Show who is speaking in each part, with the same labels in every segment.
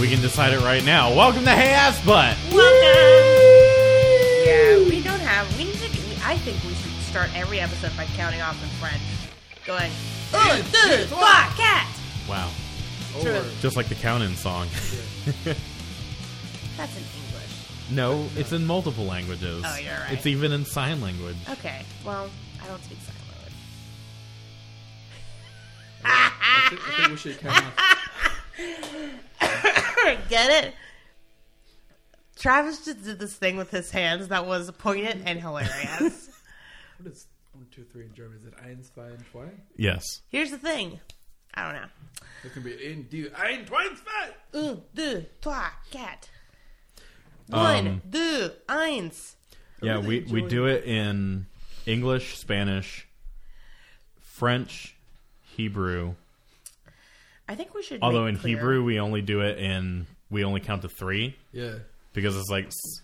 Speaker 1: We can decide it right now. Welcome to Hey Ass Butt.
Speaker 2: Welcome. Yeah, we don't have. We need to. We, I think we should start every episode by counting off in French, going un, deux, trois, quatre.
Speaker 1: Wow,
Speaker 2: True.
Speaker 1: just like the count-in song.
Speaker 2: That's in English.
Speaker 1: No, it's in multiple languages.
Speaker 2: Oh, you're right.
Speaker 1: It's even in sign language.
Speaker 2: Okay. Well, I don't speak sign language.
Speaker 3: I think, I think we should count off.
Speaker 2: Get it? Travis just did this thing with his hands that was poignant and hilarious.
Speaker 3: What is one, two, three in German? Is it eins, zwei, und zwei?
Speaker 1: Yes.
Speaker 2: Here's the thing. I don't know.
Speaker 3: It can be in, die, ein, zwei, und zwei.
Speaker 2: Un, deux, trois, quatre. One,
Speaker 1: Um,
Speaker 2: deux, eins.
Speaker 1: Yeah,
Speaker 3: really
Speaker 1: we, we
Speaker 3: enjoyed
Speaker 1: do it in English, Spanish, French, Hebrew.
Speaker 2: I think we should.
Speaker 1: Although
Speaker 2: make
Speaker 1: in
Speaker 2: clear-
Speaker 1: Hebrew we only do it in we only count to three
Speaker 3: Yeah.
Speaker 1: because it's like s-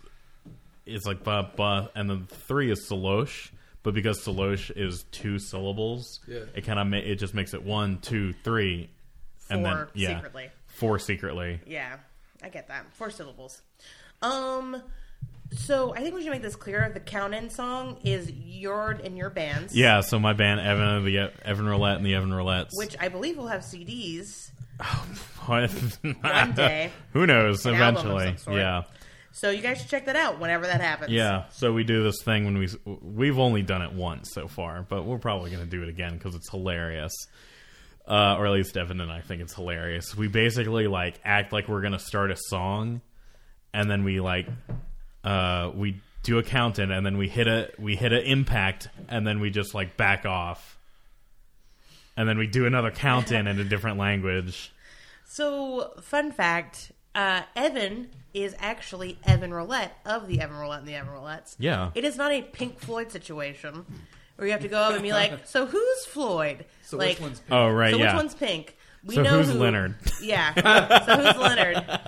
Speaker 1: it's like ba ba and then three is salosh, but because salosh is two syllables,
Speaker 3: Yeah.
Speaker 1: it kind of ma- it just makes it one, two, three, and then
Speaker 2: Four
Speaker 1: yeah,
Speaker 2: secretly.
Speaker 1: four secretly.
Speaker 2: Yeah, I get that. Four syllables. Um, so I think we should make this clear. The count-in song is Yord and your bands.
Speaker 1: Yeah, so my band Evan and the E- Evan Roulette and the Evan Roulettes.
Speaker 2: Which I believe will have CDs.
Speaker 1: one
Speaker 2: day.
Speaker 1: Who knows?
Speaker 2: An album of
Speaker 1: eventually,
Speaker 2: some sort.
Speaker 1: yeah.
Speaker 2: So you guys should check that out whenever that happens.
Speaker 1: Yeah, so we do this thing when we we've only done it once so far, but we're probably going to do it again because it's hilarious. Uh, or at least Evan and I think it's hilarious. We basically like act like we're going to start a song, and then we like uh, we do a count in, and then we hit a we hit an impact, and then we just like back off, and then we do another count in in a different language.
Speaker 2: So fun fact: uh, Evan is actually Evan Roulette of the Evan Roulette and the Evan Roulettes.
Speaker 1: Yeah.
Speaker 2: It is not a Pink Floyd situation where you have to go up and be like, "So who's Floyd?"
Speaker 3: So
Speaker 2: like, uh,
Speaker 3: which one's pink?
Speaker 1: Oh right,
Speaker 2: So
Speaker 1: yeah.
Speaker 2: which one's pink? We
Speaker 1: So
Speaker 2: know
Speaker 1: who's
Speaker 2: who-
Speaker 1: Leonard?
Speaker 2: Yeah. So who's Leonard?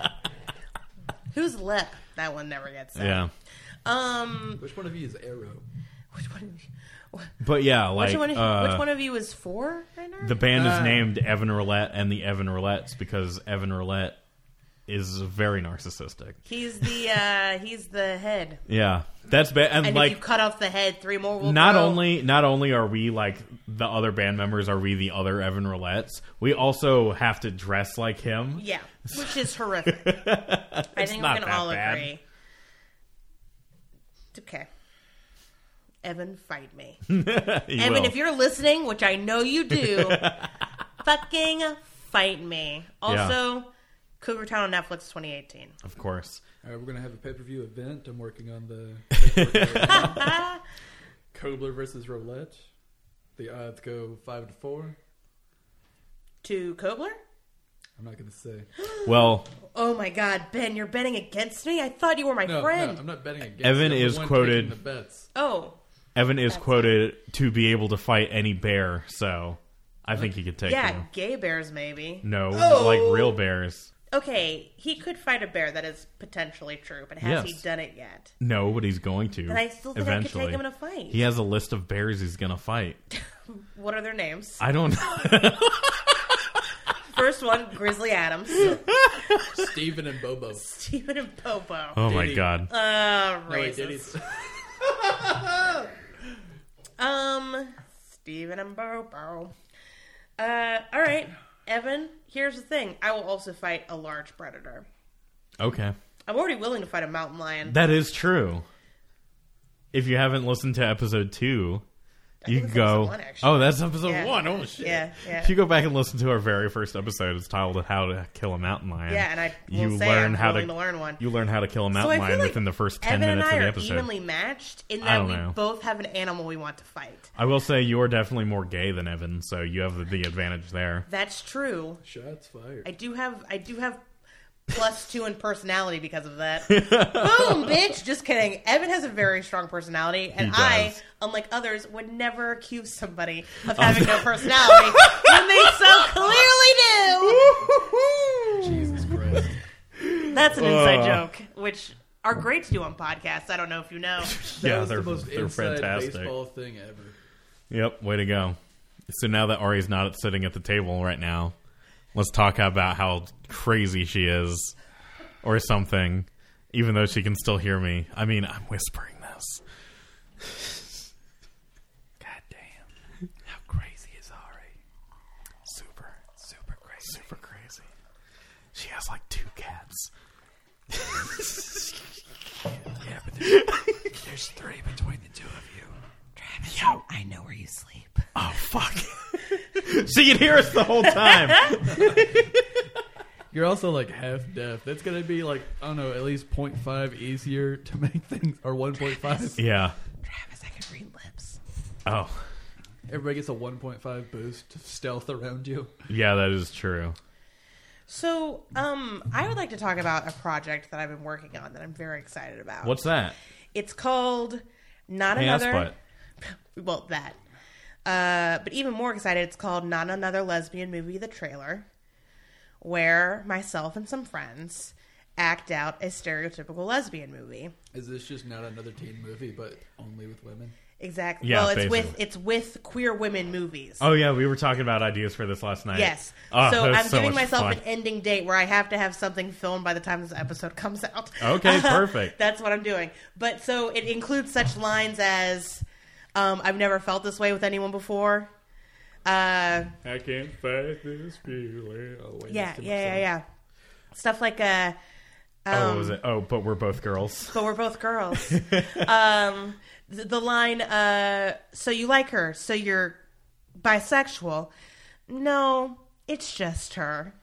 Speaker 2: who's Lep? That one never gets said.
Speaker 1: yeah,
Speaker 2: Um.
Speaker 3: Which one of you is arrow?
Speaker 2: Which one? Of you,
Speaker 1: but yeah, like
Speaker 2: which, one of,
Speaker 1: uh,
Speaker 2: which one of you is four right now?
Speaker 1: The band is
Speaker 2: Uh.
Speaker 3: Ah.
Speaker 1: named Evan Roulette and the Evan Roulettes because Evan Roulette is very narcissistic.
Speaker 2: he's the uh, he's the head.
Speaker 1: Yeah, that's bad. And,
Speaker 2: And if
Speaker 1: like,
Speaker 2: you cut off the head, three more will
Speaker 1: not
Speaker 2: grow.
Speaker 1: only not only are we like the other band members, are we the other Evan Roulettes? We also have to dress like him.
Speaker 2: Yeah, which is horrific. I think we
Speaker 1: not
Speaker 2: can
Speaker 1: that
Speaker 2: all
Speaker 1: bad.
Speaker 2: agree. It's okay. Evan, fight me.
Speaker 1: He
Speaker 2: Evan,
Speaker 1: will.
Speaker 2: if you're listening, which I know you do, fucking fight me. Also, Cougar Town on Netflix 2018.
Speaker 1: of course.
Speaker 3: All right, we're going to have a pay per view event. I'm working on the. Kobler versus Roulette. The odds go 5 to 4.
Speaker 2: To Kobler?
Speaker 3: I'm not going to say.
Speaker 1: Well,
Speaker 2: Oh my god, Ben, you're betting against me? I thought you were my
Speaker 3: No, no,
Speaker 2: friend.
Speaker 3: I'm not betting against
Speaker 1: Evan
Speaker 3: you. I'm the
Speaker 1: is
Speaker 3: one
Speaker 1: quoted-
Speaker 3: taking The bets.
Speaker 2: oh,
Speaker 1: Evan is quoted to be able to fight any bear, so I think he could take
Speaker 2: yeah,
Speaker 1: you.
Speaker 2: gay bears maybe.
Speaker 1: No,
Speaker 2: Oh.
Speaker 1: like real bears.
Speaker 2: Okay, he could fight a bear. That is potentially true, but has
Speaker 1: Yes.
Speaker 2: he done it yet?
Speaker 1: No, but he's going to.
Speaker 2: But I still think
Speaker 1: eventually.
Speaker 2: I could take him in a fight.
Speaker 1: he has a list of bears he's gonna fight.
Speaker 2: What are their names?
Speaker 1: I don't.
Speaker 2: First one, Grizzly Adams.
Speaker 3: Steven and Bobo.
Speaker 2: Steven and Popo.
Speaker 1: Oh my
Speaker 3: Diddy.
Speaker 1: god.
Speaker 2: Uh,
Speaker 3: No, wait,
Speaker 2: racist.
Speaker 3: Diddy's-
Speaker 2: Um, Steven and Bobo. Uh, all right, Evan. Here's the thing. I will also fight a large predator.
Speaker 1: Okay.
Speaker 2: I'm already willing to fight a mountain lion.
Speaker 1: That is true. If you haven't listened to episode two, you
Speaker 2: think it's
Speaker 1: go.
Speaker 2: episode one, actually.
Speaker 1: oh, that's episode
Speaker 2: Yeah.
Speaker 1: one. Oh shit!
Speaker 2: Yeah, yeah.
Speaker 1: If you go back and listen to our very first episode, it's titled "How to Kill a Mountain Lion."
Speaker 2: Yeah, and I will
Speaker 1: you
Speaker 2: say
Speaker 1: learn
Speaker 2: I'm
Speaker 1: how
Speaker 2: willing to learn one.
Speaker 1: You learn how to kill a
Speaker 2: so
Speaker 1: mountain
Speaker 2: I feel
Speaker 1: lion
Speaker 2: like
Speaker 1: within the first ten
Speaker 2: Evan and I
Speaker 1: minutes of the
Speaker 2: are
Speaker 1: episode.
Speaker 2: evenly matched in
Speaker 1: I
Speaker 2: that
Speaker 1: don't
Speaker 2: we
Speaker 1: know.
Speaker 2: both have an animal we want to fight.
Speaker 1: I will say you are definitely more gay than Evan, so you have the, the advantage there.
Speaker 2: That's true.
Speaker 3: Shots fired.
Speaker 2: I do have I do have plus two in personality because of that. Boom, bitch. Just kidding. Evan has a very strong personality, and
Speaker 1: He
Speaker 2: I,
Speaker 1: does.
Speaker 2: unlike others, would never accuse somebody of having no personality when they so clearly
Speaker 3: Jesus Christ.
Speaker 2: do. That's an inside
Speaker 1: Ugh.
Speaker 2: joke, which are great to do on podcasts. I don't know if you know.
Speaker 3: That
Speaker 1: yeah,
Speaker 3: was
Speaker 1: they're
Speaker 3: the most
Speaker 1: they're
Speaker 3: inside
Speaker 1: fantastic.
Speaker 3: baseball thing ever.
Speaker 1: Yep, way to go. So now that Ari's not sitting at the table right now, let's talk about how crazy she is or something, even though she can still hear me. I mean, I'm whispering this.
Speaker 4: God damn. How crazy is Ari?
Speaker 1: Super,
Speaker 4: Super crazy.
Speaker 1: super crazy. She has like two cats.
Speaker 4: Yeah, but there's, there's three between the two of you.
Speaker 5: Travis, I know where you sleep.
Speaker 1: Oh, fuck. she can hear us the whole time.
Speaker 3: You're also like half deaf. That's gonna be like I don't know, at least 0.5 easier to make things, or 1.5.
Speaker 1: yeah.
Speaker 5: Travis, I can read lips.
Speaker 1: Oh,
Speaker 3: Everybody gets a 1.5 boost to stealth around you.
Speaker 1: yeah, that is true.
Speaker 2: So, um, I would like to talk about a project that I've been working on that I'm very excited about.
Speaker 1: What's that?
Speaker 2: It's called Not
Speaker 1: Hey, ass
Speaker 2: Another.
Speaker 1: butt.
Speaker 2: Well, that. Uh, but even more excited, it's called Not Another Lesbian Movie, the trailer, where myself and some friends act out a stereotypical lesbian movie.
Speaker 3: Is this just not another teen movie, but only with women?
Speaker 2: Exactly.
Speaker 1: Yeah,
Speaker 2: well, it's with
Speaker 1: basically.
Speaker 2: it's with queer women movies.
Speaker 1: Oh, yeah, we were talking about ideas for this last night.
Speaker 2: Yes.
Speaker 1: Oh,
Speaker 2: so
Speaker 1: that was
Speaker 2: I'm giving
Speaker 1: much
Speaker 2: myself
Speaker 1: fun.
Speaker 2: an ending date where I have to have something filmed by the time this episode comes out. Uh,
Speaker 1: Okay, perfect.
Speaker 2: That's what I'm doing. But so it includes such lines as um, I've never felt this way with anyone before. Uh,
Speaker 1: I can't fight this feeling.
Speaker 3: Oh, wait,
Speaker 2: yeah, yeah,
Speaker 3: that's too much
Speaker 2: yeah,
Speaker 3: sound.
Speaker 2: yeah. Um, Stuff like uh,
Speaker 1: oh, what was it? Oh, but we're both girls.
Speaker 2: but we're both girls. um, the, the line, uh, so you like her, so you're bisexual. No, it's just her.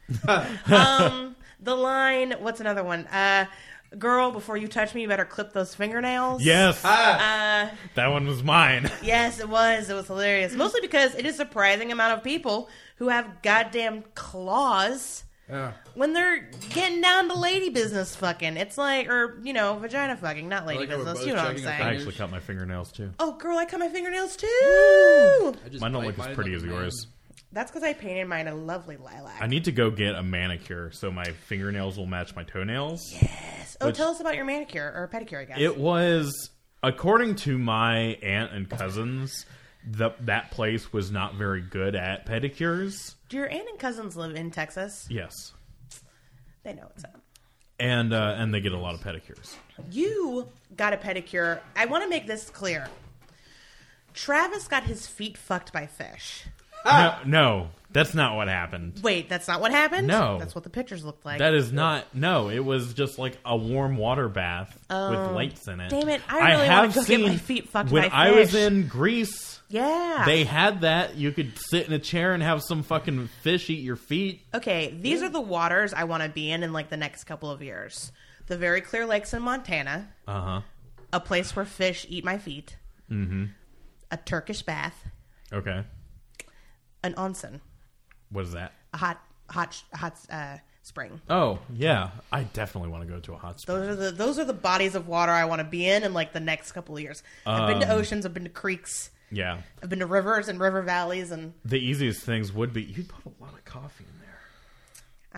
Speaker 2: um, the line, what's another one? Uh, girl, before you touch me, you better clip those fingernails.
Speaker 1: Yes,
Speaker 2: Uh,
Speaker 3: Ah.
Speaker 1: that one was mine.
Speaker 2: yes, it was. It was hilarious. Mostly because it is a surprising amount of people who have goddamn claws
Speaker 3: Yeah.
Speaker 2: when they're getting down to lady business fucking. It's like, or, you know, vagina fucking, not lady
Speaker 3: like how we're
Speaker 2: business.
Speaker 3: both
Speaker 2: You know what I'm
Speaker 3: checking our
Speaker 2: saying.
Speaker 1: I actually cut my fingernails too.
Speaker 2: Oh, girl, I cut my fingernails too.
Speaker 3: I just
Speaker 1: Mine don't
Speaker 3: bite
Speaker 1: look as
Speaker 3: mine
Speaker 1: pretty
Speaker 3: like
Speaker 1: as
Speaker 3: a man.
Speaker 1: yours.
Speaker 2: That's because I painted mine a lovely lilac.
Speaker 1: I need to go get a manicure so my fingernails will match my toenails.
Speaker 2: oh,
Speaker 1: which-
Speaker 2: tell us about your manicure or pedicure, I guess.
Speaker 1: It was, according to my aunt and cousins, the, that place was not very good at pedicures.
Speaker 2: Do your aunt and cousins live in Texas?
Speaker 1: Yes,
Speaker 2: They know what's up.
Speaker 1: and uh, and they get a lot of pedicures.
Speaker 2: You got a pedicure. I want to make this clear. Travis got his feet fucked by fish.
Speaker 3: Ah.
Speaker 1: No, no, that's not what happened.
Speaker 2: Wait, that's not what happened?
Speaker 1: No.
Speaker 2: That's what the pictures looked like.
Speaker 1: That is not. No, it was just like a warm water bath with lights in it.
Speaker 2: Oh. damn it, I really wanna go get my feet fucked
Speaker 1: when
Speaker 2: by
Speaker 1: I was
Speaker 2: fish.
Speaker 1: in Greece.
Speaker 2: yeah.
Speaker 1: They had that. You could sit in a chair and have some fucking fish eat your feet.
Speaker 2: Okay, these are the waters I want to be in in like the next couple of years. The very clear lakes in Montana,
Speaker 1: Uh huh.
Speaker 2: a place where fish eat my feet, mm-hmm. a Turkish bath,
Speaker 1: Okay.
Speaker 2: an onsen,
Speaker 1: What is that?
Speaker 2: a hot, hot, hot uh, spring.
Speaker 1: Oh yeah, I definitely want to go to a hot spring.
Speaker 2: Those are the those are the bodies of water I want to be in in like the next couple of years. I've been
Speaker 1: Um.
Speaker 2: to oceans, I've been to creeks,
Speaker 1: Yeah,
Speaker 2: I've been to rivers and river valleys, and
Speaker 1: the easiest things would be you'd put a lot of coffee in there.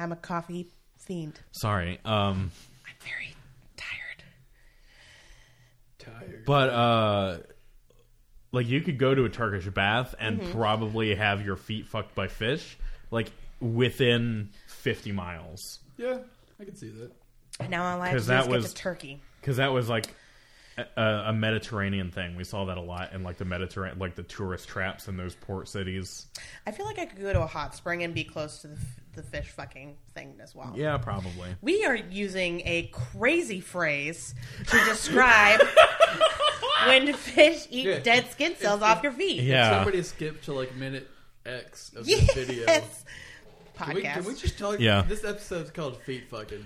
Speaker 2: I'm a coffee fiend.
Speaker 1: Sorry, um,
Speaker 5: I'm very tired.
Speaker 3: Tired.
Speaker 1: but uh, like you could go to a Turkish bath and
Speaker 2: Mm-hmm.
Speaker 1: probably have your feet fucked by fish, like within fifty miles,
Speaker 3: Yeah, I can see that.
Speaker 2: And now all I have to
Speaker 1: 'Cause
Speaker 2: do
Speaker 1: that
Speaker 2: is get
Speaker 1: was-
Speaker 2: to Turkey.
Speaker 1: because that was like. a- A, a Mediterranean thing. We saw that a lot in like the Mediterranean, like the tourist traps in those port cities.
Speaker 2: I feel like I could go to a hot spring and be close to the, f- the fish fucking thing as well.
Speaker 1: Yeah, probably.
Speaker 2: We are using a crazy phrase to describe when fish eat
Speaker 3: Yeah.
Speaker 2: dead skin cells off your feet.
Speaker 1: Yeah.
Speaker 3: Somebody skip to like minute X of
Speaker 2: Yes.
Speaker 3: the video. Can we,
Speaker 2: Podcast.
Speaker 3: can we just talk?
Speaker 1: Yeah.
Speaker 3: This episode's called Feet Fucking.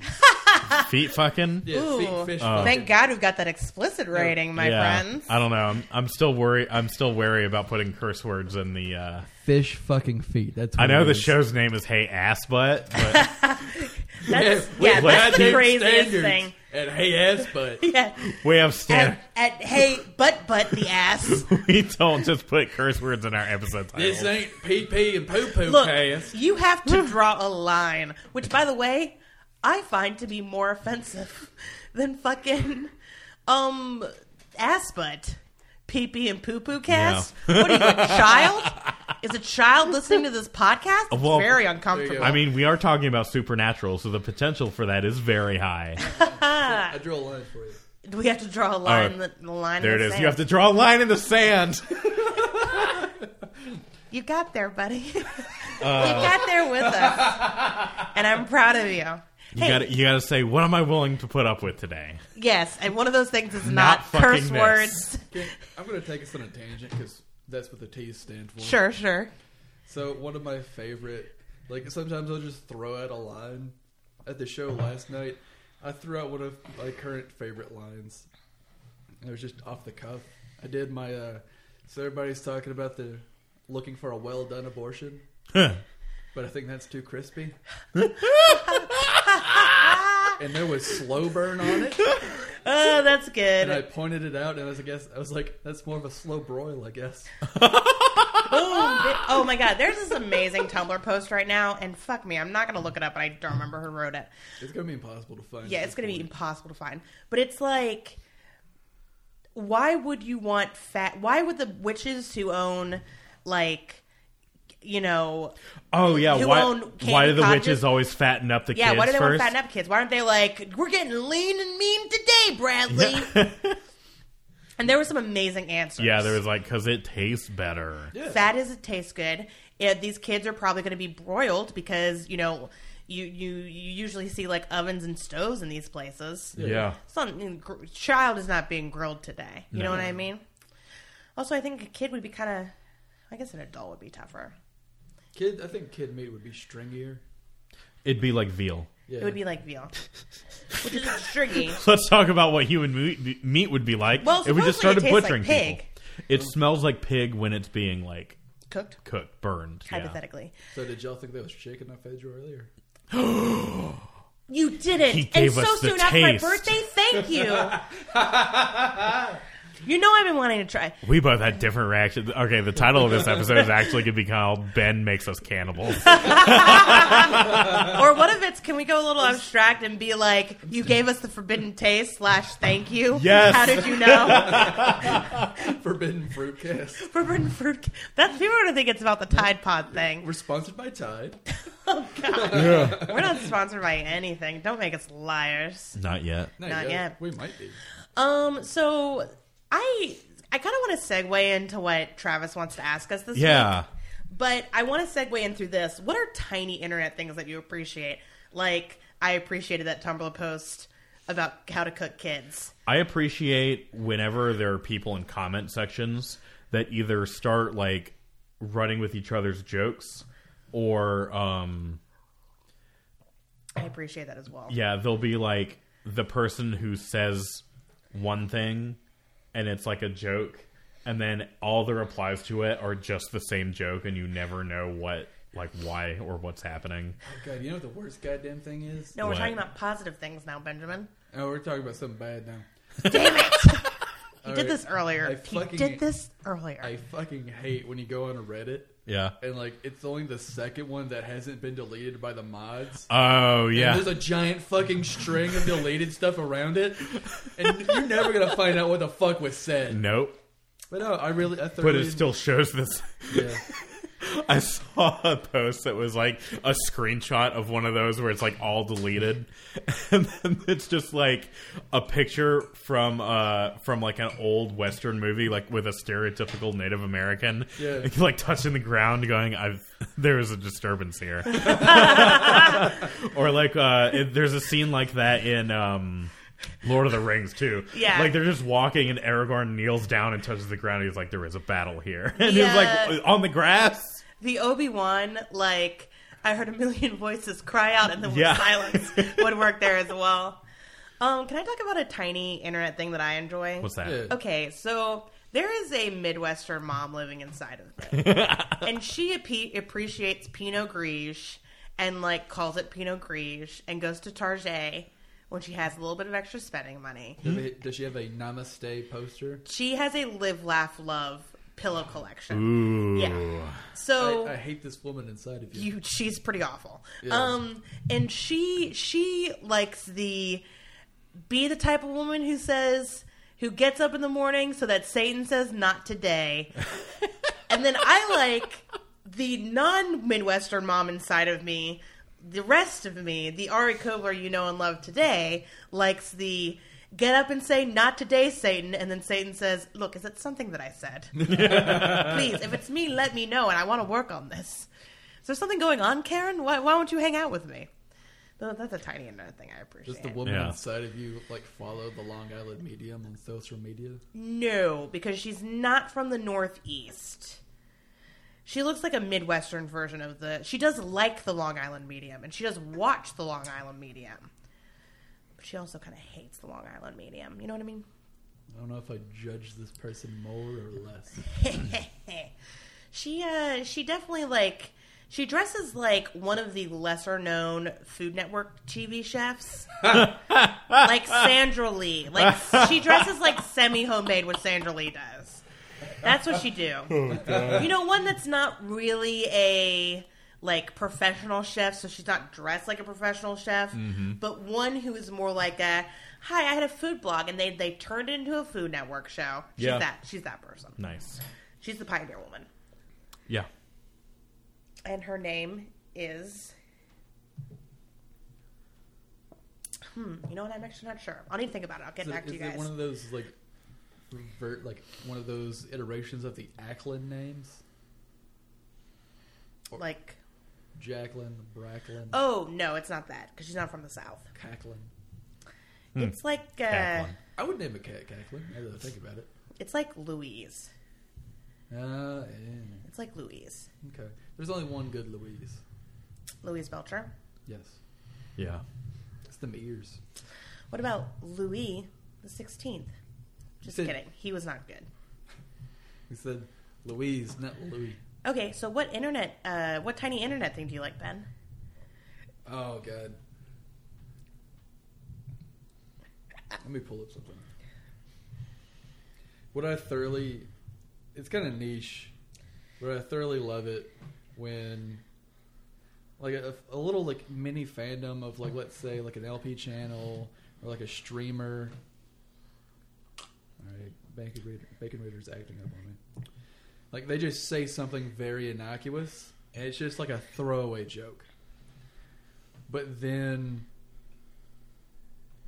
Speaker 1: Feet fucking.
Speaker 3: Yeah,
Speaker 2: Ooh.
Speaker 3: Feet
Speaker 1: Oh.
Speaker 3: Fish Fucking.
Speaker 2: Thank God we've got that explicit rating, my
Speaker 1: Uh, yeah.
Speaker 2: friends.
Speaker 1: I don't know. I'm, I'm still worried. I'm still wary about putting curse words in the. Uh,
Speaker 3: Fish Fucking Feet. That's
Speaker 1: I know the show's name is Hey Ass Butt, but
Speaker 2: That's, yeah, that's the craziest thing.
Speaker 3: And hey, ass butt.
Speaker 2: Yeah.
Speaker 1: we have stand.
Speaker 2: At, at hey, butt butt the ass.
Speaker 1: we don't just put curse words in our episode titles.
Speaker 3: This ain't pee pee and poo poo
Speaker 2: Look,
Speaker 3: cast.
Speaker 2: you have to draw a line, which, by the way, I find to be more offensive than fucking um ass butt, pee pee and poo poo cast. What are you, a child? Is a child listening to this podcast? It's
Speaker 1: Well,
Speaker 2: very uncomfortable.
Speaker 1: I mean, we are talking about supernatural, so the potential for that is very high.
Speaker 3: I drew a line for you.
Speaker 2: Do we have to draw a line?
Speaker 1: Oh,
Speaker 2: in the, the line.
Speaker 1: There
Speaker 2: in
Speaker 1: it
Speaker 2: the
Speaker 1: is. You
Speaker 2: sand?
Speaker 1: have to draw a line in the sand.
Speaker 2: You got there, buddy. you
Speaker 1: Uh,
Speaker 2: got there with us, and I'm proud of you.
Speaker 1: You gotta, you gotta say, what am I willing to put up with today?
Speaker 2: Yes, and one of those things is
Speaker 1: Not
Speaker 2: not,
Speaker 1: fucking
Speaker 2: curse
Speaker 1: this.
Speaker 2: words.
Speaker 3: Okay, I'm going to take us on a tangent because that's what the T's stand for.
Speaker 2: Sure, sure.
Speaker 3: So one of my favorite, like sometimes I'll just throw out a line. At the show last night, I threw out one of my current favorite lines. It was just off the cuff. I did my. uh So everybody's talking about the looking for a well done abortion, but I think that's too crispy. and there was slow burn on it,
Speaker 2: Oh, that's good.
Speaker 3: and I pointed it out, and I was, I guess I was like, that's more of a slow broil, I guess.
Speaker 2: Boom! Bi- Oh my god, there's this amazing Tumblr post right now, and fuck me, I'm not gonna look it up, but I don't remember who wrote it.
Speaker 3: It's gonna be impossible to find.
Speaker 2: Yeah,
Speaker 3: at
Speaker 2: it's
Speaker 3: this
Speaker 2: gonna be
Speaker 3: point.
Speaker 2: impossible to find. But it's like, why would you want fat? Why would the witches who own, like, you know,
Speaker 1: Oh yeah,
Speaker 2: Who
Speaker 1: why?
Speaker 2: owned Candy
Speaker 1: Why do the
Speaker 2: Cottage?
Speaker 1: witches always fatten up the
Speaker 2: yeah,
Speaker 1: kids
Speaker 2: why do they
Speaker 1: first?
Speaker 2: want fatten up kids? Why aren't they like, we're getting lean and mean today, Bradley? and there were some amazing answers.
Speaker 1: Yeah, there was like because it tastes better.
Speaker 3: Yeah.
Speaker 2: Fat is it tastes good. Yeah, these kids are probably going to be broiled because you know you you you usually see like ovens and stoves in these places.
Speaker 1: Yeah.
Speaker 2: It's not, gr- child is not being grilled today. You know what I mean? Also, I think a kid would be kind of. I guess an adult would be tougher.
Speaker 3: Kid, I think kid meat would be stringier.
Speaker 1: it'd be like veal.
Speaker 3: Yeah.
Speaker 2: It would be like veal, which is stringy.
Speaker 1: Let's talk about what human meat, meat would be like
Speaker 2: Well,
Speaker 1: if we just
Speaker 2: supposedly
Speaker 1: started
Speaker 2: it tastes
Speaker 1: butchering
Speaker 2: like pig.
Speaker 1: people. It smells like pig when it's being like
Speaker 2: Cooked,
Speaker 1: cooked, burned. yeah.
Speaker 2: hypothetically.
Speaker 3: So did y'all think that was chicken I fed you earlier?
Speaker 2: You didn't.
Speaker 1: He gave
Speaker 2: and so
Speaker 1: us the
Speaker 2: soon after my
Speaker 1: taste.
Speaker 2: birthday, thank you. you know I've been wanting to try.
Speaker 1: We both had different reactions. Okay, the title of this episode is actually going to be called "Ben Makes Us Cannibals."
Speaker 2: Or what if it's can we go a little abstract and be like, you gave us the forbidden taste slash thank you?
Speaker 1: Yes.
Speaker 2: How did you know?
Speaker 3: Forbidden fruit cast.
Speaker 2: forbidden fruit. That's people are gonna think it's about the Tide Pod thing.
Speaker 3: We're sponsored by Tide.
Speaker 2: We're not sponsored by anything. Don't make us liars.
Speaker 1: Not yet.
Speaker 2: Not yet.
Speaker 3: We might be.
Speaker 2: Um. So I I kind of want to segue into what Travis wants to ask us this week.
Speaker 1: Yeah.
Speaker 2: But I want to segue in through this. What are tiny internet things that you appreciate? Like I appreciated that Tumblr post about how to cook kids.
Speaker 1: I appreciate whenever there are people in comment sections that either start like running with each other's jokes or um
Speaker 2: I appreciate that as well.
Speaker 1: yeah, they'll be like the person who says one thing and it's like a joke and then all the replies to it are just the same joke and you never know what like why or what's happening.
Speaker 3: Oh God, you know what the worst goddamn thing is?
Speaker 2: No, we're
Speaker 1: What?
Speaker 2: talking about positive things now, Benjamin.
Speaker 3: Oh, we're talking about something bad now.
Speaker 2: Damn it! He
Speaker 3: All
Speaker 2: did
Speaker 3: right.
Speaker 2: this earlier.
Speaker 3: I
Speaker 2: he
Speaker 3: fucking-
Speaker 2: did this earlier.
Speaker 3: I fucking hate when you go on a Reddit
Speaker 1: Yeah.
Speaker 3: and like it's only the second one that hasn't been deleted by the mods.
Speaker 1: Oh
Speaker 3: And
Speaker 1: yeah.
Speaker 3: There's a giant fucking string of deleted stuff around it, and you're never gonna find out what the fuck was said.
Speaker 1: Nope.
Speaker 3: But no, I really, I
Speaker 1: But
Speaker 3: thoroughly,
Speaker 1: it still shows this
Speaker 3: yeah.
Speaker 1: I saw a post that was like a screenshot of one of those where it's like all deleted, and then it's just like a picture from uh from like an old Western movie, like with a stereotypical Native American,
Speaker 3: Yeah.
Speaker 1: like touching the ground, going, "I've there is a disturbance here," or like uh it, there's a scene like that in um. Lord of the Rings too.
Speaker 2: Yeah.
Speaker 1: like they're just walking, and Aragorn kneels down and touches the ground. And he's like, "There is a battle here," and
Speaker 2: Yeah.
Speaker 1: he was like, "On the grass."
Speaker 2: the Obi Wan, like I heard a million voices cry out, and then was
Speaker 1: Yeah.
Speaker 2: silence would work there as well. Um, can I talk about a tiny internet thing that I enjoy?
Speaker 1: What's that?
Speaker 3: Yeah.
Speaker 2: Okay, so there is a Midwestern mom living inside of me, and she appe- appreciates Pinot Grigio and like calls it Pinot Grigio and goes to Target when she has a little bit of extra spending money.
Speaker 3: Does it- does she have a Namaste poster?
Speaker 2: She has a live, laugh, love pillow collection.
Speaker 1: Ooh.
Speaker 2: Yeah. So
Speaker 3: I, I hate this woman inside of you.
Speaker 2: Oh. you she's pretty awful. Um and she she likes the be the type of woman who says who gets up in the morning so that Satan says not today. and then I like the non Midwestern mom inside of me, the rest of me, the Ari Kobler you know and love today, likes the get up and say, not today, Satan. And then Satan says, look, is it something that I said? Please, if it's me, let me know, and I want to work on this. Is there something going on, Karen? Why, why won't you hang out with me? Though That's a tiny and thing I appreciate.
Speaker 3: Does the woman
Speaker 1: Yeah.
Speaker 3: inside of you like follow the Long Island medium on social media?
Speaker 2: No, because she's not from the Northeast. She looks like a Midwestern version of the. She does like the Long Island medium, and she does watch the Long Island medium. But she also kind of hates the Long Island medium. You know what I mean?
Speaker 3: I don't know if I judge this person more or less.
Speaker 2: she uh she definitely like she dresses like one of the lesser known Food Network TV chefs. like Sandra Lee. Like she dresses like semi homemade what Sandra Lee does. That's what she do. You know, one that's not really a like professional chef, so she's not dressed like a professional chef, but one who is more like a hi, I had a food blog and they they turned it into a food network show. She's
Speaker 1: Yeah.
Speaker 2: that she's that person.
Speaker 1: Nice.
Speaker 2: She's the pioneer woman.
Speaker 1: Yeah.
Speaker 2: And her name is. Hmm. You know what? I'm actually not sure. I'll need to think about it. I'll get
Speaker 3: Is it,
Speaker 2: back to you
Speaker 3: is it
Speaker 2: guys.
Speaker 3: one of those like revert like one of those iterations of the Ackland names?
Speaker 2: Like,
Speaker 3: Jacqueline, Bracklin,
Speaker 2: oh no, it's not that because she's not from the south.
Speaker 3: Cacklin. Hmm.
Speaker 2: It's like uh,
Speaker 1: Cacklin.
Speaker 3: I would name a cat Cacklin. Now that I think about it.
Speaker 2: it's like Louise.
Speaker 3: Uh, yeah.
Speaker 2: It's like Louise.
Speaker 3: Okay. There's only one good Louise.
Speaker 2: Louise Belcher.
Speaker 3: Yes.
Speaker 1: Yeah.
Speaker 3: It's them ears.
Speaker 2: What about Louis the Sixteenth? Just
Speaker 3: said-
Speaker 2: kidding. He was not good.
Speaker 3: He said Louise, not Louis.
Speaker 2: Okay, so what internet? Uh, what tiny internet thing do you like, Ben?
Speaker 3: Oh god. Let me pull up something. What I thoroughly it's kind of niche, but I thoroughly love it when like a, a little like mini fandom of like let's say like an LP channel or like a streamer. All right, Bacon Reader, Bacon Reader's acting up on me. Like they just say something very innocuous, and it's just like a throwaway joke but then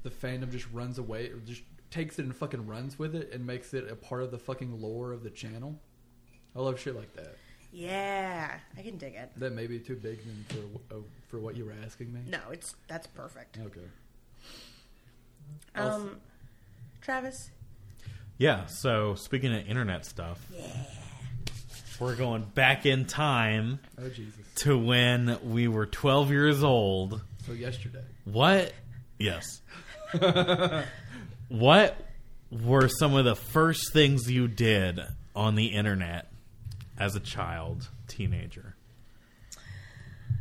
Speaker 3: the fandom just runs away or just takes it and fucking runs with it and makes it a part of the fucking lore of the channel. I love shit like that.
Speaker 2: Yeah, I can dig it.
Speaker 3: That may be too big then for oh, for what you were asking me.
Speaker 2: No, it's that's perfect.
Speaker 3: Okay. I'll s-
Speaker 2: Um, Travis,
Speaker 1: Yeah. So speaking of internet stuff, we're going back in time
Speaker 3: Oh Jesus.
Speaker 1: to when we were 12 years old.
Speaker 3: So yesterday.
Speaker 1: What? Yes. what were some of the first things you did on the internet as a child, teenager?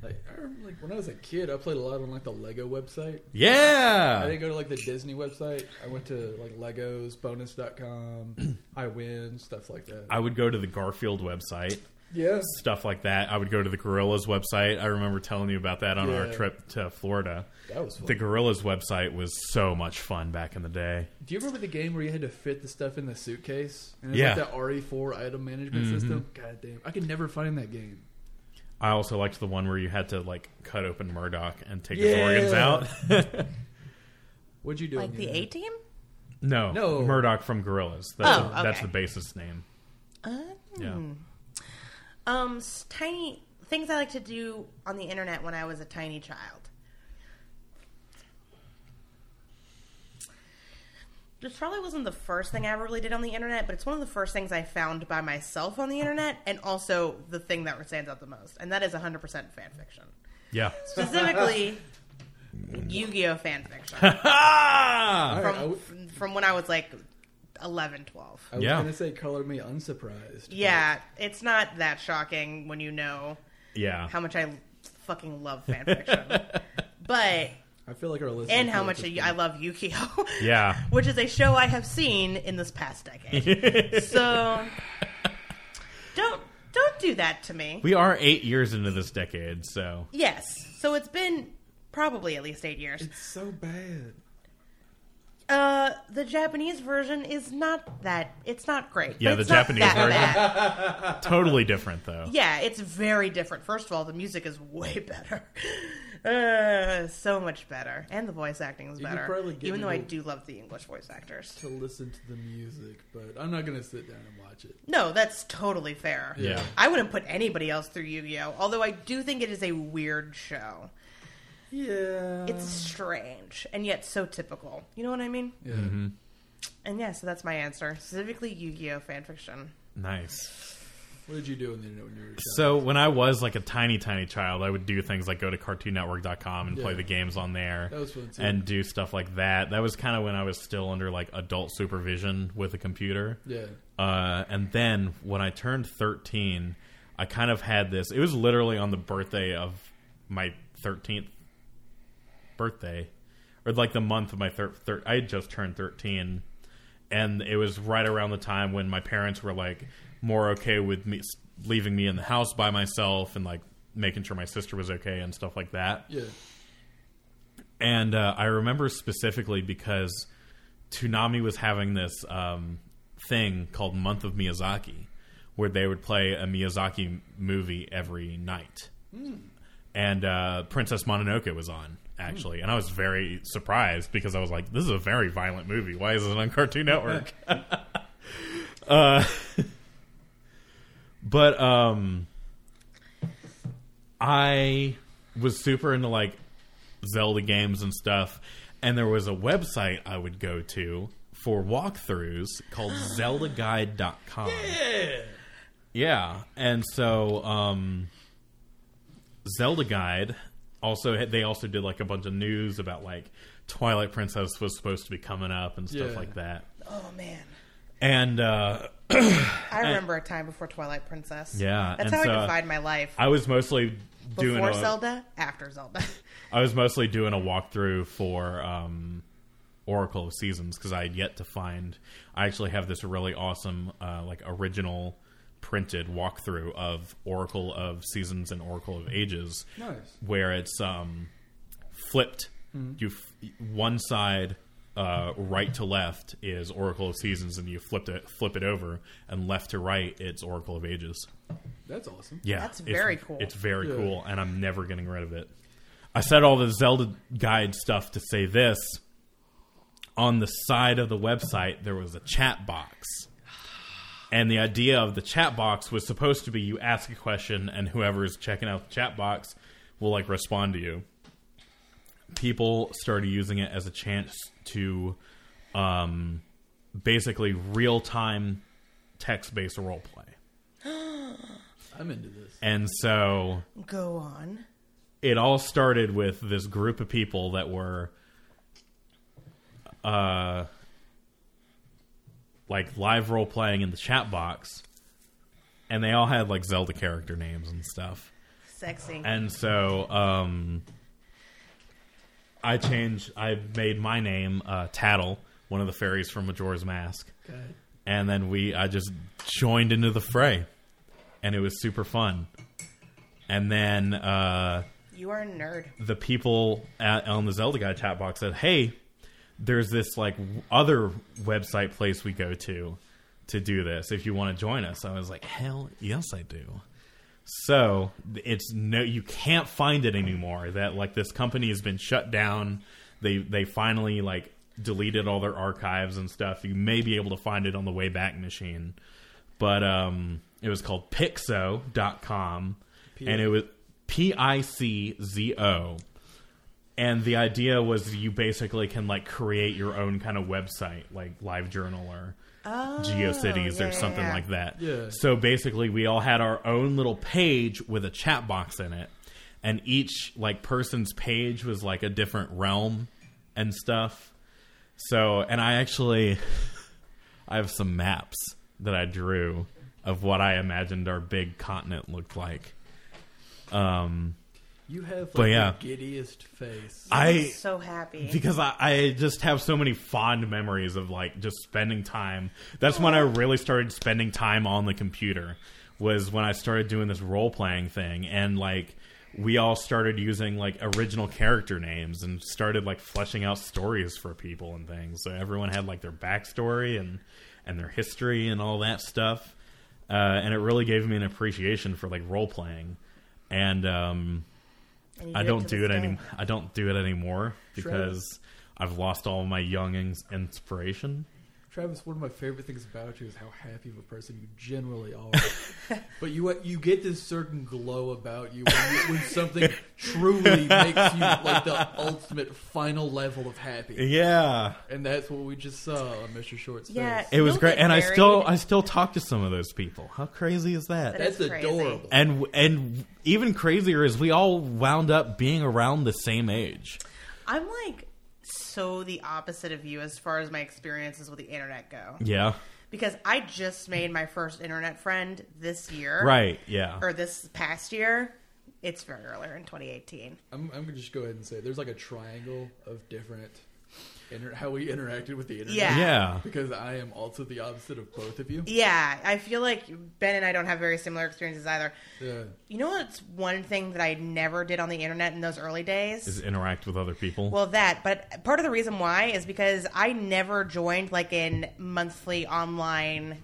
Speaker 3: Like, I remember, like when I was a kid, I played a lot on like the Lego website. I
Speaker 1: Yeah.
Speaker 3: didn't go to like the Disney website. I went to like Legos, bonus.com, I win, stuff like that.
Speaker 1: I would go to the Garfield website,
Speaker 3: yeah.
Speaker 1: stuff like that. I would go to the Gorillas website. I remember telling you about that on our
Speaker 3: Yeah.
Speaker 1: trip to Florida.
Speaker 3: That was fun.
Speaker 1: The Gorillas website was so much fun back in the day.
Speaker 3: Do you remember the game where you had to fit the stuff in the suitcase? And
Speaker 1: Yeah. Mm-hmm.
Speaker 3: like that RE4 item management system? God damn. I could never find that game.
Speaker 1: I also liked the one where you had to like cut open Murdoch and take his
Speaker 3: Yeah.
Speaker 1: organs out.
Speaker 3: What'd you do?
Speaker 2: like
Speaker 3: on
Speaker 2: the A
Speaker 3: internet?
Speaker 2: team?
Speaker 1: No,
Speaker 3: No.
Speaker 1: Murdoch from Gorillas. That's,
Speaker 2: Oh,
Speaker 1: that's the
Speaker 2: okay. Hmm.
Speaker 1: bassist's name. Yeah,
Speaker 2: Uh, Um, s- tiny things I like to do on the internet when I was a tiny child. This probably wasn't the first thing I ever really did on the internet, but it's one of the first things I found by myself on the internet, and also the thing that stands out the most, and that is 100% fan fiction.
Speaker 1: yeah.
Speaker 2: Specifically, Yu-Gi-Oh fan fiction.
Speaker 1: Ah!
Speaker 3: All right, I
Speaker 2: from,
Speaker 3: w-
Speaker 2: from when I was like 11, 12.
Speaker 3: I was
Speaker 1: Yeah.
Speaker 3: going to say, color me unsurprised.
Speaker 2: Yeah, it's not that shocking when you know
Speaker 1: Yeah,
Speaker 2: how much I fucking love fanfiction. but,
Speaker 3: I feel like our listeners.
Speaker 2: and how
Speaker 3: feel
Speaker 2: much
Speaker 3: like
Speaker 2: I love Yukio.
Speaker 1: yeah.
Speaker 2: Which is a show I have seen in this past decade. so, don't, don't do that to me.
Speaker 1: We are eight years into this decade, so
Speaker 2: Yes. So it's been probably at least eight years.
Speaker 3: It's so bad.
Speaker 2: Uh, the Japanese version is not that. It's not great.
Speaker 1: Yeah,
Speaker 2: but
Speaker 1: the
Speaker 2: it's not
Speaker 1: Japanese
Speaker 2: that
Speaker 1: version.
Speaker 2: bad.
Speaker 1: Totally different though.
Speaker 2: Yeah, it's very different. First of all, the music is way better. Uh, so much better, and the voice acting is
Speaker 3: You could
Speaker 2: better.
Speaker 3: probably get
Speaker 2: even
Speaker 3: me
Speaker 2: though I
Speaker 3: to-
Speaker 2: do love the English voice actors.
Speaker 3: to listen to the music, but I'm not gonna sit down and watch it.
Speaker 2: No, that's totally fair.
Speaker 1: Yeah.
Speaker 2: I wouldn't put anybody else through Yu-Gi-Oh. Although I do think it is a weird show.
Speaker 3: Yeah.
Speaker 2: It's strange and yet so typical. You know what I mean?
Speaker 3: yeah.
Speaker 1: Mm-hmm.
Speaker 2: And yeah, so that's my answer. Specifically, Yu-Gi-Oh fanfiction.
Speaker 1: Nice.
Speaker 3: What did you do on the internet when you were a child?
Speaker 1: So when I was like a tiny, tiny child, I would do things like go to CartoonNetwork.com and play
Speaker 3: Yeah.
Speaker 1: the games on there,
Speaker 3: That was fun, too.
Speaker 1: and do stuff like that. That was kind of when I was still under like adult supervision with a computer.
Speaker 3: yeah.
Speaker 1: Uh, and then when I turned 13, I kind of had this. It was literally on the birthday of my 13th birthday, or like the month of my third. Thir- I had just turned 13, and it was right around the time when my parents were like more okay with me s- leaving me in the house by myself and like making sure my sister was okay and stuff like that.
Speaker 3: Yeah.
Speaker 1: And uh, I remember specifically because Toonami was having this um, thing called Month of Miyazaki, where they would play a Miyazaki movie every night. And uh, Princess Mononoke was on, actually. And I was very surprised because I was like, this is a very violent movie. Why is it on Cartoon Network? uh, but um, I was super into like Zelda games and stuff. And there was a website I would go to for walkthroughs called zeldaguide.com. Yeah. Yeah. And so um Zelda Guide also had- they also did like a bunch of news about like Twilight Princess was supposed to be coming up and stuff
Speaker 3: Yeah.
Speaker 1: like that.
Speaker 2: Oh man,
Speaker 1: And uh
Speaker 2: I remember a time before Twilight Princess.
Speaker 1: Yeah,
Speaker 2: that's
Speaker 1: and
Speaker 2: how
Speaker 1: so-
Speaker 2: I defined my life.
Speaker 1: I was mostly doing
Speaker 2: Before
Speaker 1: a-
Speaker 2: Zelda, after Zelda.
Speaker 1: I was mostly doing a walkthrough for um, Oracle of Seasons because I had yet to find. I actually have this really awesome, uh, like original printed walkthrough of Oracle of Seasons and Oracle of Ages,
Speaker 3: Nice.
Speaker 1: where it's um, flipped. You f- one side. Uh, right to left is Oracle of Seasons, and you flip it flip it over, and left to right it's Oracle of Ages.
Speaker 3: That's awesome.
Speaker 1: Yeah,
Speaker 2: That's
Speaker 1: it's-
Speaker 2: very cool.
Speaker 1: It's very
Speaker 3: Yeah.
Speaker 1: cool, and I'm never getting rid of it. I said all the Zelda guide stuff to say this. On the side of the website, there was a chat box, and the idea of the chat box was supposed to be you ask a question, and whoever is checking out the chat box will like respond to you. People started using it as a chance to, um, basically real time text based role play,
Speaker 3: I'm into this.
Speaker 1: and so
Speaker 2: Go on.
Speaker 1: it all started with this group of people that were uh like live role playing in the chat box and they all had like Zelda character names and stuff.
Speaker 2: Sexy.
Speaker 1: And so um I changed I made my name uh Tattle, one of the fairies from Majora's Mask.
Speaker 3: God.
Speaker 1: And then we I just joined into the fray and it was super fun. And then uh
Speaker 2: you are a nerd.
Speaker 1: the people at, on the Zelda Guy chat box said, "Hey, there's this like w- other website place we go to to do this. If you want to join us," I was like, "Hell yes, I do." So it's no, you can't find it anymore. That like this company has been shut down. They they finally like deleted all their archives and stuff. You may be able to find it on the Wayback Machine, but um, it was called Pixo.com, and it was P I C Z O and the idea was you basically can like create your own kind of website like livejournal or
Speaker 2: Oh,
Speaker 1: geocities
Speaker 2: yeah,
Speaker 1: or
Speaker 2: yeah,
Speaker 1: something
Speaker 2: yeah.
Speaker 1: like that
Speaker 3: Yeah.
Speaker 1: so basically we all had our own little page with a chat box in it and each like person's page was like a different realm and stuff so and i actually i have some maps that i drew of what i imagined our big continent looked like um
Speaker 3: You have like
Speaker 1: But yeah.
Speaker 3: the giddiest face.
Speaker 1: i
Speaker 2: I'm so happy.
Speaker 1: because I, I just have so many fond memories of like just spending time. That's when I really started spending time on the computer. Was when I started doing this role playing thing, and like we all started using like original character names and started like fleshing out stories for people and things. So everyone had like their backstory and and their history and all that stuff. Uh, and it really gave me an appreciation for like role playing. And um,
Speaker 2: And you
Speaker 1: I don't
Speaker 2: to
Speaker 1: do it
Speaker 2: this day.
Speaker 1: anymore. I don't do it anymore because I've lost all my young ins- inspiration.
Speaker 3: Travis, one of my favorite things about you is how happy of a person you generally are. but you you get this certain glow about you when, you- when something truly makes you like the ultimate final level of happy,
Speaker 1: Yeah,
Speaker 3: and that's what we just saw on Mr. Short's
Speaker 2: Yeah.
Speaker 3: face.
Speaker 1: it was
Speaker 2: You'll
Speaker 1: great,
Speaker 2: get
Speaker 1: and I still
Speaker 2: married.
Speaker 1: I still talk to some of those people. How crazy is that?
Speaker 2: That
Speaker 3: That's
Speaker 2: is crazy.
Speaker 3: adorable.
Speaker 1: And and even crazier is we all wound up being around the same age.
Speaker 2: I'm like so the opposite of you as far as my experiences with the internet go.
Speaker 1: Yeah,
Speaker 2: Because I just made my first internet friend this year.
Speaker 1: right. Yeah,
Speaker 2: Or this past year. It's very earlier in 2018.
Speaker 3: I'm, I'm gonna just go ahead and say there's like a triangle of different inter- how we interacted with the internet.
Speaker 2: Yeah.
Speaker 1: yeah.
Speaker 3: Because I am also the opposite of both of you.
Speaker 2: Yeah, I feel like Ben and I don't have very similar experiences either.
Speaker 3: Yeah.
Speaker 2: You know what's one thing that I never did on the internet in those early days?
Speaker 1: Is interact with other people.
Speaker 2: Well, that, but part of the reason why is because I never joined like an monthly online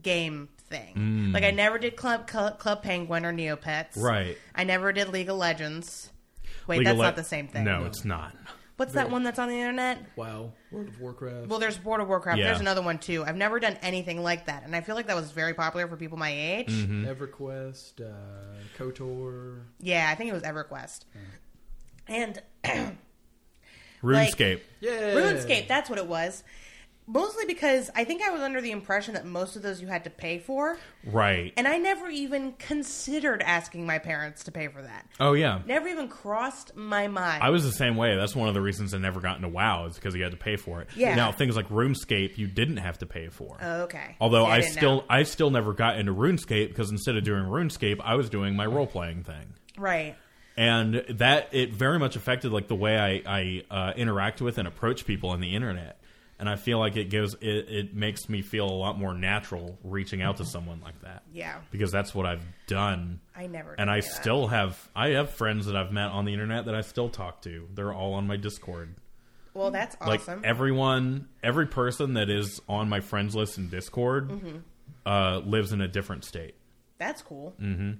Speaker 2: game thing.
Speaker 1: Mm.
Speaker 2: Like I never did Club Club, Club Penguin or Neopets.
Speaker 1: Right.
Speaker 2: I never did League of Legends. Wait,
Speaker 1: League of
Speaker 2: that's
Speaker 1: Le-
Speaker 2: not the same thing.
Speaker 1: No, it's not.
Speaker 2: What's that one that's on the internet?
Speaker 3: Wow. World of Warcraft.
Speaker 2: Well, there's World of Warcraft.
Speaker 1: Yeah.
Speaker 2: There's another one too. I've never done anything like that, and I feel like that was very popular for people my age.
Speaker 1: Mm-hmm.
Speaker 3: EverQuest, uh, KOTOR.
Speaker 2: Yeah, I think it was EverQuest.
Speaker 1: Mm.
Speaker 2: And Like-
Speaker 1: RuneScape.
Speaker 3: Yeah.
Speaker 2: RuneScape, that's what it was. Mostly because I think I was under the impression that most of those you had to pay for,
Speaker 1: right.
Speaker 2: and I never even considered asking my parents to pay for that.
Speaker 1: Oh yeah.
Speaker 2: Never even crossed my mind.
Speaker 1: I was the same way. That's one of the reasons I never got into WoW is because you had to pay for it.
Speaker 2: Yeah.
Speaker 1: Now things like RuneScape you didn't have to pay for.
Speaker 2: Oh, okay.
Speaker 1: Although
Speaker 2: See,
Speaker 1: I,
Speaker 2: didn't
Speaker 1: still
Speaker 2: know.
Speaker 1: I still never got into RuneScape because instead of doing RuneScape I was doing my role playing thing.
Speaker 2: right.
Speaker 1: And that it very much affected like the way I, I uh, interact with and approach people on the internet. And I feel like it gives it, it makes me feel a lot more natural reaching out to someone like that.
Speaker 2: Yeah.
Speaker 1: Because that's what I've done.
Speaker 2: I never. did
Speaker 1: and I
Speaker 2: that.
Speaker 1: still have I have friends that I've met on the internet that I still talk to. They're all on my Discord.
Speaker 2: Well, that's
Speaker 1: Like
Speaker 2: awesome.
Speaker 1: everyone, every person that is on my friends list in Discord
Speaker 2: Mm-hmm.
Speaker 1: uh, lives in a different state.
Speaker 2: that's cool. Mm-hmm.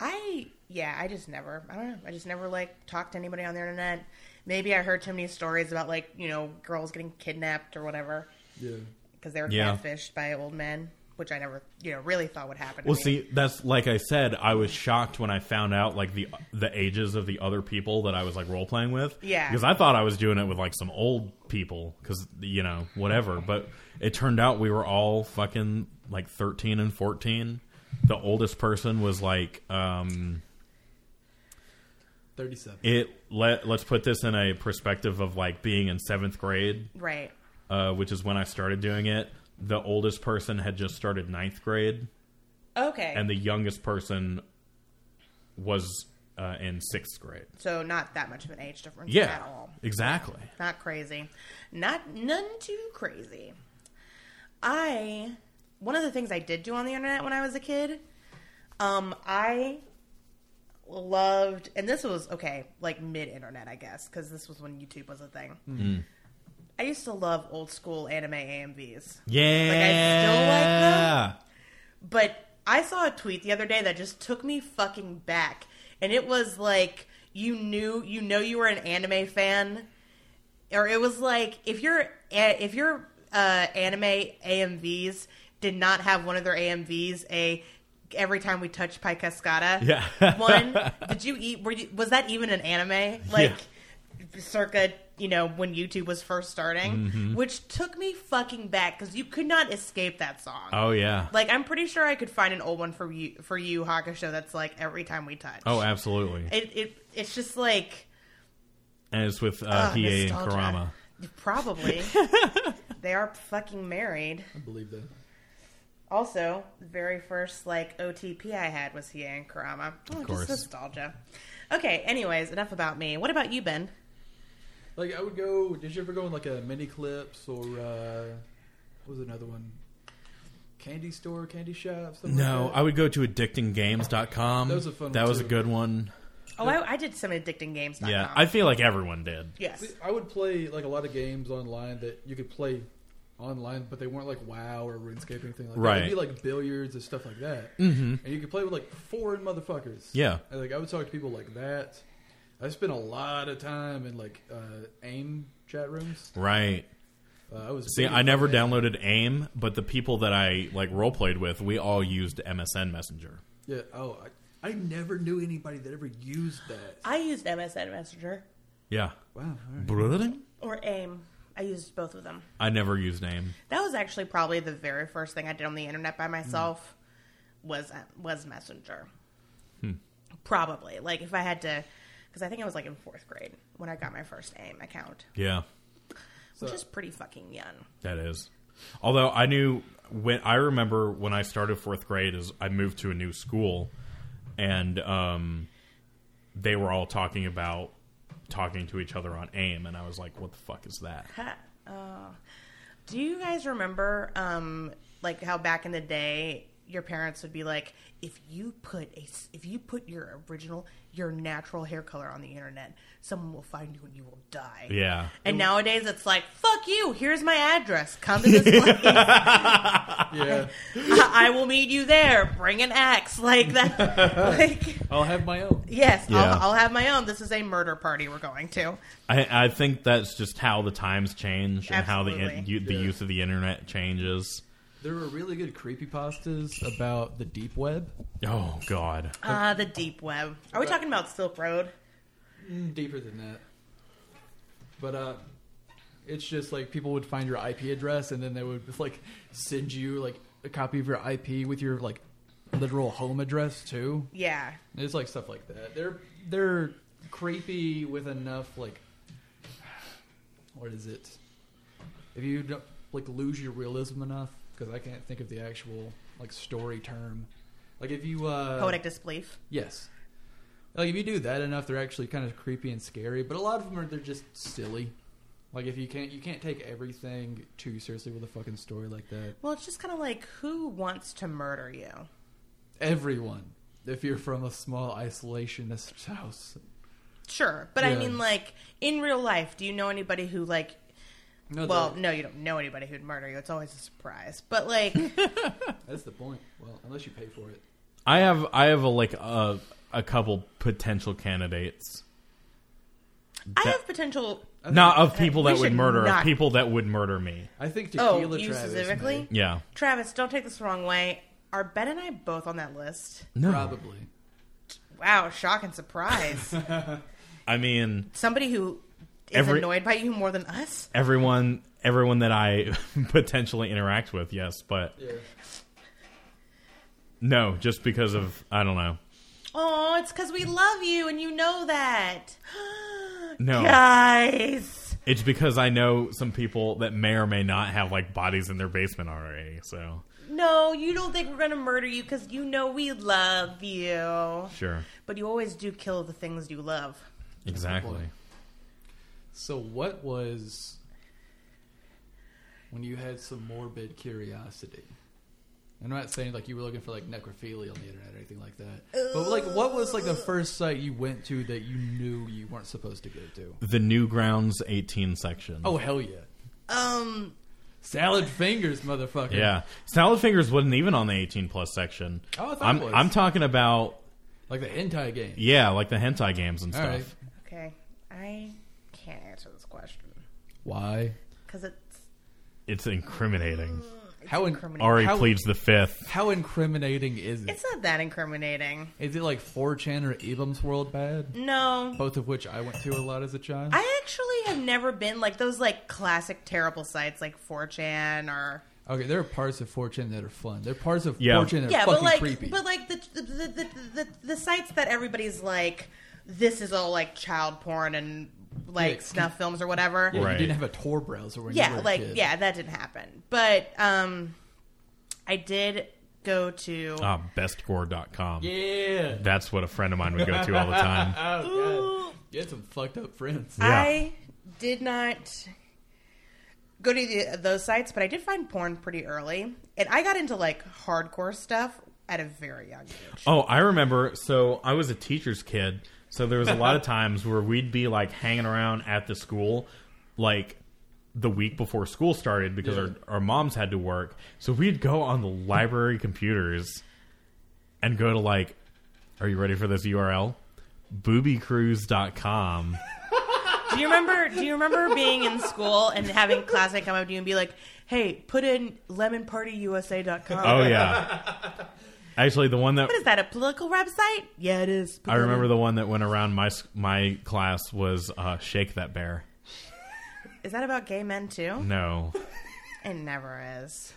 Speaker 2: I yeah. I just never. I don't know. I just never like talked to anybody on the internet. Maybe I heard too many stories about like you know girls getting kidnapped or whatever.
Speaker 3: Yeah.
Speaker 2: because they were
Speaker 1: Yeah.
Speaker 2: catfished by old men, which I never, you know, really thought would happen. to
Speaker 1: Well,
Speaker 2: me.
Speaker 1: see, that's like I said. I was shocked when I found out like the the ages of the other people that I was like role playing with.
Speaker 2: Yeah.
Speaker 1: because I thought I was doing it with like some old people because you know whatever. But it turned out we were all fucking like thirteen and fourteen. The oldest person was like, um,
Speaker 3: 37.
Speaker 1: it. Let let's put this in a perspective of like being in seventh grade.
Speaker 2: right?
Speaker 1: uh, which is when I started doing it. The oldest person had just started ninth grade,
Speaker 2: Okay,
Speaker 1: and the youngest person was uh, in sixth grade.
Speaker 2: so not that much of an age difference
Speaker 1: Yeah,
Speaker 2: at all.
Speaker 1: exactly.
Speaker 2: Not crazy, not none too crazy. I one of the things I did do on the internet when I was a kid, um, I loved, and this was okay, like mid internet, I guess, because this was when YouTube was a thing. I used to love old school anime AMVs.
Speaker 1: Yeah,
Speaker 2: But I saw a tweet the other day that just took me fucking back. And it was like you knew you know you were an anime fan or it was like if your if your uh, anime AMVs did not have one of their AMVs a every time we touch pie cascada
Speaker 1: Yeah.
Speaker 2: one did you eat were you, was that even an anime like circa you know when YouTube was first starting
Speaker 1: Mm-hmm.
Speaker 2: which took me fucking back cuz you could not escape that song
Speaker 1: Oh yeah.
Speaker 2: like I'm pretty sure I could find an old one for you for you Hakusho that's like every time we touch.
Speaker 1: Oh, absolutely.
Speaker 2: it, it it's just like
Speaker 1: And it's with uh,
Speaker 2: ugh,
Speaker 1: Hiei and
Speaker 2: nostalgia.
Speaker 1: Karama.
Speaker 2: Probably they are fucking married.
Speaker 3: I believe that.
Speaker 2: Also, the very first like OTP I had was Hiei and Karama. Oh, of
Speaker 1: course.
Speaker 2: just nostalgia. Okay. Anyways, enough about me. What about you, Ben?
Speaker 3: Like, I would go. Did you ever go on, like, a mini clips or, uh, what was another one? Candy store, candy shop? Something
Speaker 1: No,
Speaker 3: like that?
Speaker 1: I would go to addictinggames.com.
Speaker 3: That was a fun
Speaker 1: That
Speaker 3: one,
Speaker 1: was a
Speaker 3: too.
Speaker 1: good one.
Speaker 2: Oh, I, I did some addicting games.
Speaker 1: Yeah, I feel like everyone did.
Speaker 2: yes.
Speaker 3: See, I would play like a lot of games online that you could play online, but they weren't like WoW or RuneScape or anything like
Speaker 1: Right.
Speaker 3: that. It'd be like billiards and stuff like that. Mm-hmm. And you could play with like foreign motherfuckers.
Speaker 1: Yeah.
Speaker 3: And, like I would talk to people like that. I spent a lot of time in like uh, AIM chat rooms.
Speaker 1: Right.
Speaker 3: Uh, I was
Speaker 1: See,
Speaker 3: big
Speaker 1: I never
Speaker 3: into AIM.
Speaker 1: downloaded AIM, but the people that I like role played with, we all used MSN Messenger.
Speaker 3: Yeah. Oh, I, I never knew anybody that ever used that.
Speaker 2: I used MSN Messenger
Speaker 1: Yeah.
Speaker 3: wow. all right.
Speaker 2: or AIM. I used both of them.
Speaker 1: I never used AIM.
Speaker 2: That was actually probably the very first thing I did on the internet by myself was was Messenger. Probably like if I had to, because I think I was like in fourth grade when I got my first AIM account,
Speaker 1: Yeah,
Speaker 2: which
Speaker 3: So-
Speaker 2: is pretty fucking young.
Speaker 1: that is. Although I knew when I remember when I started fourth grade is I moved to a new school, and um, they were all talking about talking to each other on AIM, and I was like, "What the fuck is that?"
Speaker 2: Ha- oh. Do you guys remember, um, like how back in the day, your parents would be like, if you put a, s- if you put your original, your natural hair color on the internet, someone will find you and you will die.
Speaker 1: Yeah.
Speaker 2: And nowadays it's like, fuck you. Here's my address. Come to this place. I,
Speaker 3: Yeah.
Speaker 2: I will meet you there. Bring an axe. Like that. Like
Speaker 3: I'll have my own.
Speaker 2: yes,
Speaker 1: Yeah.
Speaker 2: I'll, I'll have my own. This is a murder party we're going to.
Speaker 1: I, I think that's just how the times change and how the in-
Speaker 2: Absolutely.
Speaker 1: you, the
Speaker 3: Yeah.
Speaker 1: use of the internet changes.
Speaker 3: There were really good creepypastas about the deep web.
Speaker 1: Oh God!
Speaker 2: Ah, the deep web. Are we talking about Silk Road? Mm.
Speaker 3: deeper than that. But uh it's just like people would find your IP address and then they would like send you like a copy of your IP with your like literal home address too.
Speaker 2: Yeah.
Speaker 3: It's like stuff like that. They're they're creepy with enough like what is it? If you don't, like lose your realism enough because I can't think of the actual like story term. Like if you uh
Speaker 2: Poetic disbelief.
Speaker 3: Yes. Like if you do that enough, they're actually kind of creepy and scary. But a lot of them are they're just silly. Like if you can't you can't take everything too seriously with a fucking story like that.
Speaker 2: Well, it's just kind of like who wants to murder you?
Speaker 3: Everyone, if you're from a small isolationist house,
Speaker 2: Sure, but I
Speaker 3: Yeah.
Speaker 2: mean, like in real life, do you know anybody who like?
Speaker 3: no,
Speaker 2: well,
Speaker 3: that-
Speaker 2: no, you don't know anybody who'd murder you. It's always a surprise. But like,
Speaker 3: that's the point. Well, unless you pay for it.
Speaker 1: I have I have a like a a couple potential candidates.
Speaker 2: I have potential.
Speaker 1: Not of people that
Speaker 2: We
Speaker 1: would
Speaker 2: should
Speaker 1: murder, of
Speaker 2: not-
Speaker 1: people that would murder me.
Speaker 3: I think tequila
Speaker 2: Oh, you
Speaker 3: Travis
Speaker 2: specifically,
Speaker 3: may.
Speaker 1: Yeah.
Speaker 2: Travis. Don't take this the wrong way. Are Ben and I both on that list?
Speaker 3: probably.
Speaker 2: Wow, shock and surprise!
Speaker 1: I mean,
Speaker 2: Somebody who is
Speaker 1: Every-
Speaker 2: annoyed by you more than us.
Speaker 1: everyone everyone that I potentially interact with, yes, but
Speaker 3: Yeah.
Speaker 1: no, just because of I don't know.
Speaker 2: Oh, it's because we love you, and you know that.
Speaker 1: No.
Speaker 2: guys.
Speaker 1: It's because I know some people that may or may not have like bodies in their basement already. So,
Speaker 2: No, you don't think we're gonna murder you because you know we love you.
Speaker 1: sure.
Speaker 2: But you always do kill the things you love.
Speaker 1: Exactly.
Speaker 3: So what was when you had some morbid curiosity? I'm not saying like you were looking for like necrophilia on the internet or anything like that. But like what was like the first site you went to that you knew you weren't supposed to go to?
Speaker 1: The Newgrounds 18 section.
Speaker 3: Oh hell yeah.
Speaker 2: Um,
Speaker 3: Salad fingers, motherfucker.
Speaker 1: Yeah, salad fingers wasn't even on the eighteen plus section.
Speaker 3: Oh, I thought it
Speaker 1: I'm
Speaker 3: was.
Speaker 1: I'm talking about
Speaker 3: Like the hentai game.
Speaker 1: yeah, like the hentai games and
Speaker 3: All
Speaker 1: stuff.
Speaker 3: right.
Speaker 2: okay, I can't answer this question
Speaker 3: Why?
Speaker 2: because it's
Speaker 1: It's incriminating.
Speaker 3: How in-
Speaker 2: incriminating.
Speaker 1: Ari
Speaker 3: How-
Speaker 1: pleads the fifth.
Speaker 3: how incriminating is it?
Speaker 2: it's not that incriminating.
Speaker 3: Is it like 4chan or Ebum's World bad?
Speaker 2: No,
Speaker 3: Both of which I went to a lot as a child.
Speaker 2: I actually have never been like those like classic terrible sites like 4chan or
Speaker 3: Okay, there are parts of 4chan that are fun. There are parts of
Speaker 1: Yeah.
Speaker 3: 4chan that are
Speaker 2: yeah,
Speaker 3: fucking
Speaker 2: but like
Speaker 3: creepy.
Speaker 2: but like the the, the the the the sites that everybody's like this is all like child porn and like
Speaker 3: Yeah.
Speaker 2: snuff films or whatever.
Speaker 3: Yeah,
Speaker 1: Right.
Speaker 3: You didn't have a Tor browser when you
Speaker 2: yeah
Speaker 3: were a
Speaker 2: like
Speaker 3: kid.
Speaker 2: yeah that didn't happen but um i did go to
Speaker 3: Oh,
Speaker 1: Ah, bestgore.com.
Speaker 3: Yeah.
Speaker 1: That's what a friend of mine would go to all the time.
Speaker 3: Oh, God. You had some fucked up friends.
Speaker 2: i did not go to the, those sites but i did find porn pretty early and i got into like hardcore stuff at a very young age
Speaker 1: Oh, I remember. So I was a teacher's kid, So there was a lot of times where we'd be like hanging around at the school, like the week before school started because
Speaker 3: Yeah.
Speaker 1: our, our moms had to work. So we'd go on the library computers and go to like, are you ready for this URL? boobycruise.com.
Speaker 2: Do you remember? Do you remember being in school and having classmate come up to you and be like, "Hey, put in lemonpartyusa.com."
Speaker 1: Oh, yeah. Actually, the one that
Speaker 2: What is that? A political website? Yeah, it is.
Speaker 1: I remember the one that went around my s- my class was uh, Shake That Bear.
Speaker 2: Is that about gay men too?
Speaker 1: No.
Speaker 2: It never is.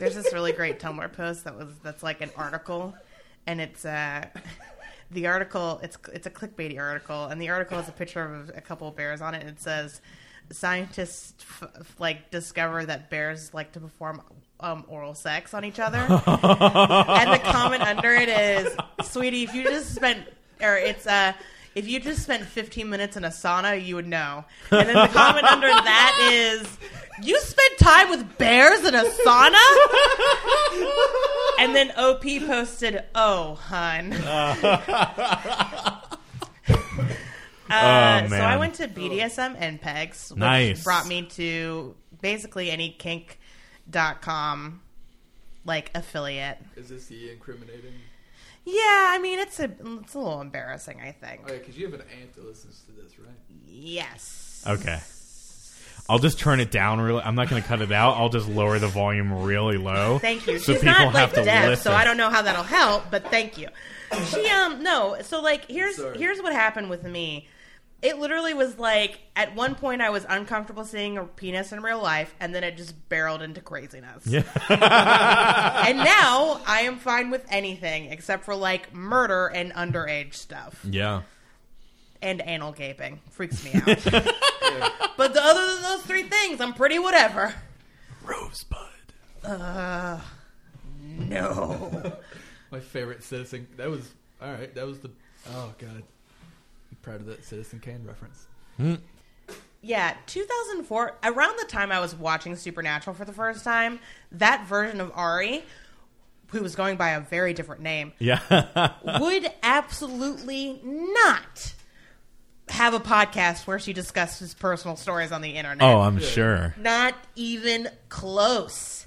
Speaker 2: There's this really great Tumblr post that was that's like an article, and it's uh, the article it's it's a clickbaity article, and the article has a picture of a couple of bears on it, and it says scientists f- f- like discover that bears like to perform um, oral sex on each other, and the comment under it is, "Sweetie, if you just spent or it's uh, if you just spent 15 minutes in a sauna, you would know." And then the comment under that is, "You spent time with bears in a sauna?" And then OP posted, "Oh, hun." Uh, so I
Speaker 1: Oh, man.
Speaker 2: went to BDSM and PEGs, which
Speaker 1: Nice.
Speaker 2: brought me to basically any kink.com like affiliate.
Speaker 3: Is this the incriminating?
Speaker 2: Yeah, I mean it's a it's a little embarrassing, I think.
Speaker 3: Oh, yeah, because you have an aunt that listens to this, right?
Speaker 2: Yes.
Speaker 1: Okay. I'll just turn it down really. I'm not going to cut it out. I'll just lower the volume really low.
Speaker 2: Thank you.
Speaker 1: So
Speaker 2: She's
Speaker 1: people
Speaker 2: not like
Speaker 1: have to
Speaker 2: deaf,
Speaker 1: listen.
Speaker 2: so I don't know how that'll help, but thank you. She um no, so like here's
Speaker 3: Sorry.
Speaker 2: here's what happened with me. It literally was like at one point I was uncomfortable seeing a penis in real life, and then it just barreled into craziness.
Speaker 1: Yeah.
Speaker 2: and now I am fine with anything except for like murder and underage stuff
Speaker 1: Yeah.
Speaker 2: and anal gaping freaks me out. But the, other than those three things, I'm pretty whatever.
Speaker 4: Rosebud.
Speaker 2: No.
Speaker 3: My favorite Citizen. That was all right. That was the. Oh god, I'm proud of that Citizen Kane reference.
Speaker 2: yeah, 2004, around the time I was watching Supernatural for the first time, that version of Ari, who was going by a very different name,
Speaker 1: Yeah.
Speaker 2: would absolutely not have a podcast where she discusses personal stories on the internet.
Speaker 1: oh, I'm sure.
Speaker 2: Not even close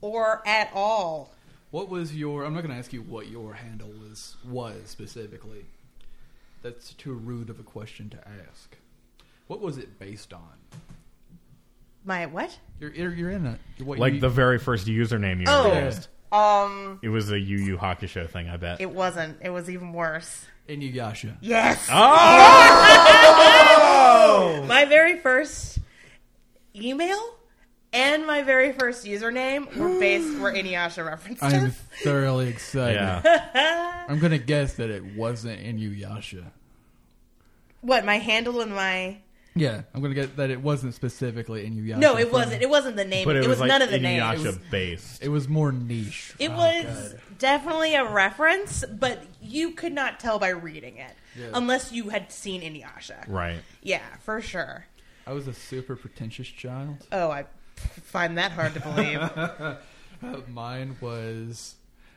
Speaker 2: or at all.
Speaker 3: What was your? I'm not going to ask you what your handle was was specifically. That's too rude of a question to ask. What was it based on?
Speaker 2: My what?
Speaker 3: You're you're, you're in it. What
Speaker 1: Like
Speaker 3: you-
Speaker 1: the very first username you
Speaker 2: Oh.
Speaker 1: ever used.
Speaker 2: Um,
Speaker 1: It was a Yu Yu Hakusho thing, I bet.
Speaker 2: it wasn't. It was even worse.
Speaker 3: Inuyasha.
Speaker 2: Yes.
Speaker 1: oh!
Speaker 2: My very first email and my very first username were based were Inuyasha references.
Speaker 3: I'm thoroughly excited.
Speaker 1: Yeah.
Speaker 3: I'm gonna guess that it wasn't Inuyasha.
Speaker 2: What my handle and my
Speaker 3: Yeah, I'm gonna get that it wasn't specifically Inuyasha.
Speaker 2: no, it
Speaker 3: from-
Speaker 2: wasn't. It wasn't the name.
Speaker 1: But it, was, like
Speaker 2: none of the
Speaker 1: Inuyasha
Speaker 2: names.
Speaker 1: based.
Speaker 3: It was more niche.
Speaker 2: It
Speaker 3: Oh,
Speaker 2: was
Speaker 3: God.
Speaker 2: definitely a reference, but you could not tell by reading it
Speaker 3: Yeah.
Speaker 2: unless you had seen Inuyasha.
Speaker 1: right.
Speaker 2: Yeah, for sure.
Speaker 3: I was a super pretentious child.
Speaker 2: Oh, I find that hard to believe.
Speaker 3: Uh, Mine was.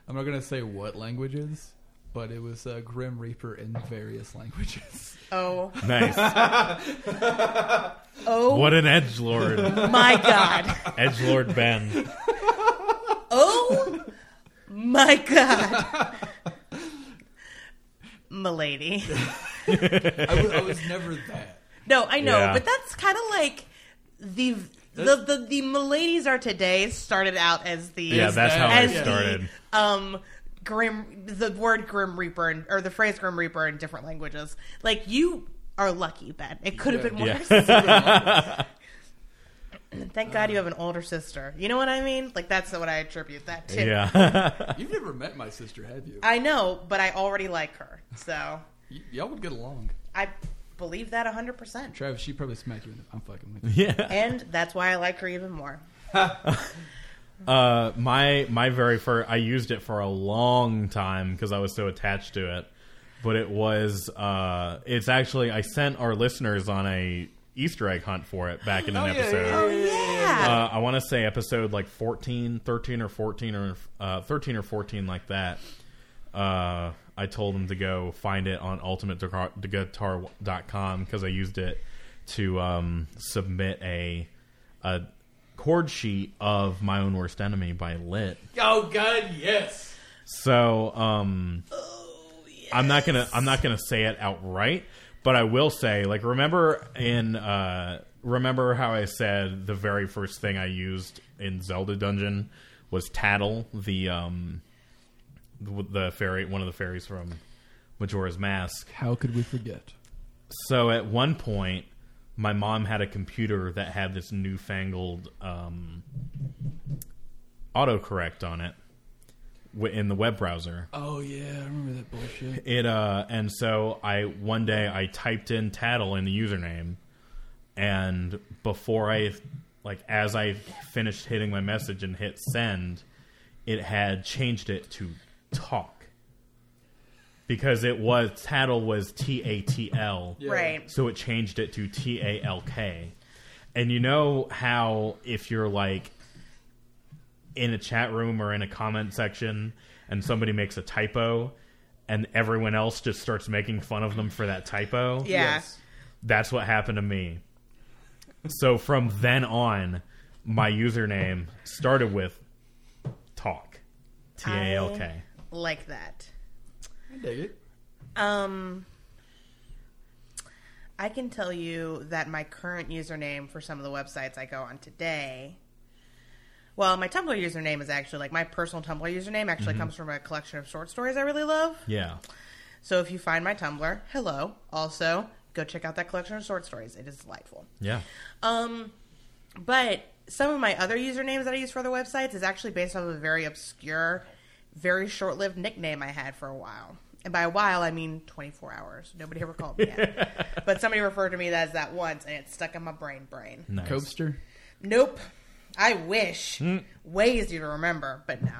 Speaker 3: I'm not gonna say what languages, but it was uh, Grim Reaper in various languages.
Speaker 2: oh,
Speaker 1: Nice.
Speaker 2: oh
Speaker 1: what an edge lord.
Speaker 2: my god.
Speaker 1: Edge lord Ben.
Speaker 2: Oh my god. Milady.
Speaker 3: I was, I was never that.
Speaker 2: No, I know,
Speaker 1: Yeah.
Speaker 2: but that's kind of like the the the the Miladies are today started out as the
Speaker 1: Yeah, that's how I
Speaker 2: as
Speaker 3: yeah.
Speaker 1: started.
Speaker 2: the um grim the word grim reaper and, or the phrase grim reaper in different languages. Like you are lucky, Ben. It could have been
Speaker 1: Yeah.
Speaker 2: worse. Thank God you have an older sister. You know what I mean? Like that's what I attribute that to.
Speaker 1: Yeah.
Speaker 3: You've never met my sister, have you?
Speaker 2: I know, but I already like her. So
Speaker 3: Y- y'all would get along.
Speaker 2: I believe that 100%.
Speaker 3: Travis, she probably smack you in the. I'm fucking with you.
Speaker 1: yeah.
Speaker 2: And that's why I like her even more.
Speaker 1: Uh, my my very first, I used it for a long time because I was so attached to it. But it was, uh, it's actually I sent our listeners on a Easter egg hunt for it back in
Speaker 3: Oh,
Speaker 1: an episode.
Speaker 2: Yeah.
Speaker 1: Uh, I want to say episode like 14, 13 or 14 or uh, 13 or 14 like that. Uh, I told him to go find it on ultimateguitar.com because I used it to um, submit a a chord sheet of my own worst enemy by Lit.
Speaker 3: Oh God, yes.
Speaker 1: So um, I'm not gonna I'm not gonna say it outright, but I will say like remember in uh, remember how I said the very first thing I used in Zelda Dungeon was Tattle the um the, the fairy one of the fairies from Majora's Mask.
Speaker 3: How could we forget?
Speaker 1: So at one point, my mom had a computer that had this newfangled um, autocorrect on it wi- in the web browser.
Speaker 3: Oh yeah, I remember that bullshit.
Speaker 1: It uh, and so I one day I typed in tattle in the username, and before I like as I finished hitting my message and hit send, it had changed it to talk because it was tattle was T A T L
Speaker 3: Yeah.
Speaker 2: Right.
Speaker 1: so it changed it to T A L K. And you know how if you're like in a chat room or in a comment section and somebody makes a typo and everyone else just starts making fun of them for that typo?
Speaker 2: Yeah.
Speaker 1: That's what happened to me. So from then on, my username started with talk. T A L K.
Speaker 2: Like that.
Speaker 3: I dig it.
Speaker 2: Um, I can tell you that my current username for some of the websites I go on today. Well, my Tumblr username is actually like my personal Tumblr username actually
Speaker 1: Mm-hmm.
Speaker 2: comes from a collection of short stories I really love.
Speaker 1: Yeah.
Speaker 2: So if you find my Tumblr, hello. Also, go check out that collection of short stories. It is delightful.
Speaker 1: Yeah.
Speaker 2: Um, but some of my other usernames that I use for other websites is actually based off of a very obscure, very short-lived nickname I had for a while. And by a while, I mean 24 hours. Nobody ever called me that. But somebody referred to me as that once, and it stuck in my brain brain.
Speaker 1: Nice.
Speaker 3: Copester.
Speaker 2: Nope. I wish. Way easier to remember, but no.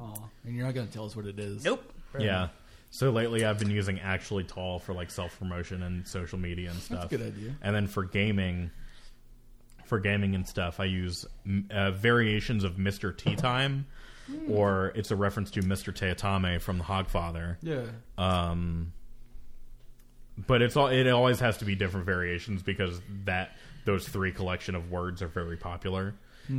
Speaker 3: Oh, and you're not gonna tell us what it is.
Speaker 2: Nope.
Speaker 1: Yeah. So lately, I've been using actually tall for like self promotion and social media and stuff.
Speaker 3: a good idea.
Speaker 1: And then for gaming, for gaming and stuff, I use mm, uh, variations of Mister Tea Time,
Speaker 3: Hmm.
Speaker 1: or it's a reference to Mister Teatame from The Hogfather.
Speaker 3: Yeah.
Speaker 1: But it's all it always has to be different variations because that those three collection of words are very popular.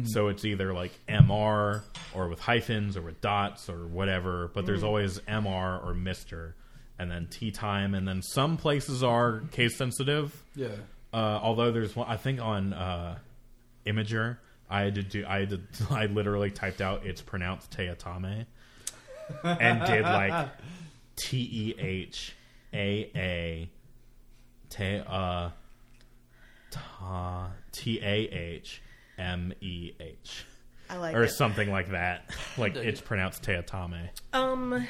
Speaker 1: So it's either like MR or with hyphens or with dots or whatever, but there's always MR or Mister, and then tea time, and then some places are case sensitive.
Speaker 3: Yeah.
Speaker 1: Uh, although there's one, I think on uh, Imager, I had to do, I had to, I literally typed out it's pronounced Teatame, and did like T E H A A Te uh Ta T A H M E H
Speaker 2: I like
Speaker 1: or
Speaker 2: it.
Speaker 1: something like that. Like it's pronounced Teatame.
Speaker 2: Um.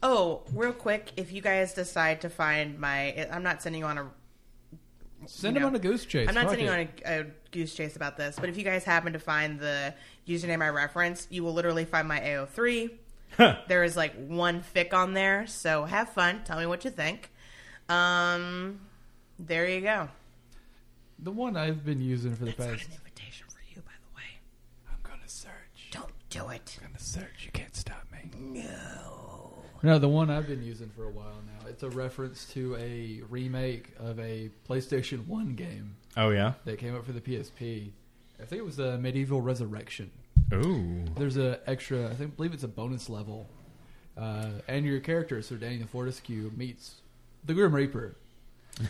Speaker 2: Oh, real quick, if you guys decide to find my, I'm not sending you on a you
Speaker 3: Send him
Speaker 2: know,
Speaker 3: on a goose chase.
Speaker 2: I'm not
Speaker 3: Fuck
Speaker 2: sitting
Speaker 3: it.
Speaker 2: on a, a goose chase about this, but if you guys happen to find the username I reference, you will literally find my AO3. there is like one fic on there, so have fun. Tell me what you think. Um, there you go.
Speaker 3: the one I've been using for the
Speaker 5: It's not
Speaker 3: past.
Speaker 5: an invitation for you, by the way.
Speaker 4: I'm gonna search.
Speaker 5: Don't do it.
Speaker 4: I'm gonna search. You can't stop me.
Speaker 3: No, the one I've been using for a while now. It's a reference to a remake of a PlayStation One game
Speaker 1: Oh yeah.
Speaker 3: that came out for the PSP. I think it was a Medieval Resurrection.
Speaker 1: Ooh.
Speaker 3: There's a extra. I think believe it's a bonus level, uh, and your character Sir Daniel Fortescue meets the Grim Reaper.